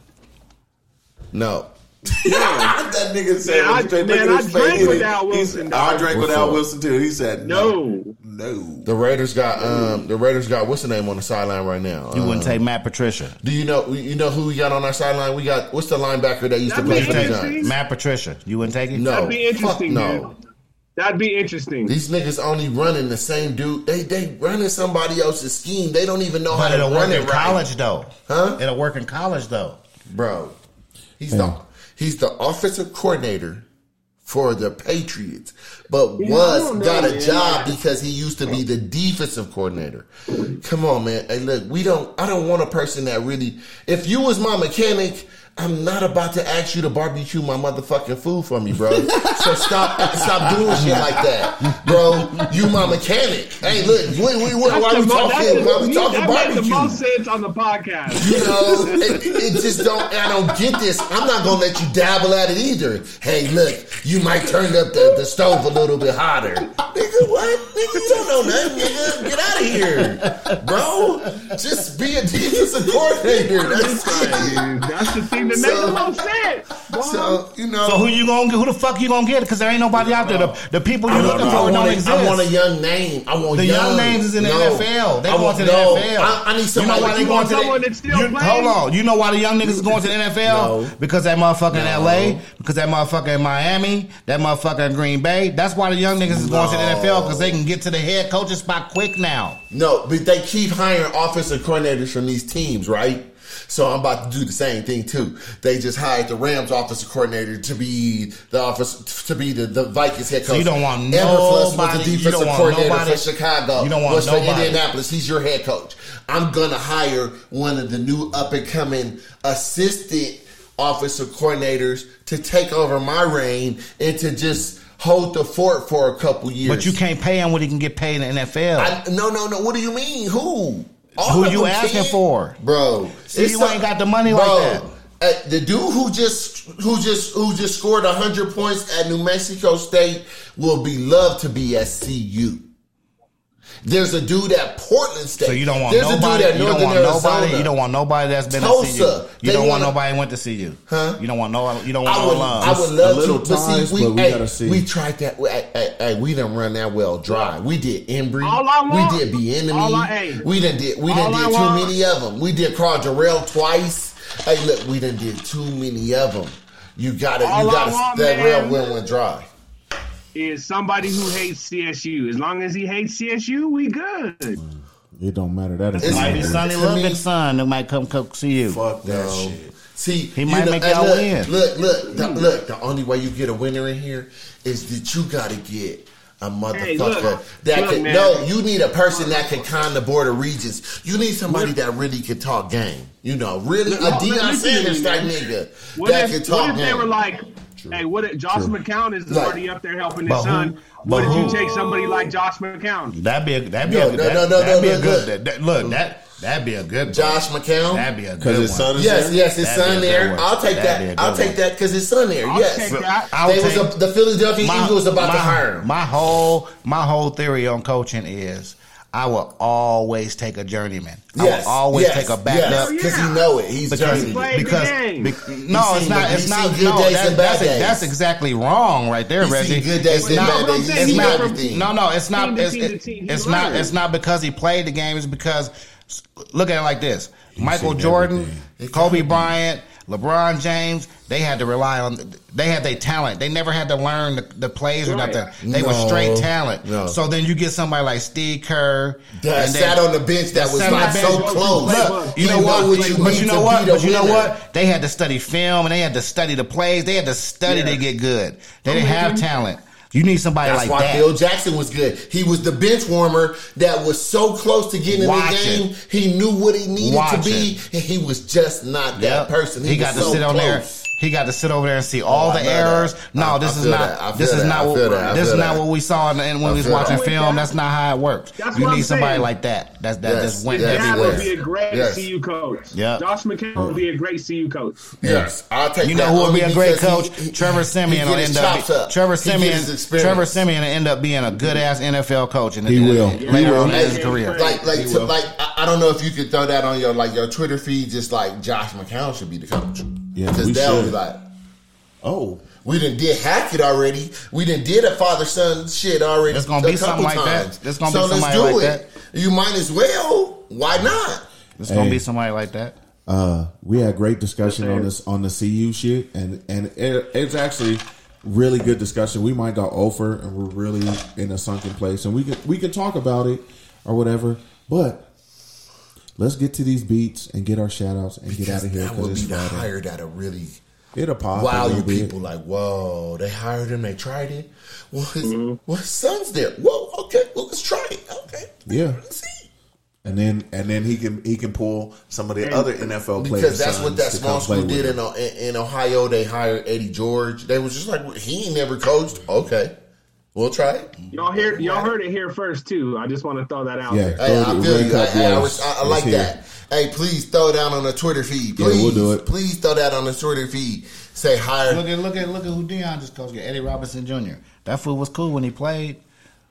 H: No.
C: that nigga said,
D: Man,
C: when
D: I-
C: he straight
D: man,
C: looked
D: I
C: at his face,
D: drank
C: he-
D: with Al
C: he
D: Wilson,
C: said,
D: dog.
C: I drank with
H: What's
C: Al
H: up?
C: Wilson too. He said
D: No,
C: no.
H: The Raiders got. Um. The Raiders got. What's the name on the sideline right now?
F: You
H: Um,
F: wouldn't take Matt Patricia.
H: Do you know? You know who we got on our sideline? We got. What's the linebacker that used to
D: That'd
H: play
D: be
H: for the
D: interesting.
H: Giants?
F: Matt Patricia. You wouldn't take it?
H: No.
D: that'd be interesting,
H: Fuck no.
D: dude. That'd be interesting.
H: These niggas only running the same dude. They they running somebody else's scheme. They don't even know
F: But
H: how to
F: it'll work
H: run it
F: in
H: right.
F: college though.
H: Huh?
F: It'll work in college though.
H: bro. He's
C: Yeah.
H: the he's the offensive coordinator for the Patriots, but was
D: don't know,
H: got a
D: man.
H: job because he used to be the defensive coordinator. Come on, man. Hey, look, we don't. I don't want a person that really. If you was my mechanic. I'm not about to ask you to barbecue my motherfucking food for me, bro. So stop, stop doing shit like that, bro. You my mechanic. Hey, look, we, we, why
D: That's
H: we
D: the mo- that's
H: talking?
D: the-
H: Why we
D: you-
H: talking
D: that
H: barbecue?
D: made the most sense on the podcast.
H: You know, it, it just don't. I don't get this. I'm not gonna let you dabble at it either. Hey, look, you might turn up the, the stove a little bit hotter, nigga. What, nigga? You don't know nothing, nigga. Get out of here, bro. Just be a defensive coordinator. That's
D: Dude, that's the thing somebody that makes the most sense.
H: So you know,
F: So who you gonna get? Who the fuck you gonna get? Because there ain't nobody out there. The, the people you're
H: I
F: looking
H: want- I
F: for
H: want
F: don't
H: a-
F: exist.
H: I want a young name. I want
F: The young names is in the NFL. They going to the
H: no.
F: NFL.
H: I, I need somebody.
F: You know why they
D: You
F: going
D: want
F: to
D: someone
F: the,
D: that's still
F: you-
D: playing?
F: Hold on. You know why the young niggas is going to the NFL?
H: No.
F: Because that motherfucker in
H: No.
F: LA, because that motherfucker in Miami, that motherfucker in Green Bay. That's why the young niggas is going to the
H: No.
F: NFL because they can get to the head coaching spot quick now.
H: No, but they keep hiring offensive coordinators from these teams, right? So I'm about to do the same thing too. They just hired the Rams offensive coordinator to be the office to be the, the Vikings head coach.
F: So you don't want
H: Eberflus was
F: nobody-
H: the
F: you don't
H: defensive
F: want
H: coordinator
F: nobody-
H: for Chicago.
F: you don't want
H: was
F: nobody.
H: for Indianapolis. He's your head coach. I'm gonna hire one of the new up and coming assistant offensive coordinators to take over my reign and to just hold the fort for a couple years.
F: But you can't pay him what he can get paid in the NFL.
H: I, no, no, no. What do you mean? Who?
F: Who
H: of
F: you
H: them
F: asking
H: can-
F: for?
H: bro?
F: See, you ain't got the money like that.
H: Uh, the dude who just who just who just scored hundred points at New Mexico State will be loved to be at CU. There's a dude at Portland State.
F: so you don't want
H: There's
F: nobody.
H: a dude
F: You
H: at
F: don't
H: Northern
F: want
H: Arizona.
F: nobody. You don't want nobody that's been
H: Tulsa.
F: to see you. You
H: They
F: don't want
H: wanna-
F: nobody went to see you.
H: Huh?
F: You don't want no. You don't want
H: I
F: no
H: would,
F: love.
H: I would
C: A
H: love
C: little
H: to, but
C: ties,
H: see, we,
C: but we
H: hey,
C: gotta see.
H: we tried that. Hey, hey, hey, we done run that well dry. We did Embry.
D: All I want-
H: we did B enemy.
D: all I- hey.
H: we done did. We
D: All
H: done
D: I
H: did too
D: want-
H: many of them. We did Carl Durrell twice. Hey, look, we done did too many of them. You gotta,
D: All
H: you
D: I
H: gotta.
D: want,
H: that
D: man.
H: well went, went dry.
D: Is somebody who hates CSU. As long as he hates CSU, we good.
C: It don't matter. That is
H: It's
F: Might
C: not
F: be
H: Yeah.
F: Sonny
H: To
F: Lubbock's
H: me-
F: son who might come come see you.
C: Fuck that
H: No.
C: shit.
H: See, he
F: might make y'all
H: look,
F: win.
H: Look, look,
D: Hmm.
H: the, look. The only way you get a winner in here is that you got to get a motherfucker
D: Hey, look,
H: that
D: look,
H: can.
D: man.
H: No, you need a person that can con the board of regents. You need somebody that really can talk game. You know, really a
D: Look, listen
H: Deion
D: to me,
H: Sanders type
D: man.
H: nigga
D: What
H: that
D: if,
H: can talk
D: what if they
H: game.
D: were like, hey, what if Josh McCown is
H: Like-
D: already up there helping
F: But
D: his
F: who-
D: son?
F: but
D: What if
F: who-
D: you take somebody like Josh McCown?
F: That'd be a that'd be
H: No,
F: a
H: no,
F: that,
H: no, no,
F: that'd
H: no,
F: be a
H: no,
F: good
H: no.
F: that, that- look that that'd be a good one.
H: Josh McCown.
F: that'd be a
C: Because
F: good
C: his son
F: one.
C: is
H: Yes,
C: there?
H: yes, his
F: That'd be a
H: son
F: good
H: there.
F: one.
H: I'll
F: That'd
H: take
F: be a
H: that.
F: good
H: I'll take
F: one.
H: that because his son there.
D: I'll
H: Yes,
D: take that.
F: I'll
H: they was
F: take-
H: a, the Philadelphia Eagles about to hire him.
F: My whole my whole theory on coaching is I will always take a journeyman. I will always
H: yes,
F: take a backup.
H: yes, because he know it. He's
F: Because,
H: dirty.
D: played the
F: because
D: game.
F: be-
H: He
F: no, it's not.
H: seen good-
F: It's
H: he
F: not.
H: seen good
F: No,
H: days
F: that's,
H: and bad
F: that's,
H: days.
F: that's exactly wrong right there,
H: He seen
F: Reggie.
H: good days
F: It's
H: and
F: not-
H: bad days.
F: it's
H: He seen
F: not-
H: everything.
F: No, no, it's not.
D: Team to
F: It's,
D: team to
F: it's-
D: team. He
F: it's not.
D: learned.
F: It's not because he played the game. It's because look at it like this: Michael
C: seen
F: Jordan,
C: everything.
F: Kobe Bryant, LeBron James. They had to rely on. They had their talent. They never had to learn the, the plays or
D: Right.
F: nothing. They were
H: No.
F: straight talent.
H: No.
F: So then you get somebody like Steve Kerr
H: that
F: and then-
H: sat on the bench that was
F: Sat on
H: not
F: the
H: so
F: bench.
H: close.
F: Look, you
H: He
F: know
H: know
F: what?
H: what you
F: but
H: need
F: you
H: to
F: know
H: be
F: what?
H: the
F: But you know
H: winner.
F: what? They had to study film and they had to study the plays. They had to study
D: Yeah.
F: to get good. They didn't have talent. You need somebody
H: That's
F: like
H: why
F: that.
H: Bill Jackson was good. He was the bench warmer that was so close to getting
F: Watch
H: in the game.
F: it.
H: He knew what he needed
F: Watch
H: to be, and he was just not
F: Yep.
H: that person. He,
F: He, got to
H: was so
F: sit on there.
H: close. Oh,
F: He got to sit over there and see all
H: I
F: the
H: feel that.
F: errors. No,
H: I-
F: this
H: I
F: is
H: feel that. I
F: not.
H: feel
F: This is
H: that.
F: not
H: I
F: what.
H: feel that. I
F: This is
H: feel
F: not
H: that.
F: what we saw in the, in, when we
H: I
F: was
H: feel
F: watching
H: that.
F: film. That's not how it works.
D: That's
F: you
D: what
F: need
D: I'm
F: somebody
D: saying.
F: like that. That's that
H: Yes.
F: just went
H: Yes.
D: That would
F: everywhere.
D: be a great
H: Yes.
D: CU coach.
F: Yep.
D: Josh McCown would be a great CU coach.
H: Yes, I'll take.
F: You
H: that
F: know who would
H: only
F: be a great
H: because
F: coach?
H: he- he-
F: Trevor
H: he
F: Simeon
H: get
F: will end
H: his chops
F: up. Trevor
H: He get
F: Simeon.
H: his experience.
F: Trevor Simeon will end up being a good ass NFL coach. In
C: He
F: the,
C: will.
F: Later
C: He
F: on
C: will.
F: in his
H: Hey,
F: career.
H: Like, like,
C: He
H: to,
C: will.
H: like, I, I don't know if you could throw that on your like your Twitter feed. Just like Josh McCown should be the coach.
C: Yeah,
H: because
C: we
H: they'll be
C: should.
H: like,
C: Oh,
H: we done did Hackett already. We done did a father son shit already.
F: It's gonna be
H: a couple
F: something like that.
H: times.
F: It's gonna be
H: so
F: somebody
H: let's do
F: like
H: it. You might as well. Why not?
F: It's gonna
C: Hey.
F: be somebody like that.
C: uh, we had great discussion on this on the CU shit, and and it, it's actually really good discussion. We might got over, and we're really in a sunken place, and we could we could talk about it or whatever, but. Let's get to these beats and get our shout outs and get out of here
H: that would
C: because
H: be
C: it's
H: the
C: Friday.
H: hired at a really
C: It'll pop. a
H: wow.
C: little
H: You
C: bit.
H: people like, whoa, they hired him. They tried it. Well, his, well, his son's there. Whoa, okay. Well, let's try it. Okay.
C: Yeah.
H: Let's see.
C: And then and then he can he can pull some of the other NFL players
H: Because that's
C: sons
H: what that
C: to
H: small
C: come play
H: school
C: with
H: did
C: him.
H: in, O- in in Ohio. They hired Eddie George. They was just like he ain't never coached. Okay, we'll try it.
D: Y'all hear y'all heard it here first too. I just want to throw that out
C: Yeah.
D: there.
H: Hey, I
C: Throw the
H: feel
C: red
H: you.
C: cup
H: Hey, I, I,
C: was-
H: was- I- I
C: was
H: like
C: here.
H: that. Hey, please throw down on the Twitter feed.
C: Yeah,
H: Please,
C: we'll do it.
H: Please throw that on the Twitter feed. Say hire.
F: Look at look at look at who Dion just coached. Eddie Robinson Jr. That fool was cool when he played,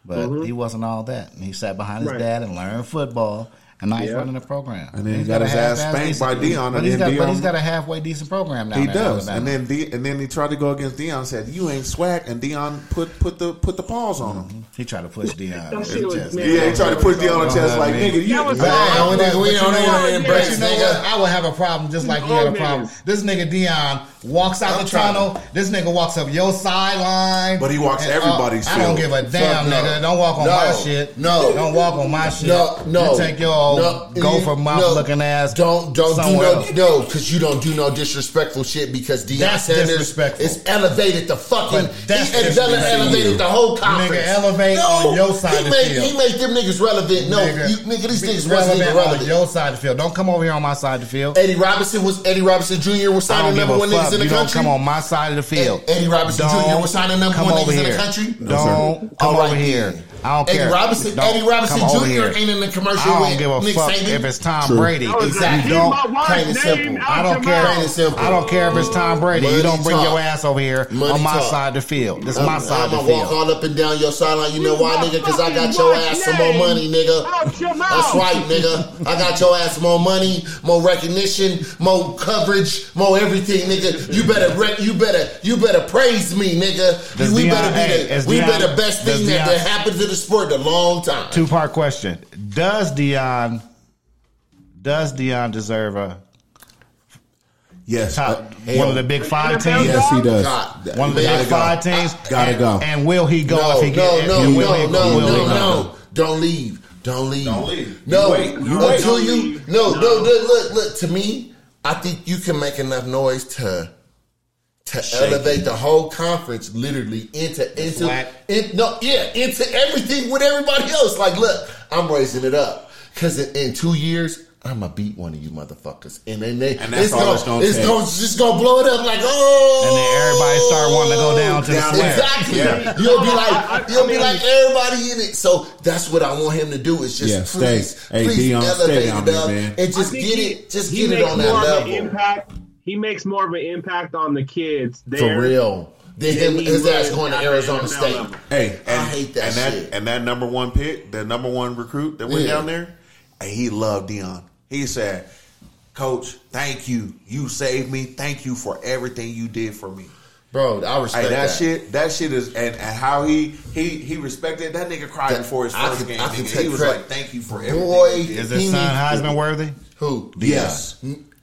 F: but he wasn't all that. And he sat behind his
D: Mm-hmm. Right.
F: dad and learned football. And now he's
D: Yeah.
F: running a program.
C: And then he
F: He's
C: got
F: a
C: his ass
F: half-ass
C: spanked
F: decent-
C: by Deion,
F: But
C: and
F: he's
C: then
F: got, but
C: Deion-
F: he's got a halfway decent program now.
C: He does, and then De- and then he tried to go against Dion. Said you ain't swag, and Dion put put the put the paws on
H: Mm-hmm.
C: him.
F: he tried to push
D: That shit was
F: Deion.
D: mad.
C: Yeah, he tried to push Dion on the chest
F: Uh,
C: like
F: man.
C: nigga. You,
D: That was-
C: Nah,
H: Hey, on that- we on that
F: But you
H: embrace,
F: know what?
H: nigga.
F: I would have a problem just like he had a
D: Old
F: problem.
D: niggas.
F: This nigga Dion walks out
H: I'm
F: the
H: trying to-
F: tunnel. This nigga walks up your sideline.
C: But he walks
F: uh,
C: everybody's
F: I don't
C: field.
F: give a damn,
H: Fuck no.
F: nigga. Don't walk on
H: No.
F: my shit.
H: No.
F: Don't walk on my shit.
H: No, no.
F: You take your old
H: No,
F: go
H: you-
F: for mouth
H: no.
F: looking ass.
H: Don't don't do
F: somewhere
H: no
F: else.
H: no because you don't do no disrespectful shit because Deion
F: That's
H: Sanders
F: disrespectful.
H: is elevated the fucking
F: But that's
H: he ele-
F: disrespectful.
H: elevated the whole conference.
F: Nigga, elevate on your side of
H: he
F: the
H: made,
F: field.
H: He made them niggas relevant. No,
F: Nigga,
H: you, nigga these
F: be
H: niggas wasn't even
F: relevant
H: relevant.
F: on your side of the field. Don't come over here on my side of the field.
H: Eddie Robinson was Eddie Robinson Jr. was
F: I
H: signing
F: don't give
H: number
F: a
H: one
F: fuck.
H: niggas in the
F: You don't
H: country.
F: come on my side of the field.
H: Eddie Robinson Jr. was signing number
F: come
H: one
F: over
H: niggas in the
F: here.
H: country? No,
F: Don't
H: sir.
F: come
H: All right,
F: over here.
H: then.
F: I don't
H: Eddie
F: care.
H: Robinson-
F: Don't
H: Eddie Robinson
F: come over
H: Jr.
F: here.
H: ain't in the commercial
F: I
H: with
F: don't give a
H: Nick
F: fuck
H: Saban.
F: if it's Tom
C: True.
F: Brady.
D: That was
H: Exactly.
D: Keep
F: Don't-
D: my wife's
H: plain and
D: name
H: simple.
D: out
F: I
D: your
F: don't care.
D: mouth.
H: Plain and simple.
F: I don't care if it's Tom Brady.
H: Money
F: you don't bring
H: talk.
F: your ass over here
H: Money
F: on my
H: talk.
F: side of the field. This is my
H: I'm-
F: side
H: I'ma
F: of the
H: walk
F: field.
H: all up and down your sideline. You know
D: You
H: why,
D: my
H: nigga? Because I got
D: fucking
H: your
D: wife's
H: ass some more
D: name
H: money, nigga.
D: out your mouth.
H: That's right, nigga. I got your ass more money, more recognition, more coverage, more everything, nigga. You better, rec- you better, you better praise me, nigga.
F: Does
H: we
F: Deion-
H: better be
F: hey,
H: the,
F: is
H: we
F: Deion-
H: better best thing
F: does
H: that,
F: Deion-
H: that happened to the sport in a long time.
F: Two part question: Does Dion does Dion deserve a
C: yes, uh,
F: top one of the big five
D: NFL
F: teams?
C: yes, he does.
H: God,
F: One of the
H: man,
F: big five teams.
C: Gotta
F: and,
C: go.
F: And will he go
H: no,
F: if he
H: no,
F: get?
H: no,
F: and will
H: no,
F: he-
H: no,
F: will he
H: no,
F: go?
H: no. Don't leave. Don't leave.
C: Don't leave.
H: No.
C: You wait. You wait.
H: Until
C: Don't
H: you
D: leave.
H: no, no, no, look, look, to me, I think you can make enough noise to to elevate the whole conference literally into into
F: flat.
H: in, no yeah into everything with everybody else. Like, look, I'm raising it up because in, in two years. I'ma beat one of you motherfuckers, and then they
C: And that's
H: it's
C: all
H: gonna,
C: it's gonna
H: it's
C: take.
H: gonna just gonna blow it up like oh,
F: And then everybody start wanting to go down to the square.
H: Down-
C: Yeah.
H: Exactly. You'll be
D: I-
H: like
D: I-
H: you'll
D: I
H: be
D: mean-
H: like everybody in it. So that's what I want him to do is just
C: Yeah, stay.
H: please,
C: Hey,
H: please
C: Deion, stay
H: elevate
C: down
H: it
C: there,
H: up
C: man.
H: and
D: I
H: just
D: think
H: get
D: he-
H: it, just
D: he
H: get it
D: makes
H: on that
D: more of an
H: level
D: Impact, he makes more of an impact on the kids there.
H: for real. Then him,
D: he
H: his
D: would
H: ass going to
D: at
H: Arizona
D: the
H: State.
D: NFL level.
C: hey, and,
H: I hate that
C: and
H: shit.
C: that and that number one pick, the number one recruit that went
H: Yeah.
C: down there, and he loved Dion. He said, "Coach, thank you. You saved me. Thank you for everything you did for me."
H: Bro, I
C: Hey,
H: respect
C: that,
H: that.
C: shit, that shit is, and, and how he he he respected that nigga cried
H: That-
C: before his
H: I
C: first
H: can-
C: game.
H: I can
C: nigga.
H: take
C: he was
H: credit.
C: like, "Thank you for everything."
H: Boy,
C: you did."
F: Is
H: he
F: his son
H: needs-
F: Heisman worthy?
H: Who?
C: Yes.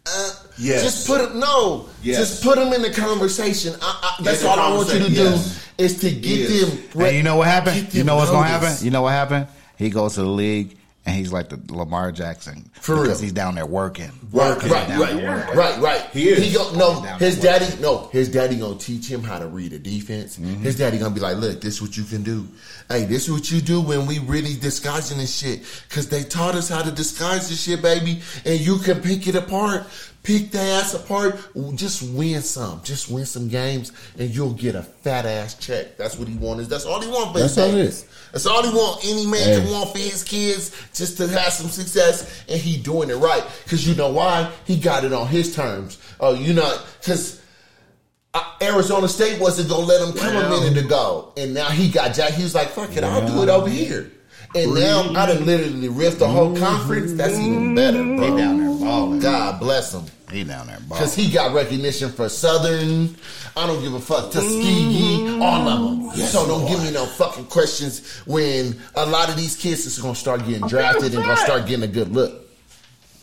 H: Uh,
C: Yes.
H: Just put him. No.
C: Yes.
H: Just put him in the conversation. I, I, that's
C: In the
H: all I want you to do
C: conversation,
H: is to get
C: Yes.
H: them.
F: And you know what happened?
H: get
F: You
H: them
F: know what's gonna happen?
H: noticed.
F: You know what happened? He goes to the league and he's like the Lamar Jackson
H: For real.
F: because he's down there working.
H: Right,
F: He's
H: right,
F: down
H: right,
F: there working.
H: right, right,
C: He is.
H: go, no,
F: down
H: his
F: to work.
H: daddy, no, his daddy gonna teach him how to read a defense.
C: Mm-hmm.
H: His daddy gonna be like, look, this what you can do. Hey, this what you do when we really disguising this shit. Cause they taught us how to disguise this shit, baby. And you can pick it apart. Pick the ass apart. Just win some. Just win some games and you'll get a fat ass check. That's what he wants. That's all he wants for his
C: That's all it
H: babies.
C: is.
H: That's all he want. Any man
C: Hey.
H: can want for his kids just to have some success, and he doing it right. Cause you know why? He got it on his terms. Oh, you know, cause I- Arizona State wasn't gonna let him come
D: Well.
H: a minute ago, and now he got Jack. He was like, "Fuck it, I'll do it over here." And now I done literally ripped the whole conference. That's even better, bro.
F: He down there balling.
H: God bless him.
F: He down there balling.
H: Because he got recognition for Southern. I don't give a fuck. Tuskegee,
D: Mm.
H: all of them. so don't give me no fucking questions when a lot of these kids is going to start getting drafted and going to start getting a good look.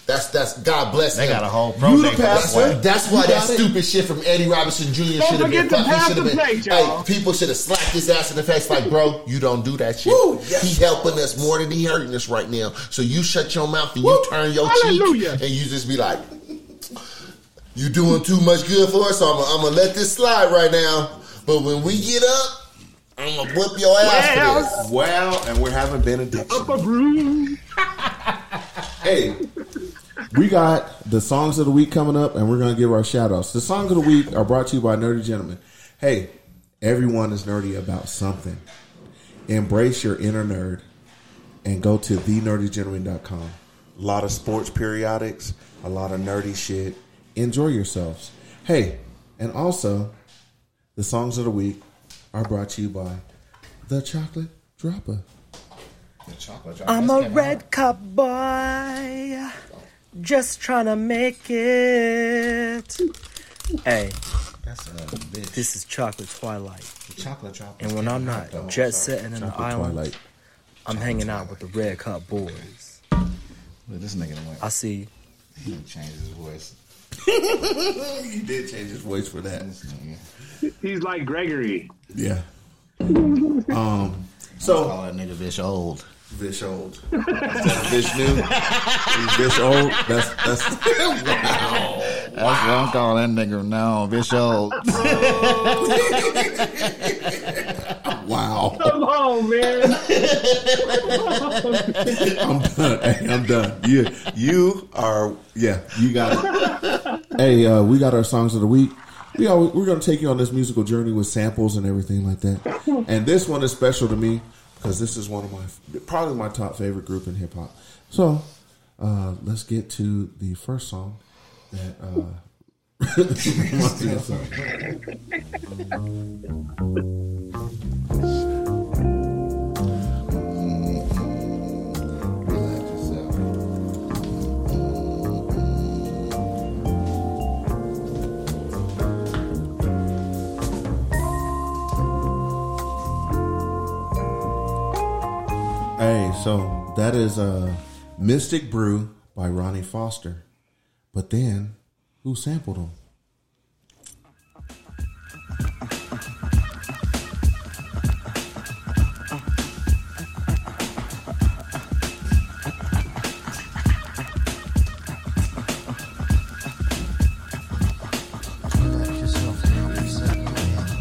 H: That's that's God bless
F: They
H: him.
F: got a whole pro
H: You
F: day
H: the
F: for
H: pastor.
F: that way.
H: That's why
C: You
H: that
C: got it.
H: stupid shit from Eddie Robinson Jr. should have
D: forget
H: been
D: to
H: fucking
D: pass
H: should have
D: the
H: been.
D: plate,
H: hey,
D: y'all.
H: people should have slapped his ass in the face like, bro, you don't do that shit.
C: Woo, yes.
H: He helping us more than he hurting us right now. So you shut your mouth and
D: Woo,
H: you turn your
D: hallelujah.
H: cheek and you just be like, you doing too much good for us. So I'm, I'm gonna let this slide right now. But when we get up, I'm gonna whip your ass.
D: Well,
H: for this.
C: Well, and we're having benediction.
D: Upper room.
C: Hey,
I: We got the songs of the week coming up, and we're going to give our shout outs. The songs of the week are brought to you by Nerdy Gentlemen. Hey, everyone is nerdy about something. Embrace your inner nerd and go to thenerdygentleman.com.
C: a lot of sports periodics, a lot of nerdy shit.
I: Enjoy yourselves. Hey, and also, the songs of the week are brought to you by The Chocolate Dropper.
F: The chocolate
A: I'm a red cup boy, just trying to make it. Hey,
F: That's a bitch.
A: this is Chocolate Twilight,
F: the chocolate drop.
A: and when I'm not jet setting in the island,
C: Twilight.
A: I'm hanging out with the Red Cup boys.
F: Look, this nigga done went.
A: I see
F: He done changed his voice.
J: He did change his voice for that.
F: This nigga.
D: He's like Gregory.
C: Yeah.
I: Um,
F: Call that nigga bitch old.
J: Vish old. Is that Vish new? Is Vish old? That's that's
F: That's what I'm calling that nigga now. Bitch old.
C: Wow.
D: Come on, man.
C: I'm done. Hey, I'm done. You, you are. Yeah, you got it. hey, uh, we got our songs of the week. We always, we're going to take you on this musical journey with samples and everything like that. And this one is special to me because this is one of my probably my top favorite group in hip hop. So uh, let's get to the first song that. Uh, reminds me of something. Hey, so that is uh, Mystic Brew by Ronnie Foster. But then, who sampled them?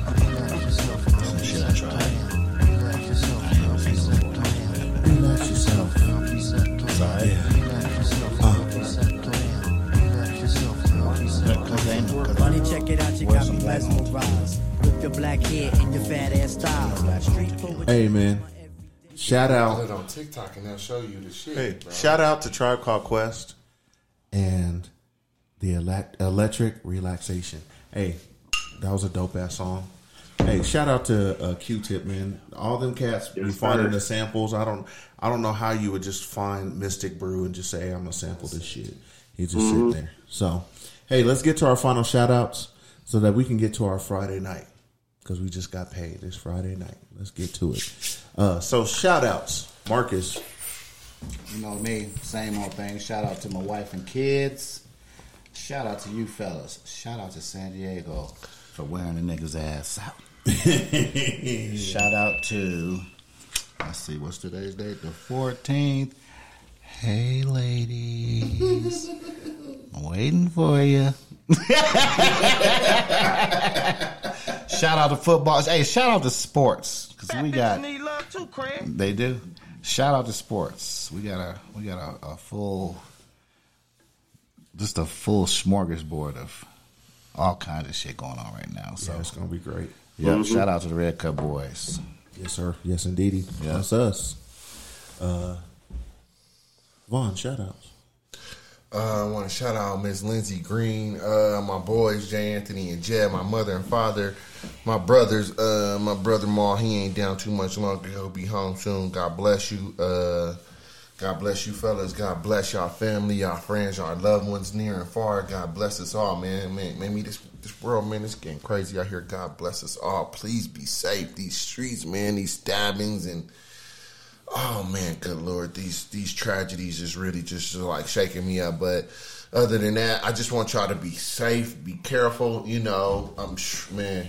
F: Some shit I tried.
C: Relax yourself.
F: Sorry. Cause ain't no cause
K: Money, check it out, you
F: Where's
K: got me
F: some black on
K: mesmerized. With your black hair and your fat ass style. Street poetry.
C: Hey, man. Shout
H: Put
C: out.
H: it on TikTok and they'll show you the shit.
J: hey.
H: bro.
J: Shout out to Tribe Called Quest.
C: And the elect- Electric Relaxation. Hey, that was a dope ass song. Hey, shout out to uh, Q-Tip, man. All them cats be
D: Yes,
C: finding
D: sir.
C: the samples. I don't, I don't know how you would just find Mystic Brew and just say, "Hey, I'm gonna sample this shit." He just sit there. So, hey, let's get to our final shout outs so that we can get to our Friday night because we just got paid. It's Friday night. Let's get to it. Uh, so, shout outs, Marcus.
F: You know me, same old thing. Shout out to my wife and kids. Shout out to you fellas. Shout out to San Diego for wearing a nigga's ass out. Shout out to let's see, what's today's date? The fourteenth. Hey ladies. I'm waiting for you. shout out to football. Hey, shout out to sports. Cause we got
A: love too, Craig.
F: they do. Shout out to sports. We got a we got a, a full, just a full smorgasbord of all kinds of shit going on right now. So
C: So it's gonna be great.
F: yeah,
C: Mm-hmm.
F: shout out to the Red Cup boys.
C: Yes, sir. Yes, indeedy.
F: Yeah.
C: That's us. Uh, Vaughn, shout outs.
H: Uh, I want to shout out Miss Lindsey Green, uh, my boys Jay Anthony and Jed, my mother and father, my brothers, uh, my brother Maul. He ain't down too much longer. He'll be home soon. God bless you. Uh, God bless you, fellas. God bless y'all family, y'all friends, y'all loved ones near and far. God bless us all, man. Man, man, me this this world, man, it's getting crazy out here. God bless us all. Please be safe. These streets, man, these stabbings and oh man, good lord, these these tragedies is really just like shaking me up. But other than that, I just want y'all to be safe, be careful. You know, I'm sh- man.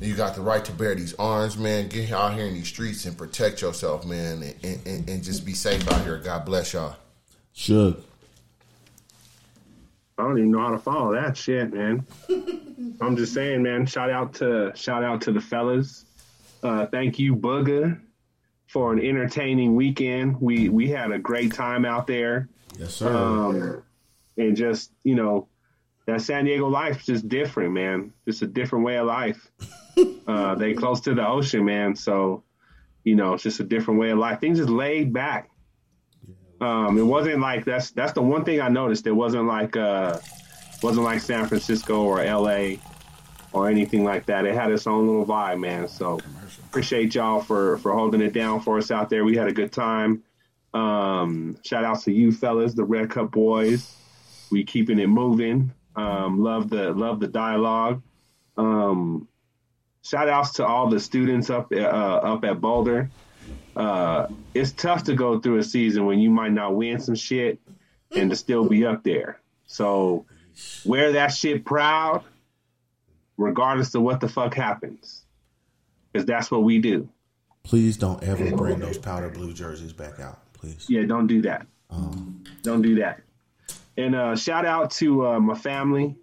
H: You got the right to bear these arms, man. Get out here in these streets and protect yourself, man, and- and, and, and just be safe out here. God bless y'all.
C: Shug.
D: I don't even know how to follow that shit, man. I'm just saying, man. Shout out to shout out to the fellas. Uh, thank you, Booga, for an entertaining weekend. We we had a great time out there,
C: Yes, sir.
D: um, and just you know, that San Diego life's just different, man. Just a different way of life. uh, they close to the ocean, man. So, you know, it's just a different way of life. Things just laid back. Um, it wasn't like that's that's the one thing I noticed. It wasn't like uh, wasn't like San Francisco or L.A. or anything like that. It had its own little vibe, man. So appreciate y'all for for holding it down for us out there. We had a good time. Um, shout out to you fellas, the Red Cup Boys. We keeping it moving. Um, love the love the dialogue. Um, shout outs to all the students up uh, up at Boulder. Uh, it's tough to go through a season when you might not win some shit and to still be up there. So wear that shit proud, regardless of what the fuck happens, because that's what we do.
C: Please don't ever bring those powder blue jerseys back out, please.
D: Yeah, don't do that. Don't do that. And uh, shout out to uh, my family.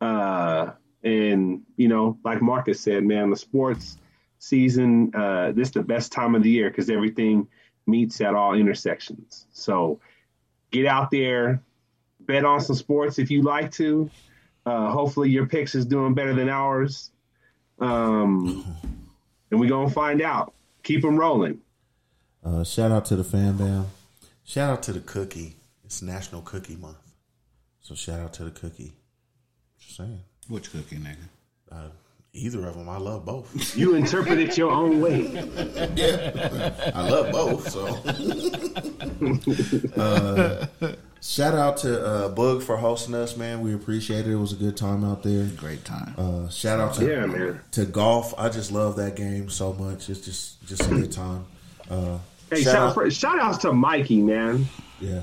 D: Uh, and you know, like Marcus said, man, the sports season uh, this the best time of the year because everything meets at all intersections. So get out there, bet on some sports if you like to. Uh, hopefully, your picks is doing better than ours. Um, and we're gonna find out. Keep them rolling.
C: Uh, shout out to the fan bam. Shout out to the cookie. It's National Cookie Month, so shout out to the cookie. Just saying,
F: Which cookie, nigga?
C: uh, either of them, I love both.
D: You interpret it your own way.
C: I love both. So, uh, shout out to uh, Bug for hosting us, man. We appreciate it. It was a good time out there.
F: Great time.
C: Uh, shout out to
D: Yeah, man.
C: to golf. I just love that game so much. It's just just a good time. Uh,
D: Hey, shout, out. for- shout outs to Mikey, man.
C: yeah.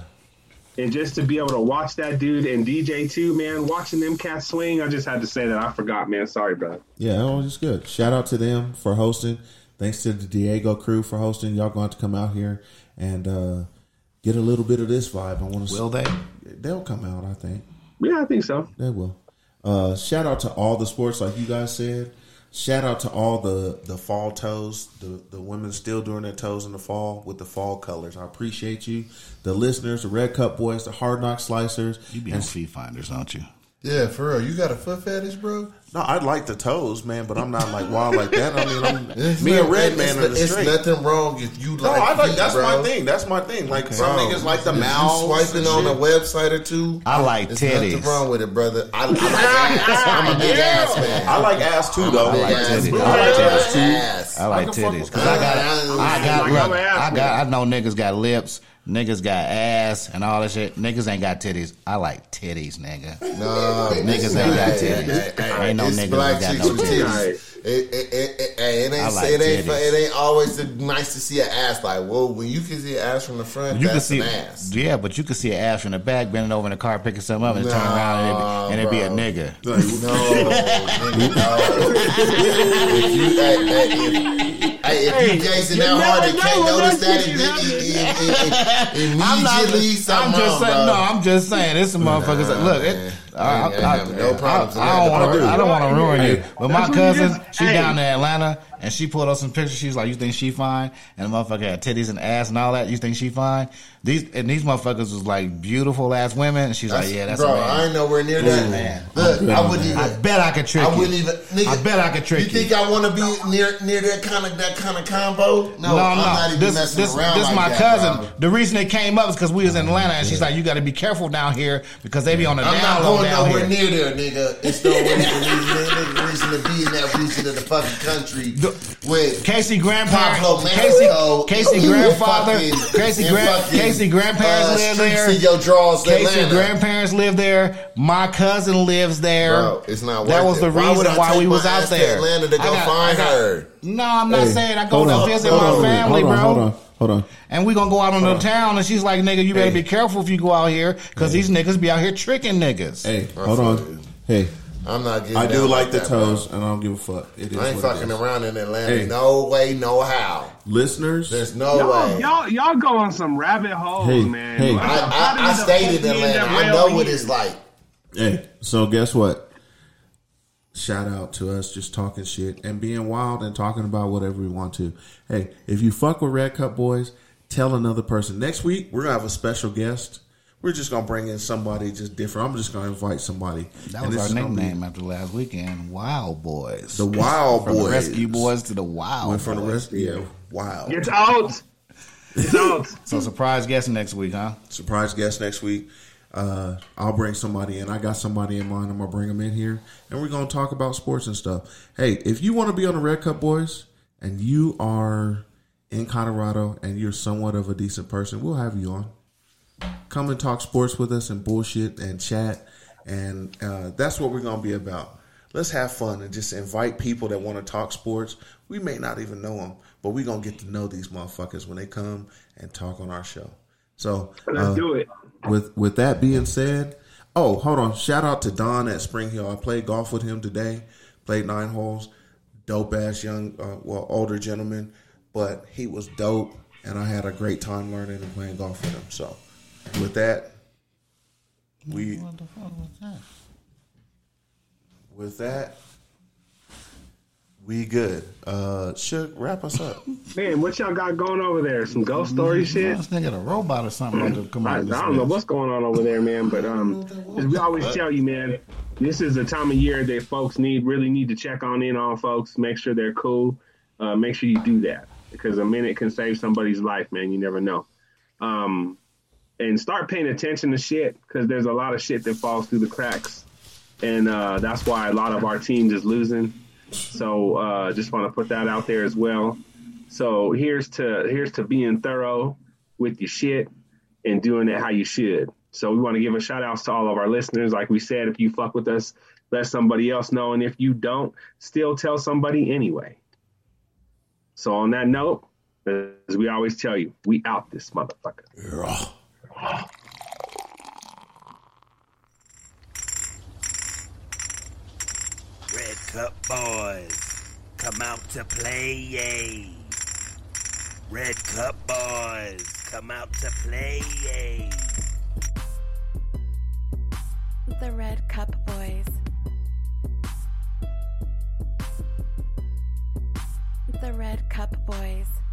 D: And just to be able to watch that dude and DJ too, man, watching them cats swing, I just had to say that I forgot, man. Sorry, bro.
C: Yeah, that was just good. Shout out to them for hosting. Thanks to the Diego crew for hosting. Y'all going to come out here and uh, get a little bit of this vibe. I want to.
F: Will they?
C: They'll come out. I think
D: Yeah, I think so.
C: they will. Uh, shout out to all the sports, like you guys said. Shout out to all the the fall toes. The the women still doing their toes in the fall with the fall colors. I appreciate you, the listeners, the Red Cup Boys, the Hard Knock Slicers,
F: You be on Fee Finders, don't you?
H: Yeah, for real. You got a foot fetish, bro?
C: No, I'd like the toes, man, but I'm not like wild like that. I mean, I'm,
H: It's
C: me
H: not-
C: and Red
H: it's
C: Man
H: not-
C: are the
H: It's
C: straight.
H: nothing wrong if you
C: No,
H: like.
C: I like
H: feet,
C: that's
H: bro.
C: my thing. That's my thing. Like some
H: Bro,
C: niggas like the
H: if you
C: mouth
H: swiping on a website or two.
F: I like
H: there's
F: titties.
H: Nothing wrong with it, brother. I, I like ass. I'm a big ass man.
C: I like ass too, though.
H: big
F: like
H: ass
F: titties.
H: man.
F: I like
H: ass
F: titties.
H: ass.
F: I
C: can
F: like
C: fuck
F: titties
C: with
F: because I got,
H: that.
F: I got,
D: I'm an
F: look,
D: ass
F: I got, I know niggas got lips, niggas got ass, and all that shit. Niggas ain't got titties. I like titties, nigga.
H: Nah,
F: Niggas ain't got titties. Ain't no
H: it's
F: niggas
H: black
F: that got
H: chicks
F: no
H: with titties. It, it, it, it, hey, it
F: I
H: ain't
F: like
H: it ain't
F: titties.
H: it ain't always the- nice to see an ass. Like, well, when you can see an ass from the front,
F: You
H: that's
F: can see,
H: an ass.
F: yeah, but you can see an ass from the back bending over in the car, picking something up, and turn around, and it'd be, and it'd be a nigga.
H: No, nigga, no. If you, hey, hey, if, hey, if you gazing that hard and can't notice that, it, it, it, it, it,
F: I'm not.
H: immediately
F: I'm
H: something
F: just
H: wrong,
F: saying.
H: bro.
F: No, I'm just saying. It's some motherfuckers. that- look, it, I, I,
H: ain't
F: I,
H: having no problems in
F: I,
H: that
F: I don't want to.
H: department.
F: I don't want to ruin you. But my
D: That's what you
F: cousin,
D: just-
F: she
D: hey.
F: down in Atlanta, and she pulled up some pictures. She's like, "You think she fine?" And the motherfucker had titties and ass and all that. You think she fine? These and these motherfuckers was like beautiful ass women. And she's like, "Yeah, that's
H: bro.
F: a man."
H: I ain't nowhere near that.
F: man.
H: Look, I wouldn't even.
F: I bet I could trick
H: I wouldn't
F: you.
H: even. Nigga,
F: I bet I could trick
H: You think I want to be near near that kind of that kind of combo? No, I'm not even
F: this,
H: messing
F: this,
H: around.
F: This
H: like
F: my
H: that,
F: cousin.
H: bro.
F: The reason it came up is because we was in Atlanta, and she's like, "You got to be careful down here because they be on the
H: I'm
F: down
H: not
F: low
H: going
F: down
H: nowhere
F: here."
H: near there, nigga. It's no reason, nigga, reason to be in that region of the fucking country with
F: Casey
H: Pablo
F: grandparents, Casey,
H: Mexico,
F: Casey
H: and
F: grandfather,
H: fucking-
F: Casey
H: and
F: grand,
H: fucking,
F: Casey grandparents
H: uh,
F: live
H: streets
F: there.
H: in your drawers,
F: Casey
H: Atlanta.
F: grandparents live there. My cousin lives there.
H: Bro, it's not
F: That
H: worth
F: was the
H: it. Why would
F: reason
H: I
F: why
H: take
F: we
H: my
F: was
H: ass
F: out
H: to
F: there.
H: Atlanta to
F: I
H: go find
F: I
H: her?
F: No, I'm not
I: Hey,
F: saying I go
I: hold
F: to
I: on,
F: visit
I: hold
F: my
I: on,
F: family,
I: hold on,
F: bro.
I: Hold on, hold on.
F: And we gonna go out on the town, and she's like, "Nigga, you better be careful if you go out here, cause these niggas be out here tricking niggas."
C: Hey, hold on. Hey,
H: I'm not getting.
C: I
H: down
C: do like the
H: that, bro.
C: toes, and I don't give a fuck. It is
H: I ain't
C: what it
H: fucking
C: is.
H: around in Atlanta.
C: Hey.
H: No way, no how.
C: Listeners,
H: There's no
D: Y'all,
H: way.
D: y'all, y'all go on some rabbit holes,
C: Hey,
D: man.
C: hey.
D: Like,
H: I,
D: how do
H: I, I
D: you
H: stayed in
D: defend
H: Atlanta.
D: that
H: I know
D: rail
H: what
D: here?
H: it's like.
C: hey. So guess what? Shout out to us just talking shit and being wild and talking about whatever we want to. Hey, if you fuck with Red Cup Boys, tell another person. Next week we're gonna have a special guest. We're just gonna bring in somebody just different. I'm just gonna invite somebody.
F: That
C: And
F: was
C: this
F: our
C: is gonna be
F: nickname after last weekend. Wild Boys.
C: The Wild
F: From
C: Boys.
F: the Rescue Boys to the Wild
C: Went from the
F: Boys.
C: rest. Yeah, wild.
D: It's out. It's out.
F: So surprise guest next week, huh?
C: Surprise guest next week. Uh, I'll bring somebody in. I got somebody in mind. I'm gonna bring them in here, and we're gonna talk about sports and stuff. Hey, if you want to be on the Red Cup Boys, and you are in Colorado, and you're somewhat of a decent person, we'll have you on. Come and talk sports with us and bullshit and chat, and uh, that's what we're gonna be about. Let's have fun and just invite people that want to talk sports. We may not even know them, but we're gonna get to know these motherfuckers when they come and talk on our show. So
D: Let's
C: uh,
D: do it.
C: with with that being said, oh hold on, shout out to Don at Spring Hill. I played golf with him today. Played nine holes. Dope ass young, uh, well older gentleman, but he was dope, and I had a great time learning and playing golf with him. So with that, we
F: What the fuck was that?
C: with that. We good. Uh should wrap us up.
D: Man, what y'all got going over there? Some ghost story shit?
F: This nigga a robot or something. about to come
D: Mm-hmm. I, I
F: out of this
D: don't know
F: bitch.
D: what's going on over there, man. But um, as we always tell you, man, this is the time of year that folks need really need to check on in on folks, make sure they're cool. Uh, make sure you do that because a minute can save somebody's life, man. You never know. Um, and start paying attention to shit because there's a lot of shit that falls through the cracks, and uh, that's why a lot of our teams is losing. So uh, just want to put that out there as well. So here's to here's to being thorough with your shit and doing it how you should. So we want to give a shout out to all of our listeners. Like we said, if you fuck with us, let somebody else know. And if you don't, still tell somebody anyway. So on that note, as we always tell you, we out this motherfucker.
A: Red Cup Boys, come out to play, yay. Red Cup Boys, come out to play, yay.
B: The Red Cup Boys. The Red Cup Boys.